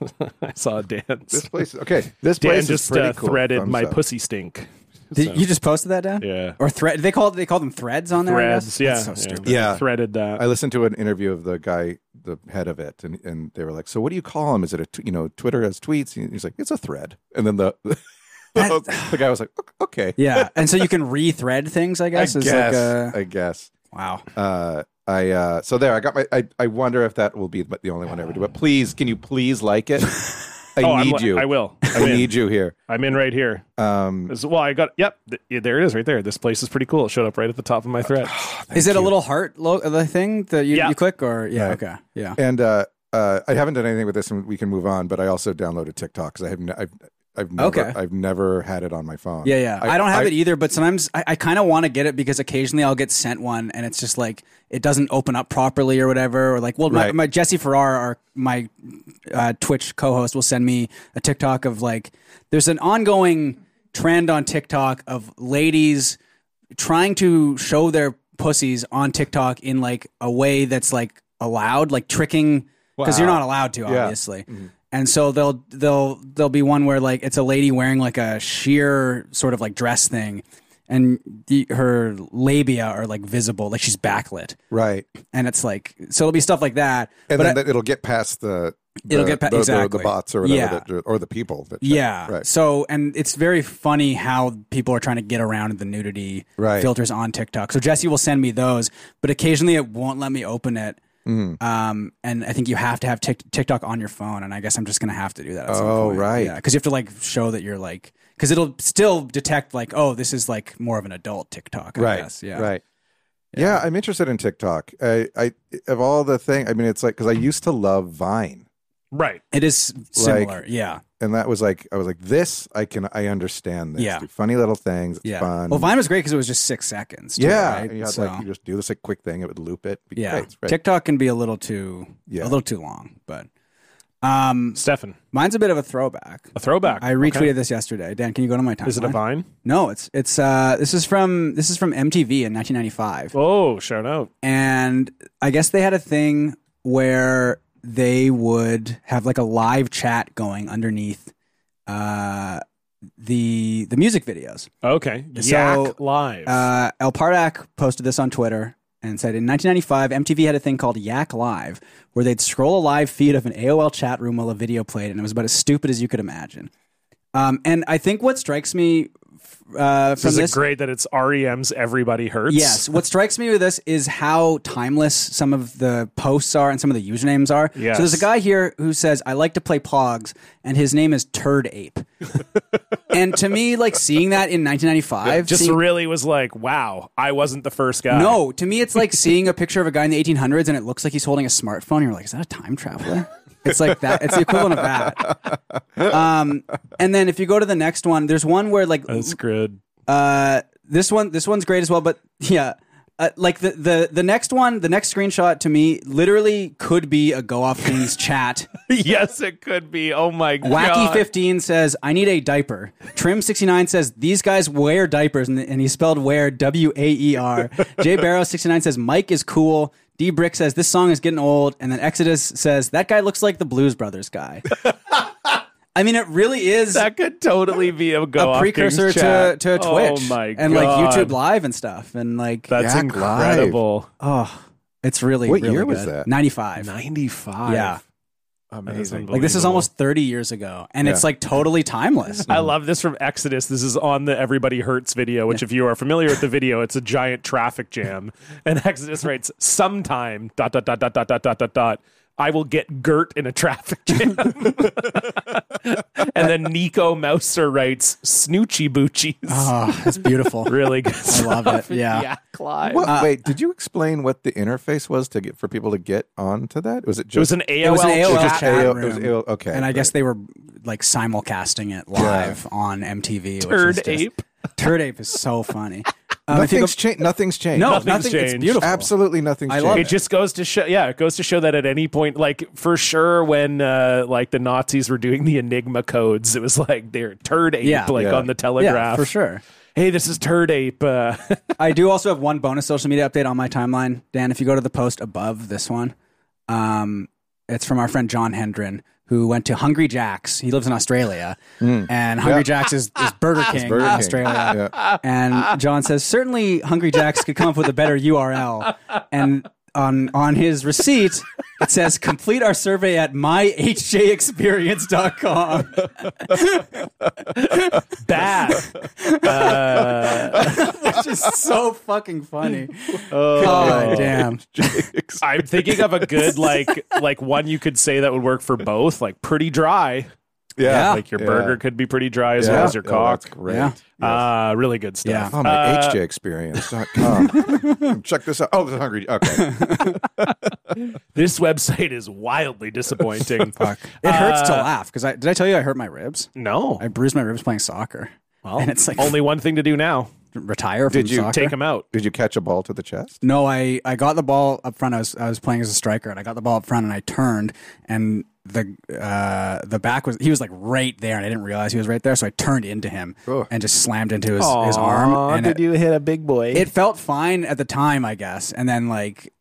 [SPEAKER 1] I saw a dance.
[SPEAKER 4] This place. is- Okay, this
[SPEAKER 1] Dan
[SPEAKER 4] place is
[SPEAKER 1] just
[SPEAKER 4] pretty
[SPEAKER 1] uh,
[SPEAKER 4] cool.
[SPEAKER 1] threaded
[SPEAKER 4] Thumbs
[SPEAKER 1] my
[SPEAKER 4] up.
[SPEAKER 1] pussy stink.
[SPEAKER 2] Did,
[SPEAKER 1] So,
[SPEAKER 2] You just posted that, Dan?
[SPEAKER 1] yeah.
[SPEAKER 2] Or thread? They call they call them threads on there. I guess?
[SPEAKER 1] Threads, yeah,
[SPEAKER 2] That's so
[SPEAKER 1] yeah.
[SPEAKER 2] stupid.
[SPEAKER 4] Yeah.
[SPEAKER 1] threaded that.
[SPEAKER 4] I listened to an interview of the guy, the head of it, and, and they were like, "So what do you call him? Is it a t- you know Twitter has tweets?" And he's like, "It's a thread." And then the the,
[SPEAKER 2] That-
[SPEAKER 4] guy was like, "Ok- "Okay,
[SPEAKER 2] Yeah, and so you can re-thread things. I
[SPEAKER 4] I
[SPEAKER 2] guess
[SPEAKER 4] guess,
[SPEAKER 2] is like a
[SPEAKER 4] I guess."
[SPEAKER 2] wow.
[SPEAKER 4] Uh, I uh, so there. I got my. I, I wonder if that will be the only one I ever do. But please, can you please like it? I
[SPEAKER 1] oh, I'm,
[SPEAKER 4] need
[SPEAKER 1] li-
[SPEAKER 4] you.
[SPEAKER 1] I will. I'm
[SPEAKER 4] I
[SPEAKER 1] in.
[SPEAKER 4] need you here.
[SPEAKER 1] I'm in right here.
[SPEAKER 4] Um,
[SPEAKER 1] This- well, I got. Yep, th- yeah, there it is, right there. This place is pretty cool. It showed up right at the top of my thread.
[SPEAKER 2] Is it a little heart lo- the thing that you,
[SPEAKER 1] Yeah.
[SPEAKER 2] you click or yeah?
[SPEAKER 4] Right.
[SPEAKER 2] Okay, yeah.
[SPEAKER 4] and uh, uh, I haven't done anything with this, and we can move on. But I also downloaded TikTok because I have. n have I've never,
[SPEAKER 2] Okay.
[SPEAKER 4] I've never had it on my phone.
[SPEAKER 2] Yeah, yeah. I, don't have it either, but sometimes I, I kind of want to get it because occasionally I'll get sent one and it's just like it doesn't open up properly or whatever. Or like, well,
[SPEAKER 4] Right.
[SPEAKER 2] my, my Jesse Farrar, our my uh, Twitch co-host, will send me a TikTok of like there's an ongoing trend on TikTok of ladies trying to show their pussies on TikTok in like a way that's like allowed, like tricking because you're not allowed to, obviously.
[SPEAKER 4] Mm-hmm.
[SPEAKER 2] And so they'll they'll they'll be one where like it's a lady wearing like a sheer sort of like dress thing, and the, her labia are like visible, like she's backlit,
[SPEAKER 4] Right.
[SPEAKER 2] and it's like so it'll be stuff like that.
[SPEAKER 4] and
[SPEAKER 2] but
[SPEAKER 4] then
[SPEAKER 2] I-
[SPEAKER 4] that it'll get past the, the
[SPEAKER 2] It'll get pa-
[SPEAKER 4] the, the- the,
[SPEAKER 2] exactly.
[SPEAKER 4] bots or whatever
[SPEAKER 2] Yeah.
[SPEAKER 4] that, or the people that
[SPEAKER 2] Yeah.
[SPEAKER 4] right
[SPEAKER 2] So, and it's very funny how people are trying to get around the nudity
[SPEAKER 4] Right.
[SPEAKER 2] filters on TikTok. So Jesse will send me those, but occasionally it won't let me open it.
[SPEAKER 4] Mm-hmm.
[SPEAKER 2] Um, and I think you have to have Tik TikTok on your phone, and I guess I'm just gonna have to do that. At some
[SPEAKER 4] Oh,
[SPEAKER 2] point.
[SPEAKER 4] right.
[SPEAKER 2] Yeah, because you have to like show that you're like, because it'll still detect like, oh, this is like more of an adult TikTok. I
[SPEAKER 4] right
[SPEAKER 2] guess. Yeah.
[SPEAKER 4] right yeah. I'm interested in TikTok I I of all the thing I mean it's like because I used to love Vine
[SPEAKER 1] Right.
[SPEAKER 2] It is similar. yeah.
[SPEAKER 4] and that was like I was like this I can I understand this
[SPEAKER 2] Yeah.
[SPEAKER 4] Do funny little things it's
[SPEAKER 2] Yeah.
[SPEAKER 4] fun
[SPEAKER 2] Well, Vine was great because it was just six seconds. too,
[SPEAKER 4] yeah
[SPEAKER 2] right?
[SPEAKER 4] and you had
[SPEAKER 2] So-
[SPEAKER 4] like you just do this like quick thing it would loop it Be
[SPEAKER 2] Yeah,
[SPEAKER 4] great. It's great.
[SPEAKER 2] TikTok can be a little too
[SPEAKER 4] Yeah.
[SPEAKER 2] a little too long, but um,
[SPEAKER 1] Stefan,
[SPEAKER 2] mine's a bit of a throwback.
[SPEAKER 1] a throwback.
[SPEAKER 2] I retweeted this yesterday. Dan, can you go to my timeline?
[SPEAKER 1] Is it a vine?
[SPEAKER 2] No, it's it's uh, this is from this is from MTV in 1995,
[SPEAKER 1] Oh, shout out.
[SPEAKER 2] and I guess they had a thing where they would have like a live chat going underneath uh, the the music videos.
[SPEAKER 1] Okay.
[SPEAKER 2] So,
[SPEAKER 1] Yak live.
[SPEAKER 2] Uh, El Pardak posted this on Twitter and said in 1995, MTV had a thing called Yak Live, where they'd scroll a live feed of an AOL chat room while a video played, and it was about as stupid as you could imagine. Um, and I think what strikes me f- uh, from
[SPEAKER 1] is
[SPEAKER 2] this,
[SPEAKER 1] it great that it's REM's Everybody Hurts?
[SPEAKER 2] yes, what strikes me with this is how timeless some of the posts are and some of the usernames are.
[SPEAKER 1] Yes.
[SPEAKER 2] So there's a guy here who says, "I like to play Pogs," and his name is Turd Ape. and to me, like seeing that in 1995,
[SPEAKER 1] Just
[SPEAKER 2] seeing-
[SPEAKER 1] really was like, wow, I wasn't the first guy.
[SPEAKER 2] No, to me, it's like seeing a picture of a guy in the 1800s and it looks like he's holding a smartphone. You're like, is that a time traveler? It's like that. It's the equivalent of that. Um, and then if you go to the next one, there's one where like
[SPEAKER 1] That's good.
[SPEAKER 2] uh, this one this one's great as well but yeah uh, like the, the the next one the next screenshot to me literally could be a go off kings chat
[SPEAKER 1] yes, it could be. Oh my
[SPEAKER 2] wacky
[SPEAKER 1] god.
[SPEAKER 2] 15 says i need a diaper trim 69 says these guys wear diapers and, and he spelled wear w-a-e-r jay barrow 69 says mike is cool d brick says this song is getting old and then exodus says that guy looks like the blues brothers guy i mean it really is
[SPEAKER 1] That could totally be a go
[SPEAKER 2] a
[SPEAKER 1] off
[SPEAKER 2] precursor
[SPEAKER 1] Kings
[SPEAKER 2] to,
[SPEAKER 1] chat.
[SPEAKER 2] to Twitch
[SPEAKER 1] Oh my god.
[SPEAKER 2] and like YouTube Live and stuff. And like,
[SPEAKER 1] That's
[SPEAKER 4] Yak Live.
[SPEAKER 1] incredible.
[SPEAKER 2] oh, it's really
[SPEAKER 4] What
[SPEAKER 2] really
[SPEAKER 4] year was
[SPEAKER 2] good.
[SPEAKER 4] that?
[SPEAKER 2] 95.
[SPEAKER 1] 95.
[SPEAKER 2] Yeah.
[SPEAKER 4] amazing
[SPEAKER 2] Like this is
[SPEAKER 1] Unbelievable.
[SPEAKER 2] almost 30 years ago and it's
[SPEAKER 4] Yeah.
[SPEAKER 2] like totally timeless.
[SPEAKER 1] I love this from Exodus. This is on the Everybody Hurts video, which, if you are familiar with the video, it's a giant traffic jam. And Exodus writes, sometime, dot, dot, dot, dot, dot, dot, dot, dot, dot. I will get Gert in a traffic jam. and then Nico Mouser writes, Snoochie Boochies.
[SPEAKER 2] oh, it's beautiful.
[SPEAKER 1] really good.
[SPEAKER 2] I love it. Yeah.
[SPEAKER 1] Yeah, Clive.
[SPEAKER 4] What, wait, did you explain what the interface was to get for people to get onto that? Was it just
[SPEAKER 1] It was an AOL,
[SPEAKER 2] It was an AOL
[SPEAKER 1] chat.
[SPEAKER 2] chat,
[SPEAKER 4] AOL
[SPEAKER 2] room.
[SPEAKER 4] it was AOL okay,
[SPEAKER 2] And I
[SPEAKER 4] right.
[SPEAKER 2] guess they were like simulcasting it live on MTV. which
[SPEAKER 1] Turd
[SPEAKER 2] is just-
[SPEAKER 1] ape.
[SPEAKER 2] Turd ape is so funny. Um, if you go-
[SPEAKER 4] nothing's changed. Nothing's changed.
[SPEAKER 2] no,
[SPEAKER 1] Nothing's
[SPEAKER 2] nothing. It's
[SPEAKER 1] changed.
[SPEAKER 2] beautiful.
[SPEAKER 4] absolutely nothing's
[SPEAKER 2] I
[SPEAKER 4] changed.
[SPEAKER 2] love
[SPEAKER 1] it just goes to show yeah it goes to show that at any point like for sure when uh like the nazis were doing the enigma codes it was like they're turd ape
[SPEAKER 2] Yeah.
[SPEAKER 1] like
[SPEAKER 4] Yeah.
[SPEAKER 1] on the
[SPEAKER 2] Yeah,
[SPEAKER 1] telegraph
[SPEAKER 2] for sure.
[SPEAKER 1] hey this is turd ape uh
[SPEAKER 2] I do also have one bonus social media update on my timeline, Dan. If you go to the post above this one, um, it's from our friend John Hendren, who went to Hungry Jack's. He lives in Australia, and Hungry
[SPEAKER 4] Hmm. Yeah.
[SPEAKER 2] Jack's is, is Burger King
[SPEAKER 4] Burger
[SPEAKER 2] in
[SPEAKER 4] King.
[SPEAKER 2] Australia.
[SPEAKER 4] Yeah.
[SPEAKER 2] And John says certainly Hungry Jack's could come up with a better URL. And on on his receipt, it says complete our survey at myhjexperience.com.
[SPEAKER 1] bad Uh,
[SPEAKER 2] Which is so fucking funny. Oh, damn.
[SPEAKER 1] i'm thinking of a good like like one you could say that would work for both like pretty dry
[SPEAKER 2] Ah.
[SPEAKER 4] Yeah.
[SPEAKER 1] like your
[SPEAKER 4] Yeah.
[SPEAKER 1] burger could be pretty dry as
[SPEAKER 4] Yeah.
[SPEAKER 1] well as your
[SPEAKER 4] Oh, that's
[SPEAKER 1] cock
[SPEAKER 4] great.
[SPEAKER 2] Yeah.
[SPEAKER 1] uh really good stuff
[SPEAKER 2] Yeah.
[SPEAKER 4] Oh, my HJExperience.com. Check this out. Oh, the hungry. Okay.
[SPEAKER 1] this website is wildly disappointing
[SPEAKER 2] Fuck. It hurts to
[SPEAKER 1] Uh,
[SPEAKER 2] laugh because I did I tell you I hurt my ribs?
[SPEAKER 1] no
[SPEAKER 2] I bruised my ribs playing soccer.
[SPEAKER 1] well
[SPEAKER 2] and it's like
[SPEAKER 1] only one thing to do now
[SPEAKER 2] retire from
[SPEAKER 4] Did you
[SPEAKER 2] soccer.
[SPEAKER 1] take him out
[SPEAKER 4] Did you catch a ball to the chest?
[SPEAKER 2] No, I, I got the ball up front. I was I was playing as a striker, and I got the ball up front, and I turned, and the uh, the back was he was like right there, and I didn't realize he was right there, so I turned into him
[SPEAKER 4] Oh.
[SPEAKER 2] and just slammed into his, his arm. And it,
[SPEAKER 1] you hit a big boy
[SPEAKER 2] it felt fine at the time, I guess, and then like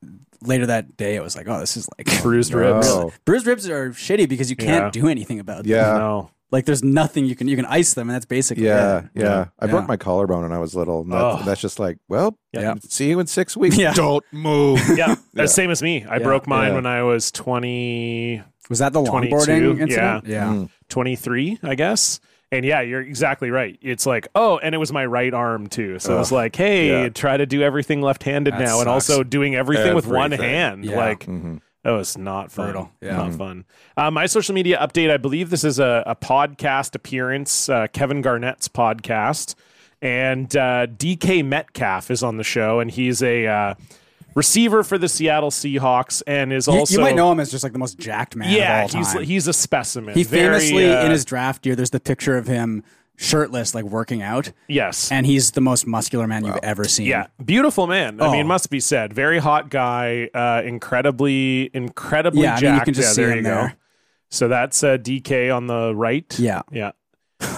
[SPEAKER 2] later that day, it was like, oh, this is like
[SPEAKER 1] bruised ribs
[SPEAKER 4] No.
[SPEAKER 2] bruised ribs are shitty because you can't
[SPEAKER 1] Yeah.
[SPEAKER 2] do anything about them.
[SPEAKER 4] Yeah.
[SPEAKER 1] no
[SPEAKER 2] Like there's nothing you can you can ice them, and that's basically
[SPEAKER 4] Yeah,
[SPEAKER 2] it.
[SPEAKER 4] yeah. I broke
[SPEAKER 2] Yeah.
[SPEAKER 4] my collarbone when I was little. And that's,
[SPEAKER 1] Ugh.
[SPEAKER 4] that's just like, well,
[SPEAKER 2] Yeah.
[SPEAKER 4] see you in six weeks.
[SPEAKER 2] Yeah.
[SPEAKER 4] Don't move.
[SPEAKER 1] yeah, that's same as me. I broke mine
[SPEAKER 4] Yeah.
[SPEAKER 1] when I was 20,
[SPEAKER 2] Was that the
[SPEAKER 1] 22,
[SPEAKER 2] longboarding incident?
[SPEAKER 1] yeah.
[SPEAKER 4] Mm.
[SPEAKER 1] 23, I guess. And yeah, you're exactly right. It's like, oh, and it was my right arm too. So it was like, hey,
[SPEAKER 4] Yeah.
[SPEAKER 1] try to do everything left handed
[SPEAKER 2] That
[SPEAKER 1] now and
[SPEAKER 2] sucks.
[SPEAKER 1] also doing everything, with one
[SPEAKER 4] Everything.
[SPEAKER 1] hand.
[SPEAKER 2] Yeah. Mm-hmm.
[SPEAKER 1] Like, that was not fun.
[SPEAKER 2] Brutal. Yeah. Mm-hmm.
[SPEAKER 1] Not fun. Uh, my social media update I believe this is a, a podcast appearance, uh, Kevin Garnett's podcast. And uh, DK Metcalf is on the show, and he's a. Uh, Receiver for the Seattle Seahawks, and is
[SPEAKER 2] You,
[SPEAKER 1] also
[SPEAKER 2] you might know him as just like the most jacked man
[SPEAKER 1] yeah,
[SPEAKER 2] of all time.
[SPEAKER 1] he's he's a specimen.
[SPEAKER 2] he
[SPEAKER 1] Very,
[SPEAKER 2] famously
[SPEAKER 1] uh,
[SPEAKER 2] in his draft year, there's the picture of him shirtless, like working out,
[SPEAKER 1] yes,
[SPEAKER 2] and he's the most muscular man you've ever seen.
[SPEAKER 1] yeah, beautiful man. I
[SPEAKER 2] Oh.
[SPEAKER 1] mean, must be said. Very hot guy. Uh, incredibly, incredibly
[SPEAKER 2] yeah. I
[SPEAKER 1] jacked.
[SPEAKER 2] mean, you can just
[SPEAKER 1] yeah,
[SPEAKER 2] see
[SPEAKER 1] there
[SPEAKER 2] him
[SPEAKER 1] you
[SPEAKER 2] there.
[SPEAKER 1] go. So that's uh, DK on the right.
[SPEAKER 2] Yeah,
[SPEAKER 1] yeah,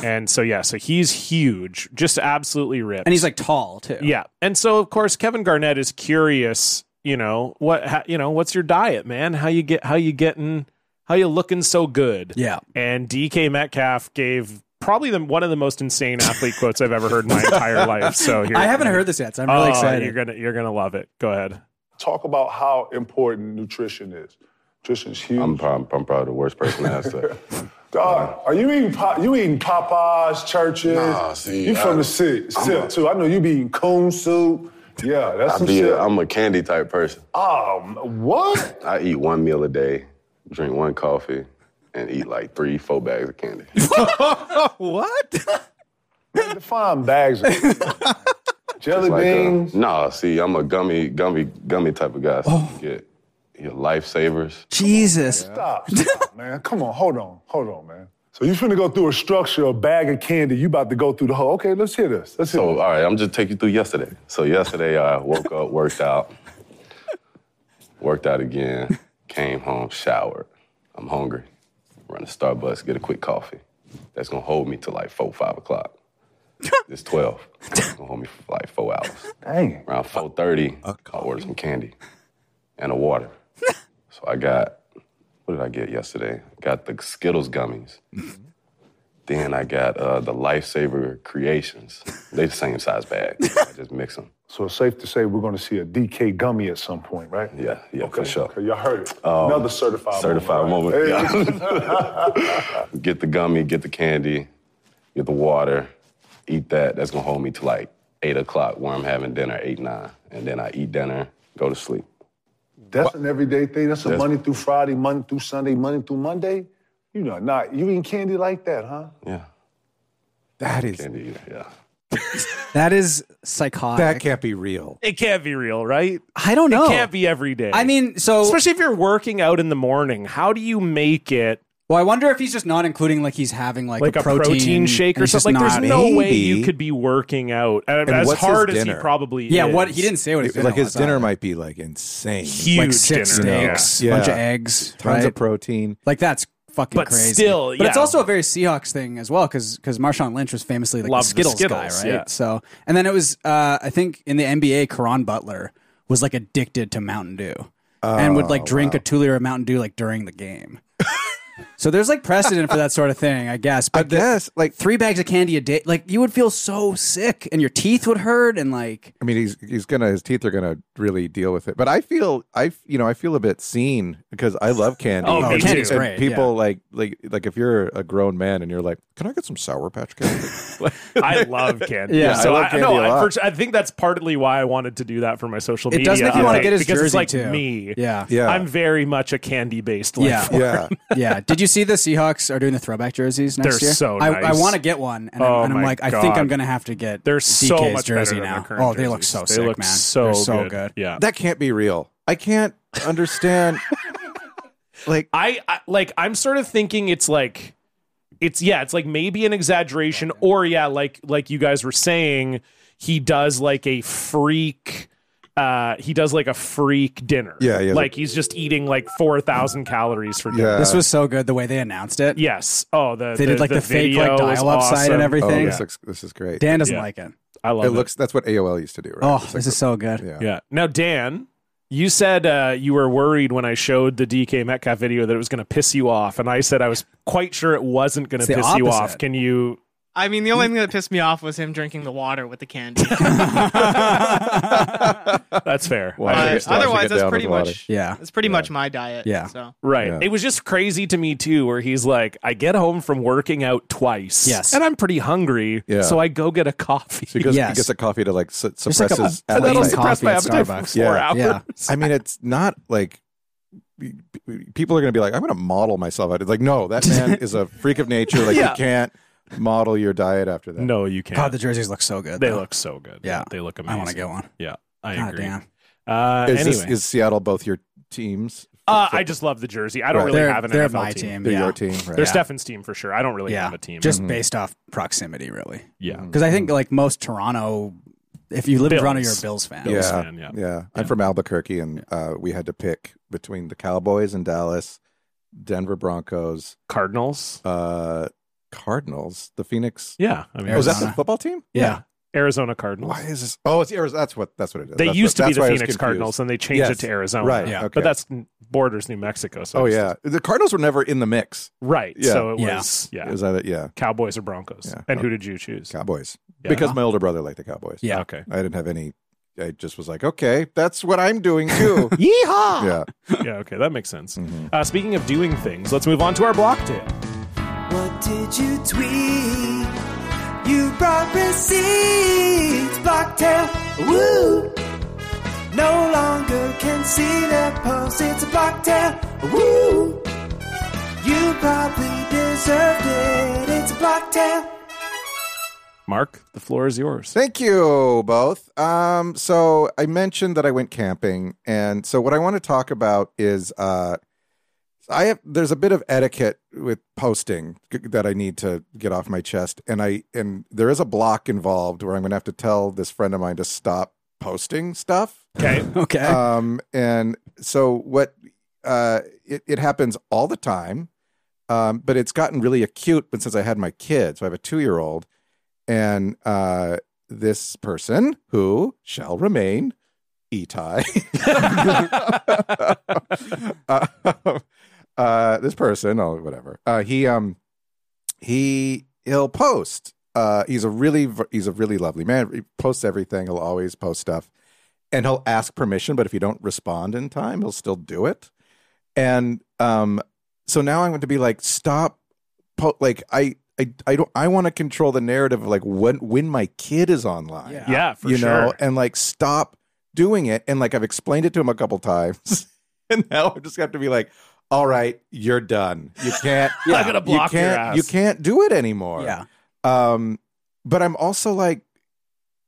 [SPEAKER 1] and so yeah, so he's huge, just absolutely ripped,
[SPEAKER 2] and he's like tall too.
[SPEAKER 1] yeah, and so of course Kevin Garnett is curious. You know what? How, you know what's your diet, man? How you get? How you getting? How you looking so good?
[SPEAKER 2] yeah.
[SPEAKER 1] and DK Metcalf gave probably the, one of the most insane athlete quotes I've ever heard in my entire life. So here,
[SPEAKER 2] I haven't heard this yet, so I'm really
[SPEAKER 1] Oh,
[SPEAKER 2] excited.
[SPEAKER 1] You're gonna you're gonna love it. Go ahead.
[SPEAKER 7] talk about how important nutrition is. Nutrition's huge.
[SPEAKER 8] I'm, prob- I'm probably the worst person to ask that.
[SPEAKER 7] Dog, are you eating pop, you eating Popeyes, churches?
[SPEAKER 8] Nah, see,
[SPEAKER 7] you from
[SPEAKER 8] I-
[SPEAKER 7] the city,
[SPEAKER 8] I'm
[SPEAKER 7] still
[SPEAKER 8] a-
[SPEAKER 7] too. I know you be eating coon soup. Yeah, that's
[SPEAKER 8] I
[SPEAKER 7] some
[SPEAKER 8] be
[SPEAKER 7] shit.
[SPEAKER 8] a, I'm a candy type person.
[SPEAKER 7] um, what?
[SPEAKER 8] I eat one meal a day, drink one coffee, and eat like three, four bags of candy.
[SPEAKER 7] Define bags of jelly
[SPEAKER 8] Like, uh,
[SPEAKER 7] beans.
[SPEAKER 8] nah, see, I'm a gummy, gummy, gummy type of guy. So
[SPEAKER 7] Oh.
[SPEAKER 8] you get your lifesavers.
[SPEAKER 2] Jesus,
[SPEAKER 7] Stop, stop, man. Come on, hold on, hold on, man. So you finna go through a structure, a bag of candy. You about to go through the whole. Okay, let's hear this. Let's hear
[SPEAKER 8] So,
[SPEAKER 7] this.
[SPEAKER 8] all right, I'm just take you through yesterday. So yesterday, I woke up, worked out, worked out again, came home, showered. I'm hungry. Run to Starbucks, get a quick coffee. That's gonna hold me till like four, five o'clock. It's twelve. It's gonna hold me for like four hours.
[SPEAKER 7] Dang it.
[SPEAKER 8] Around four thirty, I ordered some candy and a water. so I got what did I get yesterday? Got the Skittles gummies.
[SPEAKER 7] Mm-hmm.
[SPEAKER 8] then I got uh, the Lifesaver Creations. They the same size bag. I just mix them.
[SPEAKER 7] So it's safe to say we're gonna see a DK gummy at some point, right?
[SPEAKER 8] Yeah, yeah, for sure. Um,
[SPEAKER 7] Okay, y'all heard it. Another certified
[SPEAKER 8] Certified
[SPEAKER 7] moment.
[SPEAKER 8] moment.
[SPEAKER 7] right? Hey.
[SPEAKER 8] Yeah. get the gummy, get the candy, get the water, eat that. That's gonna hold me to like eight o'clock where I'm having dinner, eight nine, and then I eat dinner, go to sleep.
[SPEAKER 7] That's an everyday thing. That's a
[SPEAKER 8] That's-
[SPEAKER 7] Monday through Friday, Monday through Sunday, Monday through Monday. You know, not you eating candy like that, huh?
[SPEAKER 8] Yeah,
[SPEAKER 4] That is
[SPEAKER 8] candy eater. Yeah.
[SPEAKER 2] that is psychotic.
[SPEAKER 4] that can't be real.
[SPEAKER 1] It can't be real, right?
[SPEAKER 2] I don't know.
[SPEAKER 1] It can't be every day.
[SPEAKER 2] I mean, so
[SPEAKER 1] especially if you're working out in the morning. How do you make it
[SPEAKER 2] Well, I wonder if he's just not including like he's having like,
[SPEAKER 1] like a protein, shake
[SPEAKER 2] and
[SPEAKER 1] or
[SPEAKER 2] he's just
[SPEAKER 1] something. Like, there's
[SPEAKER 2] not-
[SPEAKER 1] no way
[SPEAKER 4] Maybe.
[SPEAKER 1] you could be working out uh, as
[SPEAKER 4] what's his
[SPEAKER 1] hard as he
[SPEAKER 4] dinner?
[SPEAKER 1] probably
[SPEAKER 2] Yeah,
[SPEAKER 1] is.
[SPEAKER 2] what he didn't say what his dinner
[SPEAKER 4] like his
[SPEAKER 2] was,
[SPEAKER 4] dinner
[SPEAKER 2] either.
[SPEAKER 4] might be like insane.
[SPEAKER 1] huge
[SPEAKER 2] like six
[SPEAKER 1] dinner. yeah.
[SPEAKER 2] steaks,
[SPEAKER 4] Yeah.
[SPEAKER 2] bunch of
[SPEAKER 4] Yeah.
[SPEAKER 2] eggs,
[SPEAKER 4] Tons
[SPEAKER 2] right?
[SPEAKER 4] of protein.
[SPEAKER 2] Like that's fucking
[SPEAKER 1] But
[SPEAKER 2] crazy.
[SPEAKER 1] still,
[SPEAKER 2] but it's
[SPEAKER 1] yeah.
[SPEAKER 2] also a very Seahawks thing as well, because Marshawn Lynch was famously like the
[SPEAKER 1] Loved the
[SPEAKER 2] Skittles,
[SPEAKER 1] Skittles,
[SPEAKER 2] guy, right?
[SPEAKER 1] yeah.
[SPEAKER 2] So, and then it was uh, I think in the NBA, Karan Butler was like addicted to Mountain Dew and would like drink a two liter of Mountain Dew like during the game. so there's like precedent for that sort of thing, I guess. But
[SPEAKER 4] I
[SPEAKER 2] the-
[SPEAKER 4] guess like
[SPEAKER 2] three bags of candy a day, like you would feel so sick and your teeth would hurt and like
[SPEAKER 4] I mean, he's he's gonna his teeth are gonna really deal with it. But I feel I you know I feel a bit seen because I love candy.
[SPEAKER 1] Oh, Oh, me
[SPEAKER 2] candy's too.
[SPEAKER 4] And
[SPEAKER 2] great,
[SPEAKER 4] people
[SPEAKER 2] yeah.
[SPEAKER 4] like like like if you're a grown man and you're like, can I get some Sour Patch Kids?
[SPEAKER 1] I love candy.
[SPEAKER 2] Yeah,
[SPEAKER 1] so
[SPEAKER 4] I love
[SPEAKER 1] no,
[SPEAKER 4] candy a
[SPEAKER 1] I,
[SPEAKER 4] lot.
[SPEAKER 1] for- I think that's partly why I wanted to do that for my social
[SPEAKER 2] it
[SPEAKER 1] media.
[SPEAKER 2] does make you want to
[SPEAKER 1] update,
[SPEAKER 2] get his
[SPEAKER 1] because
[SPEAKER 2] jersey
[SPEAKER 1] it's like
[SPEAKER 2] too.
[SPEAKER 1] me.
[SPEAKER 2] Yeah,
[SPEAKER 4] Yeah.
[SPEAKER 1] I'm very much a candy based.
[SPEAKER 2] Yeah.
[SPEAKER 1] Like,
[SPEAKER 4] yeah,
[SPEAKER 2] yeah. Did you see the Seahawks are doing the throwback jerseys next
[SPEAKER 1] They're
[SPEAKER 2] year?
[SPEAKER 1] so
[SPEAKER 2] I, I
[SPEAKER 1] nice.
[SPEAKER 2] want to get one, and, I'm,
[SPEAKER 1] Oh
[SPEAKER 2] and I'm
[SPEAKER 1] my
[SPEAKER 2] like, I think
[SPEAKER 1] God.
[SPEAKER 2] I'm gonna have to get
[SPEAKER 1] They're
[SPEAKER 2] DK's
[SPEAKER 1] so much better
[SPEAKER 2] jersey
[SPEAKER 1] than their
[SPEAKER 2] now.
[SPEAKER 1] current
[SPEAKER 2] Oh, they look so
[SPEAKER 1] jerseys.
[SPEAKER 2] sick,
[SPEAKER 1] they look
[SPEAKER 2] man.
[SPEAKER 1] So
[SPEAKER 2] They're so good.
[SPEAKER 1] Yeah.
[SPEAKER 4] that can't be real. I can't understand. like
[SPEAKER 1] I, I like I'm sort of thinking it's like it's yeah, it's like maybe an exaggeration or yeah, like like you guys were saying, he does like a freak uh he does like a freak dinner.
[SPEAKER 4] Yeah, yeah,
[SPEAKER 1] Like he's just eating like 4000 calories for dinner.
[SPEAKER 4] yeah,
[SPEAKER 2] This was so good the way they announced it.
[SPEAKER 1] Yes. Oh, the
[SPEAKER 2] they did like the, fake like
[SPEAKER 1] video is
[SPEAKER 2] dial-up site
[SPEAKER 1] awesome.
[SPEAKER 2] and
[SPEAKER 4] oh,
[SPEAKER 2] everything.
[SPEAKER 4] this looks this is great.
[SPEAKER 2] Dan doesn't
[SPEAKER 1] Yeah.
[SPEAKER 2] like it.
[SPEAKER 1] I love
[SPEAKER 4] it
[SPEAKER 1] it.
[SPEAKER 4] looks that's what AOL used to do. Right?
[SPEAKER 2] Oh,
[SPEAKER 4] It's like
[SPEAKER 2] this is so good.
[SPEAKER 4] the- yeah.
[SPEAKER 1] Yeah. Now Dan, you said uh, you were worried when I showed the DK Metcalf video that it was going to piss you off, and I said I was quite sure it wasn't going to
[SPEAKER 2] It's the
[SPEAKER 1] piss you
[SPEAKER 2] opposite.
[SPEAKER 1] off. Can you
[SPEAKER 3] I mean, the only thing that pissed me off was him drinking the water with the candy.
[SPEAKER 1] That's fair. Uh,
[SPEAKER 4] Well, I
[SPEAKER 3] But
[SPEAKER 4] should get
[SPEAKER 3] otherwise,
[SPEAKER 4] down
[SPEAKER 3] that's
[SPEAKER 4] with
[SPEAKER 3] pretty
[SPEAKER 4] water.
[SPEAKER 3] much
[SPEAKER 2] Yeah.
[SPEAKER 3] That's pretty much my diet.
[SPEAKER 2] Yeah.
[SPEAKER 3] So
[SPEAKER 1] Right.
[SPEAKER 4] Yeah.
[SPEAKER 1] It was just crazy to me too, where he's like, I get home from working out twice.
[SPEAKER 2] Yes.
[SPEAKER 1] And I'm pretty hungry.
[SPEAKER 4] Yeah.
[SPEAKER 1] so I go get a coffee.
[SPEAKER 4] So he goes, he
[SPEAKER 2] Yes.
[SPEAKER 4] gets a coffee to like su-
[SPEAKER 2] There's
[SPEAKER 4] suppress
[SPEAKER 2] like a
[SPEAKER 4] his
[SPEAKER 2] plain
[SPEAKER 1] That'll
[SPEAKER 4] appetite.
[SPEAKER 1] suppress
[SPEAKER 2] coffee
[SPEAKER 1] my
[SPEAKER 2] at
[SPEAKER 1] appetite for
[SPEAKER 2] Starbucks.
[SPEAKER 1] four
[SPEAKER 4] Yeah.
[SPEAKER 1] hours.
[SPEAKER 2] Yeah.
[SPEAKER 4] I mean, it's not like people are going to be like, I'm going to model myself out. It's like, no, that man is a freak of nature. Like,
[SPEAKER 1] Yeah.
[SPEAKER 4] you can't model your diet after that.
[SPEAKER 1] No, you can't.
[SPEAKER 2] God, the jerseys look so good.
[SPEAKER 1] they
[SPEAKER 2] though.
[SPEAKER 1] look so good.
[SPEAKER 2] Yeah.
[SPEAKER 1] They look
[SPEAKER 2] I
[SPEAKER 1] amazing.
[SPEAKER 2] want to get one.
[SPEAKER 1] Yeah. I
[SPEAKER 2] God
[SPEAKER 1] agree.
[SPEAKER 2] damn.
[SPEAKER 1] Uh,
[SPEAKER 4] Is,
[SPEAKER 1] anyway,
[SPEAKER 4] this- is Seattle both your teams?
[SPEAKER 1] uh, I just love the jersey. I don't
[SPEAKER 4] Right.
[SPEAKER 1] really
[SPEAKER 2] they're
[SPEAKER 1] have an
[SPEAKER 2] they're
[SPEAKER 1] NFL
[SPEAKER 2] my
[SPEAKER 1] team.
[SPEAKER 2] team.
[SPEAKER 4] They're
[SPEAKER 2] yeah.
[SPEAKER 4] your team, Mm-hmm. right?
[SPEAKER 1] They're Stefan's team for sure. I don't really
[SPEAKER 2] Yeah.
[SPEAKER 1] have a team.
[SPEAKER 2] Just based off proximity, really.
[SPEAKER 1] yeah.
[SPEAKER 4] Mm-hmm.
[SPEAKER 2] Because I think like most Toronto, if you live in Toronto, you're a
[SPEAKER 1] Bills.
[SPEAKER 2] Bills fan.
[SPEAKER 4] yeah,
[SPEAKER 1] fan, yeah.
[SPEAKER 4] yeah, I'm from Albuquerque, and uh, we had to pick between the Cowboys and Dallas, Denver Broncos,
[SPEAKER 1] Cardinals.
[SPEAKER 4] uh, Cardinals, the Phoenix.
[SPEAKER 1] Yeah. I mean,
[SPEAKER 4] Oh, is that the
[SPEAKER 2] Arizona.
[SPEAKER 4] football team?
[SPEAKER 2] Yeah.
[SPEAKER 1] Arizona Cardinals.
[SPEAKER 4] Why is this? Oh, it's Arizona. That's what. That's what it is.
[SPEAKER 1] They
[SPEAKER 4] That's
[SPEAKER 1] used
[SPEAKER 4] what-
[SPEAKER 1] to be
[SPEAKER 4] that's
[SPEAKER 1] the
[SPEAKER 4] why I
[SPEAKER 1] Phoenix
[SPEAKER 4] was confused.
[SPEAKER 1] Cardinals, and they changed
[SPEAKER 4] Yes.
[SPEAKER 1] it to Arizona.
[SPEAKER 4] Right.
[SPEAKER 2] Yeah.
[SPEAKER 4] Okay.
[SPEAKER 1] But that's borders New Mexico. So
[SPEAKER 4] Oh
[SPEAKER 1] it's-
[SPEAKER 4] yeah, the Cardinals were never in the mix.
[SPEAKER 1] Right.
[SPEAKER 4] Yeah.
[SPEAKER 1] So it
[SPEAKER 2] Yeah.
[SPEAKER 1] was yeah.
[SPEAKER 4] Is that it? Yeah,
[SPEAKER 1] Cowboys or Broncos.
[SPEAKER 4] Yeah.
[SPEAKER 1] And who did you choose?
[SPEAKER 4] Cowboys.
[SPEAKER 1] Yeah. Uh-huh.
[SPEAKER 4] Because my older brother liked the Cowboys.
[SPEAKER 2] Yeah.
[SPEAKER 1] Okay.
[SPEAKER 4] I didn't have any. I just was like, okay, that's what I'm doing too. Yeehaw! Yeah.
[SPEAKER 1] Yeah, okay, that makes sense. Uh, speaking of doing things, let's move on to our block tip.
[SPEAKER 9] What did you tweet? You brought receipts, Blocktail. Woo! No longer can see their post. It's a Blocktail. Woo! You probably deserved it. It's a Blocktail.
[SPEAKER 1] Mark, the floor is yours.
[SPEAKER 4] Thank you both. Um, so I mentioned that I went camping, and so what I want to talk about is uh, I have there's a bit of etiquette with posting g- that I need to get off my chest, and I and there is a block involved where I'm going to have to tell this friend of mine to stop posting stuff.
[SPEAKER 1] Okay.
[SPEAKER 2] Okay.
[SPEAKER 4] um, and so what uh, it, it happens all the time um, but it's gotten really acute but since i had my kids so i have a two-year-old and uh, this person who shall remain Itai. uh, uh, this person, oh whatever. Uh, he um he he'll post. Uh, he's a really v- he's a really lovely man. He posts everything. He'll always post stuff, and he'll ask permission. But if you don't respond in time, he'll still do it. And um, so now I'm going to be like, stop. Po-, like I I I don't I want to control the narrative of like when when my kid is online
[SPEAKER 2] Yeah.
[SPEAKER 1] Yeah, for
[SPEAKER 4] you
[SPEAKER 1] sure.
[SPEAKER 4] know, and like stop doing it. And like I've explained it to him a couple times, and now I'm just gonna have to be like, "All right, you're done. You can't.
[SPEAKER 1] I'm gonna block
[SPEAKER 4] you
[SPEAKER 1] your
[SPEAKER 4] can't,
[SPEAKER 1] ass.
[SPEAKER 4] You can't do it anymore."
[SPEAKER 2] yeah.
[SPEAKER 4] Um, but I'm also like,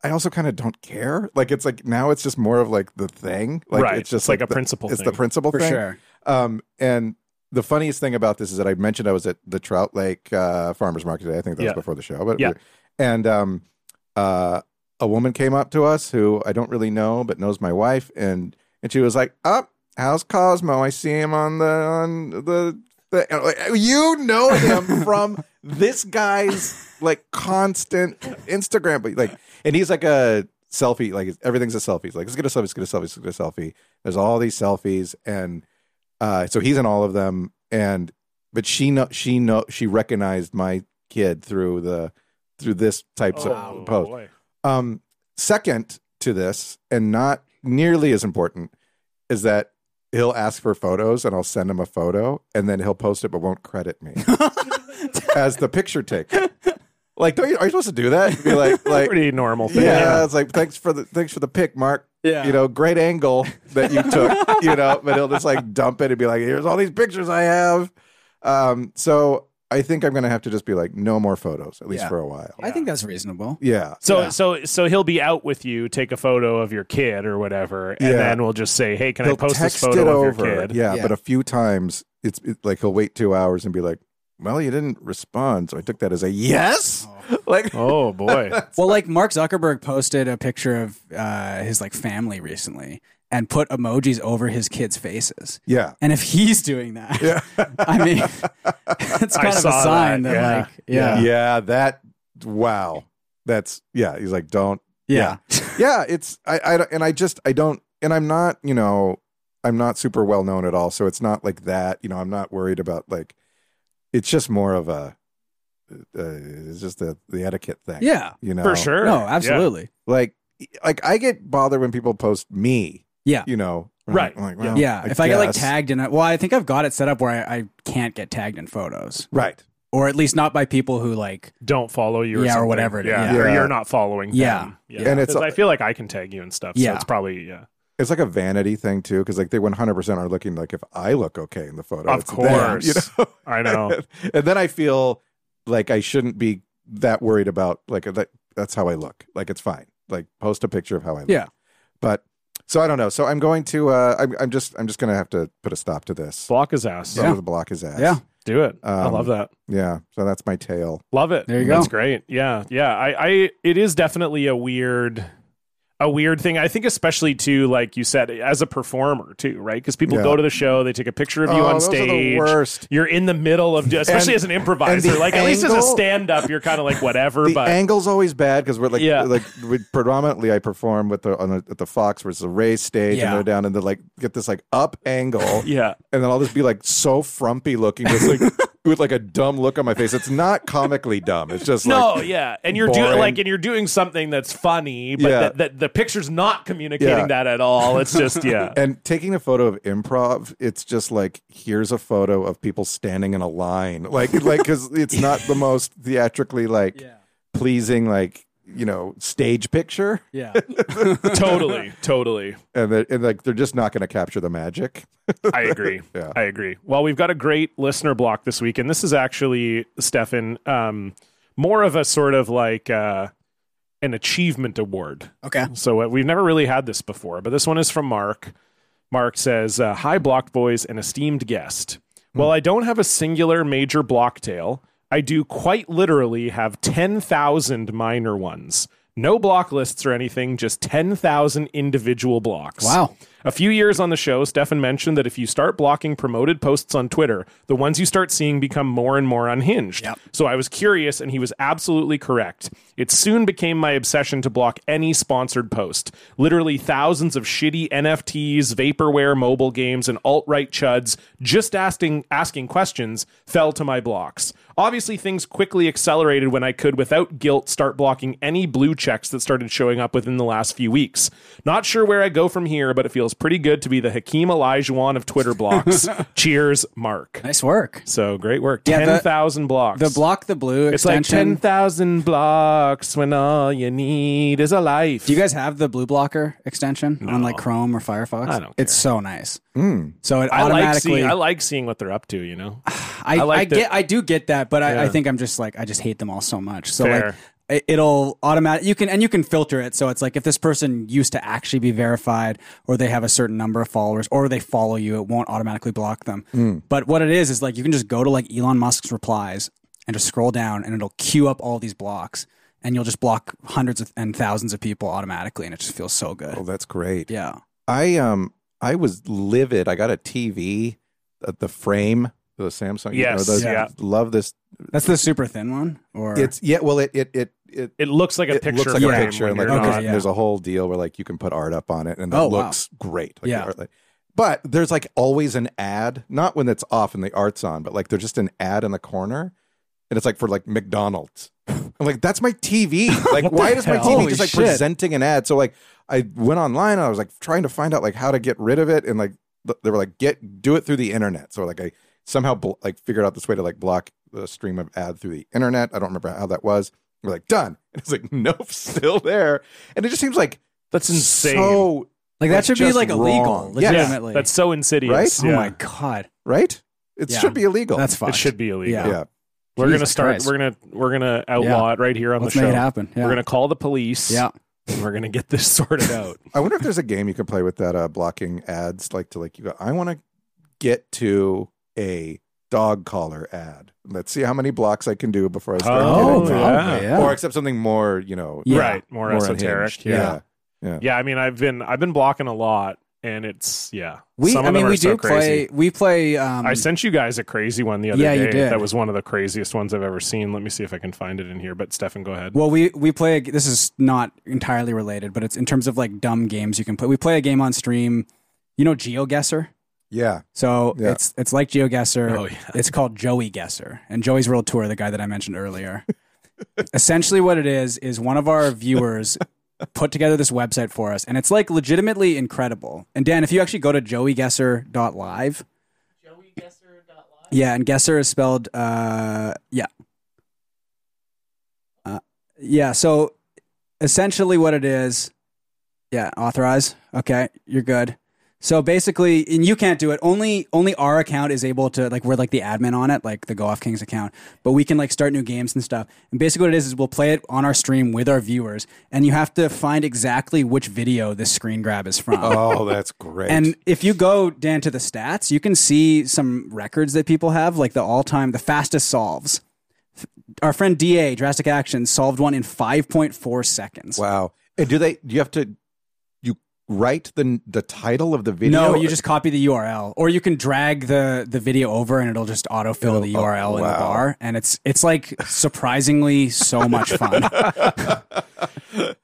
[SPEAKER 4] I also kind of don't care. Like it's like now it's just more of like the thing. Like
[SPEAKER 1] right.
[SPEAKER 4] it's just
[SPEAKER 1] like, a
[SPEAKER 4] the-
[SPEAKER 1] principle
[SPEAKER 4] It's
[SPEAKER 1] thing.
[SPEAKER 4] the principle
[SPEAKER 2] For
[SPEAKER 4] thing.
[SPEAKER 2] sure.
[SPEAKER 4] Um, and the funniest thing about this is that I mentioned I was at the Trout Lake uh, Farmers Market today. I think that
[SPEAKER 1] Yeah.
[SPEAKER 4] was before the show, but
[SPEAKER 1] Yeah.
[SPEAKER 4] And um, uh, a woman came up to us who I don't really know, but knows my wife, and and she was like, "Up, how's Cosmo? I see him on the on the." the and I'm like, you know him from this guy's like constant Instagram, but like, and he's like a selfie, like everything's a selfie. He's like, let's get a selfie, let's get a selfie, let's get a selfie. There's all these selfies, and uh, so he's in all of them, and but she know she know she recognized my kid through the through this types
[SPEAKER 1] Oh,
[SPEAKER 4] of post.
[SPEAKER 1] boy.
[SPEAKER 4] Um, second to this, and not nearly as important, is that he'll ask for photos, and I'll send him a photo, and then he'll post it, but won't credit me as the picture taker. Like, don't you, are you supposed to do that? Be like, like,
[SPEAKER 1] Pretty normal thing.
[SPEAKER 4] yeah, it's like thanks for the thanks for the pic, Mark.
[SPEAKER 2] Yeah.
[SPEAKER 4] You know, great angle that you took, you know, but he'll just like dump it and be like, here's all these pictures I have. Um, so I think I'm gonna have to just be like, no more photos, at least
[SPEAKER 2] Yeah.
[SPEAKER 4] for a while.
[SPEAKER 2] I think that's reasonable.
[SPEAKER 4] Yeah.
[SPEAKER 1] So so so he'll be out with you, take a photo of your kid or whatever, and
[SPEAKER 4] Yeah.
[SPEAKER 1] then we'll just say, "Hey, can I
[SPEAKER 4] he'll
[SPEAKER 1] post this
[SPEAKER 4] text
[SPEAKER 1] photo
[SPEAKER 4] it
[SPEAKER 1] of
[SPEAKER 4] over.
[SPEAKER 1] your kid?"
[SPEAKER 4] Yeah,
[SPEAKER 2] Yeah.
[SPEAKER 4] but a few times it's it, like he'll wait two hours and be like, Well, you didn't respond. So I took that as a yes. Like
[SPEAKER 1] Oh boy.
[SPEAKER 2] Well, like Mark Zuckerberg posted a picture of uh, his like family recently and put emojis over his kids' faces.
[SPEAKER 4] Yeah.
[SPEAKER 2] And if he's doing that,
[SPEAKER 4] Yeah.
[SPEAKER 2] I mean, it's
[SPEAKER 1] I
[SPEAKER 2] kind of a
[SPEAKER 1] saw
[SPEAKER 2] sign
[SPEAKER 1] that,
[SPEAKER 2] that,
[SPEAKER 1] yeah.
[SPEAKER 2] like, yeah,
[SPEAKER 4] yeah.
[SPEAKER 2] yeah,
[SPEAKER 4] that wow. That's yeah, he's like, Don't yeah it's I, I and i just i don't and i'm not you know i'm not super well known at all so it's not like that you know i'm not worried about like it's just more of a uh, it's just the the etiquette thing
[SPEAKER 2] Yeah.
[SPEAKER 4] you know
[SPEAKER 1] For sure.
[SPEAKER 2] No,
[SPEAKER 1] Yeah.
[SPEAKER 2] absolutely.
[SPEAKER 4] like like i get bothered when people post me
[SPEAKER 2] Yeah.
[SPEAKER 4] you know
[SPEAKER 1] Right.
[SPEAKER 4] I'm like,
[SPEAKER 2] Yeah.
[SPEAKER 4] well,
[SPEAKER 2] if I get like
[SPEAKER 4] guess.
[SPEAKER 2] tagged in, a, well, I think I've got it set up where I, I can't get tagged in photos,
[SPEAKER 4] right
[SPEAKER 2] or at least not by people who like.
[SPEAKER 1] Don't follow you, or
[SPEAKER 2] Yeah, or
[SPEAKER 1] something.
[SPEAKER 2] whatever it is.
[SPEAKER 1] yeah.
[SPEAKER 4] Yeah.
[SPEAKER 1] or
[SPEAKER 4] Yeah.
[SPEAKER 1] you're not following.
[SPEAKER 2] Yeah.
[SPEAKER 1] them.
[SPEAKER 2] Yeah.
[SPEAKER 4] And it's-
[SPEAKER 1] Because I feel like I can tag you and stuff.
[SPEAKER 2] Yeah.
[SPEAKER 1] so it's probably yeah.
[SPEAKER 4] it's like a vanity thing too because like they 100% are looking like if i look okay in the photo
[SPEAKER 1] Of
[SPEAKER 4] it's them, you
[SPEAKER 1] course.
[SPEAKER 4] know
[SPEAKER 1] I know.
[SPEAKER 4] and then I feel like I shouldn't be that worried about like that. That's how I look. Like it's fine. Like post a picture of how I look.
[SPEAKER 2] Yeah.
[SPEAKER 4] But so I don't know. So I'm going to. Uh, I'm, I'm just. I'm just going to have to put a stop to this.
[SPEAKER 1] Block his ass.
[SPEAKER 4] So
[SPEAKER 2] Yeah.
[SPEAKER 4] to block his ass.
[SPEAKER 2] Yeah.
[SPEAKER 1] Do it. I
[SPEAKER 4] Um,
[SPEAKER 1] love that.
[SPEAKER 4] Yeah. So that's my tale.
[SPEAKER 1] Love it.
[SPEAKER 2] There you
[SPEAKER 1] That's
[SPEAKER 2] go.
[SPEAKER 1] great. Yeah. Yeah. I, I it is definitely a weird a weird thing. I think especially too, like you said, as a performer too, right? Because people
[SPEAKER 4] Yeah.
[SPEAKER 1] go to the show, they take a picture of you
[SPEAKER 4] Oh,
[SPEAKER 1] on
[SPEAKER 4] those are the
[SPEAKER 1] stage.
[SPEAKER 4] worst.
[SPEAKER 1] You're in the middle of especially
[SPEAKER 4] And-
[SPEAKER 1] as an improviser.
[SPEAKER 4] and the
[SPEAKER 1] Like at least as a
[SPEAKER 4] angle-
[SPEAKER 1] stand up, you're kind of like whatever,
[SPEAKER 4] The
[SPEAKER 1] but
[SPEAKER 4] angle's always bad because we're like,
[SPEAKER 1] Yeah.
[SPEAKER 4] like we, predominantly I perform with the on a, at the Fox, where it's a raised stage,
[SPEAKER 2] Yeah.
[SPEAKER 4] and they're down and they like get this like up angle,
[SPEAKER 1] yeah.
[SPEAKER 4] and then I'll just be like so frumpy looking, just like with like a dumb look on my face. It's not comically dumb. It's just
[SPEAKER 1] No,
[SPEAKER 4] like
[SPEAKER 1] yeah, and you're
[SPEAKER 4] boring.
[SPEAKER 1] doing like, and you're doing something that's funny, but
[SPEAKER 4] Yeah.
[SPEAKER 1] that, that the picture's not communicating
[SPEAKER 4] Yeah.
[SPEAKER 1] that at all. It's just yeah,
[SPEAKER 4] and taking a photo of improv, it's just like here's a photo of people standing in a line, like like because it's not the most theatrically like pleasing like you know stage picture,
[SPEAKER 2] Yeah.
[SPEAKER 1] totally, totally.
[SPEAKER 4] and that and like they're just not going to capture the magic.
[SPEAKER 1] I agree.
[SPEAKER 4] Yeah.
[SPEAKER 1] I agree. Well, we've got a great listener block this week, and this is actually Stefan, um, more of a sort of like uh, an achievement award.
[SPEAKER 2] Okay.
[SPEAKER 1] So uh, we've never really had this before, but this one is from Mark. Mark says, uh, "Hi, Blocked Boys, an esteemed guest. While I don't have a singular major block tale, I do quite literally have ten thousand minor ones." No block lists or anything, just 10,000 individual blocks.
[SPEAKER 2] Wow.
[SPEAKER 1] A few years on the show, Stefan mentioned that if you start blocking promoted posts on Twitter, the ones you start seeing become more and more unhinged.
[SPEAKER 2] Yep.
[SPEAKER 1] So I was curious, and he was absolutely correct. It soon became my obsession to block any sponsored post. Literally thousands of shitty NFTs, vaporware, mobile games, and alt right chuds just asking asking questions fell to my blocks. Obviously, things quickly accelerated when I could, without guilt, start blocking any blue checks that started showing up within the last few weeks. Not sure where I go from here, but it feels pretty good to be the Hakeem Olajuwon of Twitter blocks. Cheers, Mark.
[SPEAKER 2] Nice work.
[SPEAKER 1] So great work.
[SPEAKER 2] Yeah, the-
[SPEAKER 1] 10,000 blocks.
[SPEAKER 2] The block the blue
[SPEAKER 1] It's
[SPEAKER 2] extension.
[SPEAKER 1] like 10,000 blocks when all you need is a life.
[SPEAKER 2] Do you guys have the blue blocker extension on like Chrome or Firefox?
[SPEAKER 1] I don't
[SPEAKER 2] It's so nice. So it
[SPEAKER 1] I like,
[SPEAKER 2] automatically.
[SPEAKER 1] seeing, I like seeing what they're up to, you know?
[SPEAKER 2] I,
[SPEAKER 1] I
[SPEAKER 2] I,
[SPEAKER 1] like that-
[SPEAKER 2] get I do get that, but I, I
[SPEAKER 1] Yeah.
[SPEAKER 2] think I'm just like I just hate them all so much. So
[SPEAKER 1] Fair.
[SPEAKER 2] like it- it'll automatic you can and you can filter it so it's like if this person used to actually be verified or they have a certain number of followers or they follow you it won't automatically block them but what it is is like you can just go to like elon musk's replies and just scroll down and it'll queue up all these blocks and you'll just block hundreds of, and thousands of people automatically and it just feels so good
[SPEAKER 4] Oh, that's great.
[SPEAKER 2] yeah
[SPEAKER 4] I um I was livid. I got a TV, uh, the frame, the Samsung. you know,
[SPEAKER 1] Yes,
[SPEAKER 4] those-
[SPEAKER 1] yeah.
[SPEAKER 4] Love this.
[SPEAKER 2] that's the super thin one or
[SPEAKER 4] It's yeah. Well, it it it it.
[SPEAKER 1] It looks like a
[SPEAKER 4] it
[SPEAKER 1] picture.
[SPEAKER 4] looks like a
[SPEAKER 1] frame
[SPEAKER 4] picture,
[SPEAKER 1] when
[SPEAKER 4] and like
[SPEAKER 1] you're
[SPEAKER 4] you
[SPEAKER 2] Okay,
[SPEAKER 1] not-
[SPEAKER 4] can-
[SPEAKER 2] yeah.
[SPEAKER 4] there's a whole deal where like you can put art up on it, and it
[SPEAKER 2] Oh, wow.
[SPEAKER 4] looks great. Like, the
[SPEAKER 2] Yeah.
[SPEAKER 4] art, like- but there's like always an ad, not when it's off and the art's on, but like there's just an ad in the corner, and it's like for like McDonald's. I'm like, that's my TV. Like, why is my TV
[SPEAKER 2] hell? Holy
[SPEAKER 4] just like
[SPEAKER 2] shit.
[SPEAKER 4] presenting an ad? So like, I went online and I was like trying to find out like how to get rid of it, and like th- they were like, get do it through the internet. So like I somehow bl- like figured out this way to like block the stream of ad through the internet. I don't remember how that was. We're like done, and it's like nope, still there. And it just seems like
[SPEAKER 1] That's insane.
[SPEAKER 4] So
[SPEAKER 2] like that should be
[SPEAKER 4] just
[SPEAKER 2] like illegal
[SPEAKER 4] wrong. Yes.
[SPEAKER 2] legitimately
[SPEAKER 1] That's so insidious.
[SPEAKER 2] oh
[SPEAKER 1] Yeah.
[SPEAKER 2] my god
[SPEAKER 4] right, it
[SPEAKER 2] Yeah.
[SPEAKER 4] should be illegal.
[SPEAKER 2] that's fine
[SPEAKER 1] It should be illegal.
[SPEAKER 2] Yeah.
[SPEAKER 4] yeah.
[SPEAKER 1] We're gonna
[SPEAKER 2] Jesus
[SPEAKER 1] start.
[SPEAKER 2] Christ.
[SPEAKER 1] We're gonna we're gonna outlaw it right here on
[SPEAKER 2] let's
[SPEAKER 1] the show.
[SPEAKER 2] make it happen yeah
[SPEAKER 1] We're gonna call the police.
[SPEAKER 2] yeah
[SPEAKER 1] and we're gonna get this sorted out.
[SPEAKER 4] I wonder if there's a game you can play with that uh, blocking ads, like to like you go. I want to get to a dog collar ad. Let's see how many blocks I can do before I start
[SPEAKER 1] Oh,
[SPEAKER 4] getting.
[SPEAKER 1] yeah.
[SPEAKER 4] Or accept something more, you know,
[SPEAKER 2] Yeah.
[SPEAKER 1] Right, more, esoteric.
[SPEAKER 4] unhinged.
[SPEAKER 1] Yeah. yeah,
[SPEAKER 4] yeah.
[SPEAKER 1] I mean, I've been I've been blocking a lot, and it's yeah.
[SPEAKER 2] we
[SPEAKER 1] Some
[SPEAKER 2] i
[SPEAKER 1] of them
[SPEAKER 2] mean
[SPEAKER 1] are
[SPEAKER 2] we
[SPEAKER 1] so
[SPEAKER 2] do
[SPEAKER 1] crazy.
[SPEAKER 2] play we play um
[SPEAKER 1] I sent you guys a crazy one the other
[SPEAKER 2] Yeah,
[SPEAKER 1] day.
[SPEAKER 2] you did.
[SPEAKER 1] That was one of the craziest ones I've ever seen. Let me see if I can find it in here. But Stefan, go ahead.
[SPEAKER 2] Well, we we play. a g- This is not entirely related, but it's in terms of like dumb games you can play. We play a game on stream. You know, GeoGuessr.
[SPEAKER 4] Yeah.
[SPEAKER 2] So
[SPEAKER 4] Yeah.
[SPEAKER 2] it's it's like GeoGuessr.
[SPEAKER 1] Oh, yeah.
[SPEAKER 2] It's called Joey Guesser and Joey's World Tour, the guy that I mentioned earlier. Essentially, what it is is one of our viewers put together this website for us, and it's like legitimately incredible. And Dan, if you actually go to joeyguesser.live, yeah, and Guesser is spelled uh, yeah, uh, yeah. So essentially, what it is, yeah, authorize. Okay, you're good. So basically, and you can't do it. Only only our account is able to like we're like the admin on it, like the Go Off Kings account. But we can like start new games and stuff. And basically, what it is is we'll play it on our stream with our viewers, and you have to find exactly which video this screen grab is from.
[SPEAKER 4] Oh, that's great.
[SPEAKER 2] And if you go down to the stats, you can see some records that people have, like the all-time, the fastest solves. F- Our friend Da Drastic Action solved one in 5.4 seconds.
[SPEAKER 4] wow. And do they? Do you have to? You write the the title of the video?
[SPEAKER 2] No, you just copy the URL, or you can drag the the video over, and it'll just autofill the
[SPEAKER 4] It'll- oh,
[SPEAKER 2] URL in the
[SPEAKER 4] wow.
[SPEAKER 2] bar, and it's it's like surprisingly so much fun.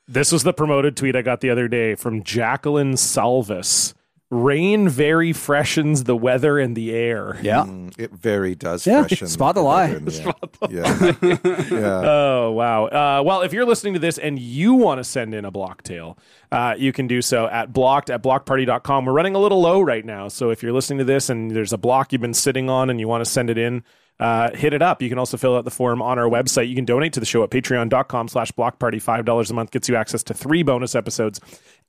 [SPEAKER 1] This was the promoted tweet I got the other day from Jacqueline Salvis. Rain very freshens the weather and the air.
[SPEAKER 2] Yeah,
[SPEAKER 4] Mm, it very does.
[SPEAKER 2] Yeah.
[SPEAKER 4] Freshen
[SPEAKER 2] Spot the lie.
[SPEAKER 4] Yeah. yeah. yeah.
[SPEAKER 1] Oh wow! Uh, well, if you're listening to this and you want to send in a block tale, uh, you can do so at blocked at blockparty.com. We're running a little low right now, so if you're listening to this and there's a block you've been sitting on and you want to send it in, uh, hit it up. You can also fill out the form on our website. You can donate to the show at patreon.com/blockparty. slash blockparty. Five dollars a month gets you access to three bonus episodes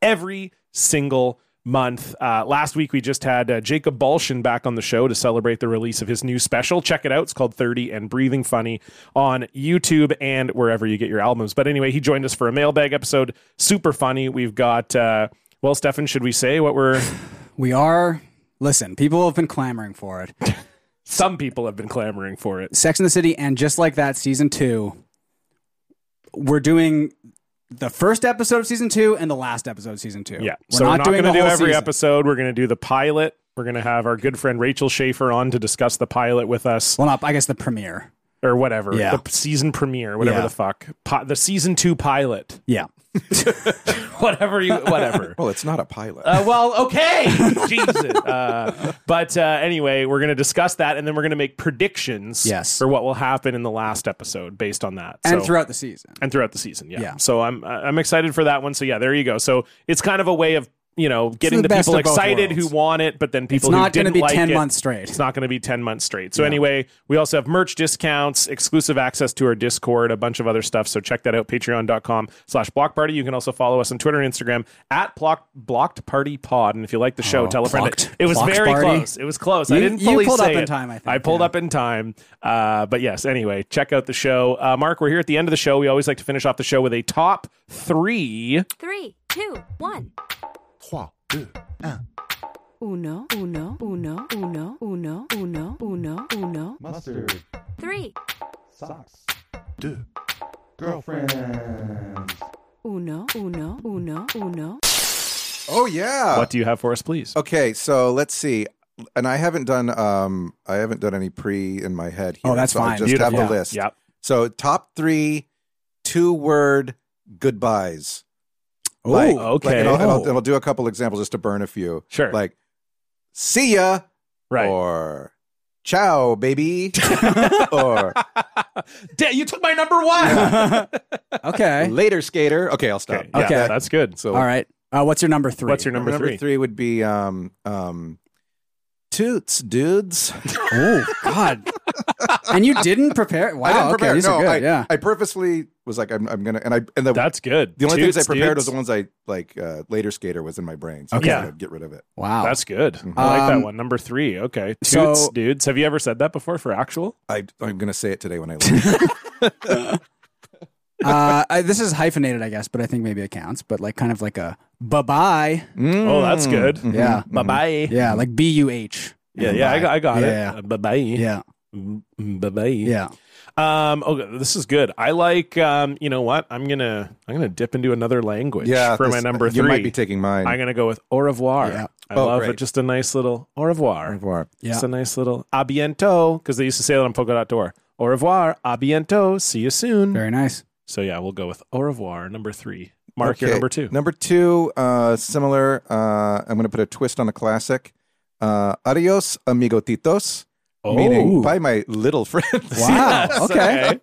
[SPEAKER 1] every single month. Uh, last week, we just had uh, Jacob Balshin back on the show to celebrate the release of his new special. Check it out. It's called 30 and Breathing Funny on YouTube and wherever you get your albums. But anyway, he joined us for a mailbag episode. Super funny. We've got, uh, well, Stefan, should we say what we're.
[SPEAKER 2] we are. Listen, people have been clamoring for it.
[SPEAKER 1] Some people have been clamoring for it.
[SPEAKER 2] Sex in the City, and just like that, season two. We're doing the first episode of season two and the last episode of season two.
[SPEAKER 1] Yeah.
[SPEAKER 2] we're
[SPEAKER 1] so
[SPEAKER 2] not,
[SPEAKER 1] we're not
[SPEAKER 2] doing
[SPEAKER 1] going to
[SPEAKER 2] the
[SPEAKER 1] do
[SPEAKER 2] whole
[SPEAKER 1] every
[SPEAKER 2] season.
[SPEAKER 1] episode. We're going to do the pilot. We're going to have our good friend Rachel Schaefer on to discuss the pilot with us.
[SPEAKER 2] Well, not I guess the premiere.
[SPEAKER 1] or whatever
[SPEAKER 2] Yeah.
[SPEAKER 1] the p- season premiere whatever
[SPEAKER 2] Yeah.
[SPEAKER 1] the fuck Pi- the season 2 pilot
[SPEAKER 2] Yeah,
[SPEAKER 1] whatever you whatever
[SPEAKER 4] Well, it's not a pilot.
[SPEAKER 1] uh, well okay jesus uh, but uh, anyway we're going to discuss that and then we're going to make predictions
[SPEAKER 2] Yes.
[SPEAKER 1] for what will happen in the last episode based on that
[SPEAKER 2] and
[SPEAKER 1] So-
[SPEAKER 2] throughout the season.
[SPEAKER 1] and throughout the season yeah,
[SPEAKER 2] Yeah.
[SPEAKER 1] so i'm i'm excited for that one so yeah there you go so it's kind of a way of you know, getting
[SPEAKER 2] the
[SPEAKER 1] the,
[SPEAKER 2] best
[SPEAKER 1] people
[SPEAKER 2] of both
[SPEAKER 1] excited who
[SPEAKER 2] worlds.
[SPEAKER 1] want it, but then people
[SPEAKER 2] It's not
[SPEAKER 1] who didn't
[SPEAKER 2] gonna be
[SPEAKER 1] like
[SPEAKER 2] 10
[SPEAKER 1] it.
[SPEAKER 2] months straight.
[SPEAKER 1] It's not going to be 10 months straight. So anyway, we also have merch discounts, exclusive access to our Discord, a bunch of other stuff. So check that out, patreon.com slash block party. You can also follow us on Twitter and Instagram at block, blocked party pod. And if you like the show,
[SPEAKER 2] Oh,
[SPEAKER 1] tell a friend.
[SPEAKER 2] Blocked-
[SPEAKER 1] it was
[SPEAKER 2] Blocked
[SPEAKER 1] very
[SPEAKER 2] Party.
[SPEAKER 1] close. It was close. I
[SPEAKER 2] You-
[SPEAKER 1] didn't
[SPEAKER 2] you
[SPEAKER 1] fully
[SPEAKER 2] pulled up
[SPEAKER 1] say
[SPEAKER 2] in
[SPEAKER 1] it.
[SPEAKER 2] time, I think,
[SPEAKER 1] pulled
[SPEAKER 2] yeah.
[SPEAKER 1] up in time. Uh, but yes, anyway, check out the show. Uh, Mark, we're here at the end of the show. We always like to finish off the show with a top
[SPEAKER 4] Uh,
[SPEAKER 1] three.
[SPEAKER 10] Three, two, one. Uno, uno, uno, uno, uno, uno, uno, uno.
[SPEAKER 6] Mustard,
[SPEAKER 10] Three,
[SPEAKER 6] socks, girlfriend.
[SPEAKER 10] uno, uno, uno, uno.
[SPEAKER 4] Oh yeah.
[SPEAKER 1] What do you have for us, please?
[SPEAKER 4] Okay, so let's see. And I haven't done um I haven't done any pre in my head here.
[SPEAKER 2] Oh, that's
[SPEAKER 4] so I
[SPEAKER 2] fine.
[SPEAKER 4] just
[SPEAKER 1] Beautiful.
[SPEAKER 4] have the list.
[SPEAKER 1] Yep.
[SPEAKER 4] So top three, two word goodbyes.
[SPEAKER 2] Oh,
[SPEAKER 4] Like- Like,
[SPEAKER 1] okay.
[SPEAKER 4] and, I'll, and I'll- and I'll do a couple examples just to burn a few.
[SPEAKER 1] Sure.
[SPEAKER 4] Like, see ya,
[SPEAKER 1] right.
[SPEAKER 4] or ciao, baby, or
[SPEAKER 1] Dad, you took my number one.
[SPEAKER 2] okay.
[SPEAKER 4] later, skater. Okay, I'll stop.
[SPEAKER 1] okay, yeah,
[SPEAKER 2] Okay.
[SPEAKER 1] that's good.
[SPEAKER 4] So
[SPEAKER 2] All right. Uh, what's your number three?
[SPEAKER 1] What's your number, three?
[SPEAKER 4] would be um um toots, dudes.
[SPEAKER 2] Oh God! and you didn't prepare. Wow.
[SPEAKER 4] I didn't
[SPEAKER 2] Okay,
[SPEAKER 4] prepare.
[SPEAKER 2] these
[SPEAKER 4] no,
[SPEAKER 2] are good.
[SPEAKER 4] I,
[SPEAKER 2] yeah.
[SPEAKER 4] I purposely was like, I'm, I'm gonna, and I and the
[SPEAKER 1] That's good.
[SPEAKER 4] the only
[SPEAKER 1] Toots,
[SPEAKER 4] things I prepared
[SPEAKER 1] dudes.
[SPEAKER 4] was the ones I like. Uh, later, skater was in my brain, so
[SPEAKER 2] Okay.
[SPEAKER 4] I had to get rid of it.
[SPEAKER 2] wow.
[SPEAKER 1] That's good. I like
[SPEAKER 2] Um,
[SPEAKER 1] that one. Number three. Okay. Toots,
[SPEAKER 2] so-
[SPEAKER 1] dudes. Have you ever said that before for actual?
[SPEAKER 4] I, I'm gonna say it today when I leave.
[SPEAKER 2] uh, I, this is hyphenated, I guess, but I think maybe it counts. But like, kind of like a bye bye.
[SPEAKER 1] Oh, that's good.
[SPEAKER 4] Mhm.
[SPEAKER 2] Hmm. Yeah.
[SPEAKER 1] Bye bye. Yeah,
[SPEAKER 2] Yeah, like B U H.
[SPEAKER 1] yeah, I, got- I got
[SPEAKER 2] Yeah.
[SPEAKER 1] it. Mm, Bye bye.
[SPEAKER 2] Yeah,
[SPEAKER 1] Bye bye.
[SPEAKER 2] yeah.
[SPEAKER 1] Um. Okay. This is good. I like. Um. You know what? I'm gonna. I'm gonna dip into another language.
[SPEAKER 4] Yeah,
[SPEAKER 1] For my
[SPEAKER 4] this-
[SPEAKER 1] number
[SPEAKER 4] you
[SPEAKER 1] three.
[SPEAKER 4] might be taking mine.
[SPEAKER 1] I'm gonna go with au revoir.
[SPEAKER 2] Yeah.
[SPEAKER 1] I
[SPEAKER 4] Oh,
[SPEAKER 1] love
[SPEAKER 4] great.
[SPEAKER 1] it. Just a nice little au revoir.
[SPEAKER 4] Revoir.
[SPEAKER 2] Yeah.
[SPEAKER 1] Just a nice little a bientôt because they used to say that on Polka Dot Door. Au revoir, a bientôt, see you soon.
[SPEAKER 2] Very nice.
[SPEAKER 1] So yeah, we'll go with au revoir number three. Mark your
[SPEAKER 4] Okay,
[SPEAKER 1] number two.
[SPEAKER 4] Number two, uh, similar. Uh, I'm going to put a twist on the classic. Uh, adios, amigotitos.
[SPEAKER 1] Oh.
[SPEAKER 4] Meaning,
[SPEAKER 2] Ooh.
[SPEAKER 4] by my little friends.
[SPEAKER 2] Wow.
[SPEAKER 1] Yes,
[SPEAKER 2] okay.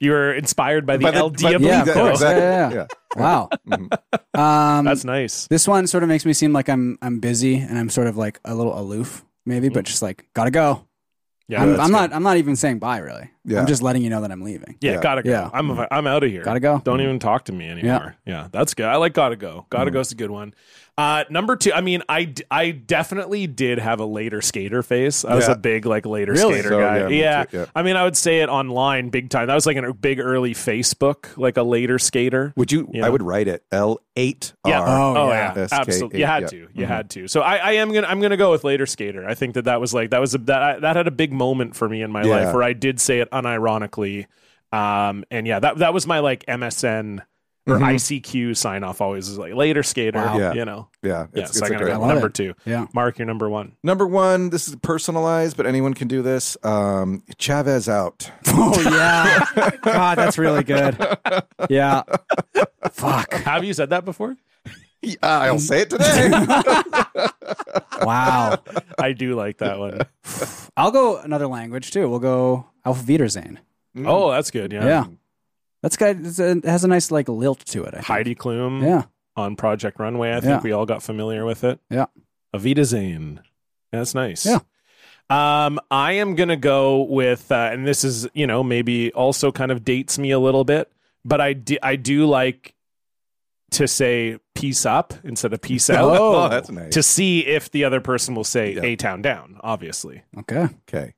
[SPEAKER 1] You were inspired by the
[SPEAKER 4] By
[SPEAKER 1] El
[SPEAKER 4] by
[SPEAKER 1] Diablo.
[SPEAKER 2] Yeah, of
[SPEAKER 4] that-
[SPEAKER 2] course.
[SPEAKER 4] exactly.
[SPEAKER 2] Yeah, yeah,
[SPEAKER 4] Yeah.
[SPEAKER 2] Wow.
[SPEAKER 4] Mhm.
[SPEAKER 2] Um,
[SPEAKER 1] That's nice.
[SPEAKER 2] this one sort of makes me seem like I'm I'm busy and I'm sort of like a little aloof, maybe, but just like gotta go.
[SPEAKER 1] Mm. Yeah,
[SPEAKER 2] I'm,
[SPEAKER 1] that's
[SPEAKER 2] I'm
[SPEAKER 1] good.
[SPEAKER 2] not. I'm not even saying bye. Really.
[SPEAKER 4] Yeah.
[SPEAKER 2] I'm just letting you know that I'm leaving.
[SPEAKER 1] Yeah,
[SPEAKER 4] Yeah.
[SPEAKER 1] gotta go.
[SPEAKER 2] Yeah.
[SPEAKER 1] I'm I'm out of here.
[SPEAKER 2] Gotta go.
[SPEAKER 1] Don't even talk to me anymore. Yeah, that's good. I like gotta go. Gotta
[SPEAKER 4] Mm-hmm.
[SPEAKER 1] go's a good one. Uh, number two. I mean, I, d- I definitely did have a later skater face. I was
[SPEAKER 4] Yeah.
[SPEAKER 1] a big like later
[SPEAKER 4] Really?
[SPEAKER 1] skater
[SPEAKER 4] So,
[SPEAKER 1] guy.
[SPEAKER 4] yeah,
[SPEAKER 1] Yeah,
[SPEAKER 4] me too, yeah.
[SPEAKER 1] I mean, I would say it online big time. That was like a big early Facebook, like a later skater.
[SPEAKER 4] Would you?
[SPEAKER 1] Yeah.
[SPEAKER 4] I would write it L eight
[SPEAKER 1] Yeah.
[SPEAKER 4] R.
[SPEAKER 2] Oh,
[SPEAKER 1] Oh,
[SPEAKER 2] yeah.
[SPEAKER 1] yeah.
[SPEAKER 4] SK8,
[SPEAKER 1] Absolutely. You had
[SPEAKER 4] yeah. Mm-hmm.
[SPEAKER 1] to. You had to. So I, I am gonna I'm gonna go with later skater. I think that that was like that was a, that I, that had a big moment for me in my
[SPEAKER 4] Yeah.
[SPEAKER 1] life where I did say it unironically. Um and yeah, that that was my like MSN or
[SPEAKER 4] Mhm.
[SPEAKER 1] ICQ sign off always is like later skater.
[SPEAKER 2] Wow.
[SPEAKER 4] Yeah.
[SPEAKER 1] You know.
[SPEAKER 4] Yeah,
[SPEAKER 1] Yeah.
[SPEAKER 4] it's,
[SPEAKER 1] so
[SPEAKER 4] it's
[SPEAKER 1] I'm
[SPEAKER 4] a
[SPEAKER 1] gonna
[SPEAKER 4] great
[SPEAKER 1] go
[SPEAKER 2] I
[SPEAKER 1] with
[SPEAKER 4] one.
[SPEAKER 2] love
[SPEAKER 1] number
[SPEAKER 2] it.
[SPEAKER 1] two.
[SPEAKER 2] Yeah.
[SPEAKER 1] Mark your number one.
[SPEAKER 4] Number one, this is personalized, but anyone can do this. Um, Chavez out.
[SPEAKER 2] Oh yeah. God, that's really good. Yeah. Fuck.
[SPEAKER 1] Have you said that before?
[SPEAKER 4] Yeah, I'll say it today.
[SPEAKER 2] Wow.
[SPEAKER 1] I do like that one.
[SPEAKER 2] I'll go another language too. We'll go Auf Wiedersehen.
[SPEAKER 4] Mm.
[SPEAKER 1] Oh, that's good. Yeah.
[SPEAKER 2] Yeah. That's got it's a, it has a nice like lilt to it. I think.
[SPEAKER 1] Heidi Klum
[SPEAKER 2] Yeah.
[SPEAKER 1] on Project Runway. I think
[SPEAKER 2] Yeah.
[SPEAKER 1] we all got familiar with it.
[SPEAKER 2] Yeah.
[SPEAKER 1] Avita Zane. That's nice.
[SPEAKER 2] Yeah.
[SPEAKER 1] Um, I am gonna go with, uh, and this is you know maybe also kind of dates me a little bit, but I do, I do like to say peace up instead of peace out
[SPEAKER 4] Oh, that's nice.
[SPEAKER 1] to see if the other person will say
[SPEAKER 4] Yeah.
[SPEAKER 1] a town down. Obviously,
[SPEAKER 2] Okay.
[SPEAKER 4] okay.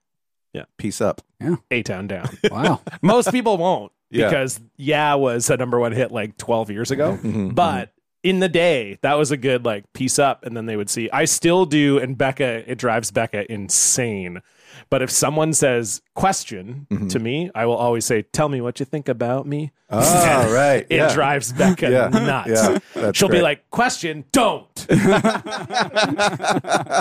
[SPEAKER 1] Yeah.
[SPEAKER 4] Peace up.
[SPEAKER 1] a town down.
[SPEAKER 2] Wow.
[SPEAKER 1] Most people won't
[SPEAKER 4] Yeah.
[SPEAKER 1] because yeah was a number one hit like twelve years ago.
[SPEAKER 4] Mhm.
[SPEAKER 1] But in the day, that was a good like piece up, and then they would see. I still do, and Becca, it drives Becca insane. But if someone says question
[SPEAKER 4] Mhm.
[SPEAKER 1] to me, I will always say, "Tell me what you think about me."
[SPEAKER 4] Oh, right.
[SPEAKER 1] It
[SPEAKER 4] yeah.
[SPEAKER 1] drives Becca
[SPEAKER 4] Yeah.
[SPEAKER 1] nuts.
[SPEAKER 4] Yeah. That's
[SPEAKER 1] She'll be
[SPEAKER 4] great.
[SPEAKER 1] like, "Question, don't,"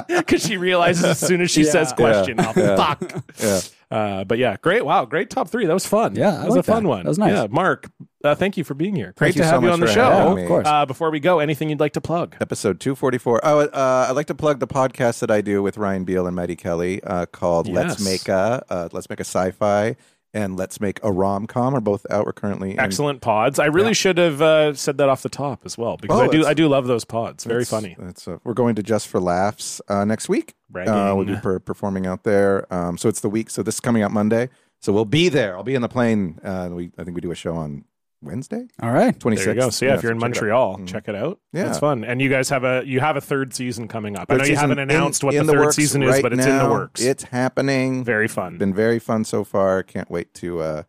[SPEAKER 1] because she realizes as soon as she
[SPEAKER 2] Yeah.
[SPEAKER 1] says question, oh,
[SPEAKER 4] Yeah.
[SPEAKER 1] fuck.
[SPEAKER 4] Yeah.
[SPEAKER 1] Uh, but yeah, great. Wow, great top three. That was fun.
[SPEAKER 2] Yeah, I
[SPEAKER 1] that was
[SPEAKER 2] like
[SPEAKER 1] a fun
[SPEAKER 2] that.
[SPEAKER 1] one.
[SPEAKER 2] That was nice.
[SPEAKER 1] Yeah, Mark, uh, thank you for being here. Great
[SPEAKER 4] Thank you
[SPEAKER 1] to
[SPEAKER 4] so
[SPEAKER 1] have you
[SPEAKER 4] much
[SPEAKER 1] on the
[SPEAKER 4] for
[SPEAKER 1] show.
[SPEAKER 4] having
[SPEAKER 2] me. Of course.
[SPEAKER 1] Uh, before we go, anything you'd like to plug?
[SPEAKER 4] episode 244 oh uh, i'd like to plug the podcast that i do with ryan beal and maddie kelly uh, called let's
[SPEAKER 1] Yes.
[SPEAKER 4] make a uh, let's make a sci-fi and Let's Make a Rom Com are both out. We're currently in-
[SPEAKER 1] Excellent pods. I really should have uh, said that off the top as well because
[SPEAKER 4] Oh,
[SPEAKER 1] I do
[SPEAKER 4] it's-
[SPEAKER 1] I do love those pods. Very
[SPEAKER 4] That's-
[SPEAKER 1] funny.
[SPEAKER 4] That's uh, we're going to Just for Laughs uh, next week. Uh, we'll be
[SPEAKER 1] Bragging.
[SPEAKER 4] per- performing out there. Um, so it's the week. So this is coming out Monday. So we'll be there. I'll be in the plane. Uh, we I think we do a show on Wednesday,
[SPEAKER 2] All right.
[SPEAKER 4] twenty
[SPEAKER 1] There you
[SPEAKER 4] sixth.
[SPEAKER 1] go. So yeah, if you're in Montreal,
[SPEAKER 4] Mhm.
[SPEAKER 1] check it out.
[SPEAKER 4] Yeah.
[SPEAKER 1] it's fun. And you guys have a you have a third season coming up. I
[SPEAKER 4] Third
[SPEAKER 1] know you
[SPEAKER 4] season
[SPEAKER 1] haven't
[SPEAKER 4] in-
[SPEAKER 1] announced what
[SPEAKER 4] in
[SPEAKER 1] the third
[SPEAKER 4] works
[SPEAKER 1] season is,
[SPEAKER 4] right
[SPEAKER 1] but it's in
[SPEAKER 4] now.
[SPEAKER 1] the works.
[SPEAKER 4] It's happening.
[SPEAKER 1] very fun.
[SPEAKER 4] been very fun so far. Can't wait to uh,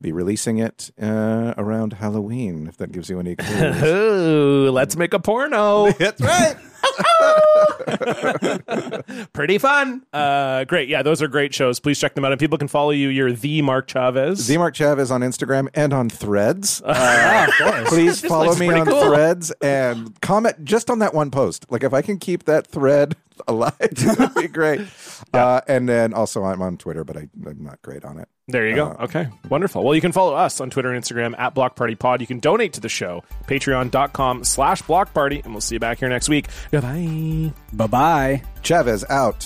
[SPEAKER 4] be releasing it uh, around Halloween. If that gives you any clues.
[SPEAKER 1] Ooh, let's make a porno.
[SPEAKER 4] That's right.
[SPEAKER 1] Pretty fun. Uh, great. Yeah, those are great shows. Please check them out. And people can follow you. You're the Mark Chavez.
[SPEAKER 4] Z Mark Chavez on Instagram and on Threads.
[SPEAKER 2] Ah, of course.
[SPEAKER 4] Please follow
[SPEAKER 1] looks
[SPEAKER 4] me
[SPEAKER 1] pretty
[SPEAKER 4] on
[SPEAKER 1] cool.
[SPEAKER 4] threads and comment just on that one post. Like if I can keep that thread alive, that'd be great. Uh, and then also I'm on Twitter, but I, I'm not great on it.
[SPEAKER 1] There you go. okay. Wonderful. Well, you can follow us on Twitter and Instagram at Block Party Pod. You can donate to the show, patreon.com slash block party, and we'll see you back here next week. Goodbye.
[SPEAKER 2] Bye bye.
[SPEAKER 4] Chavez out.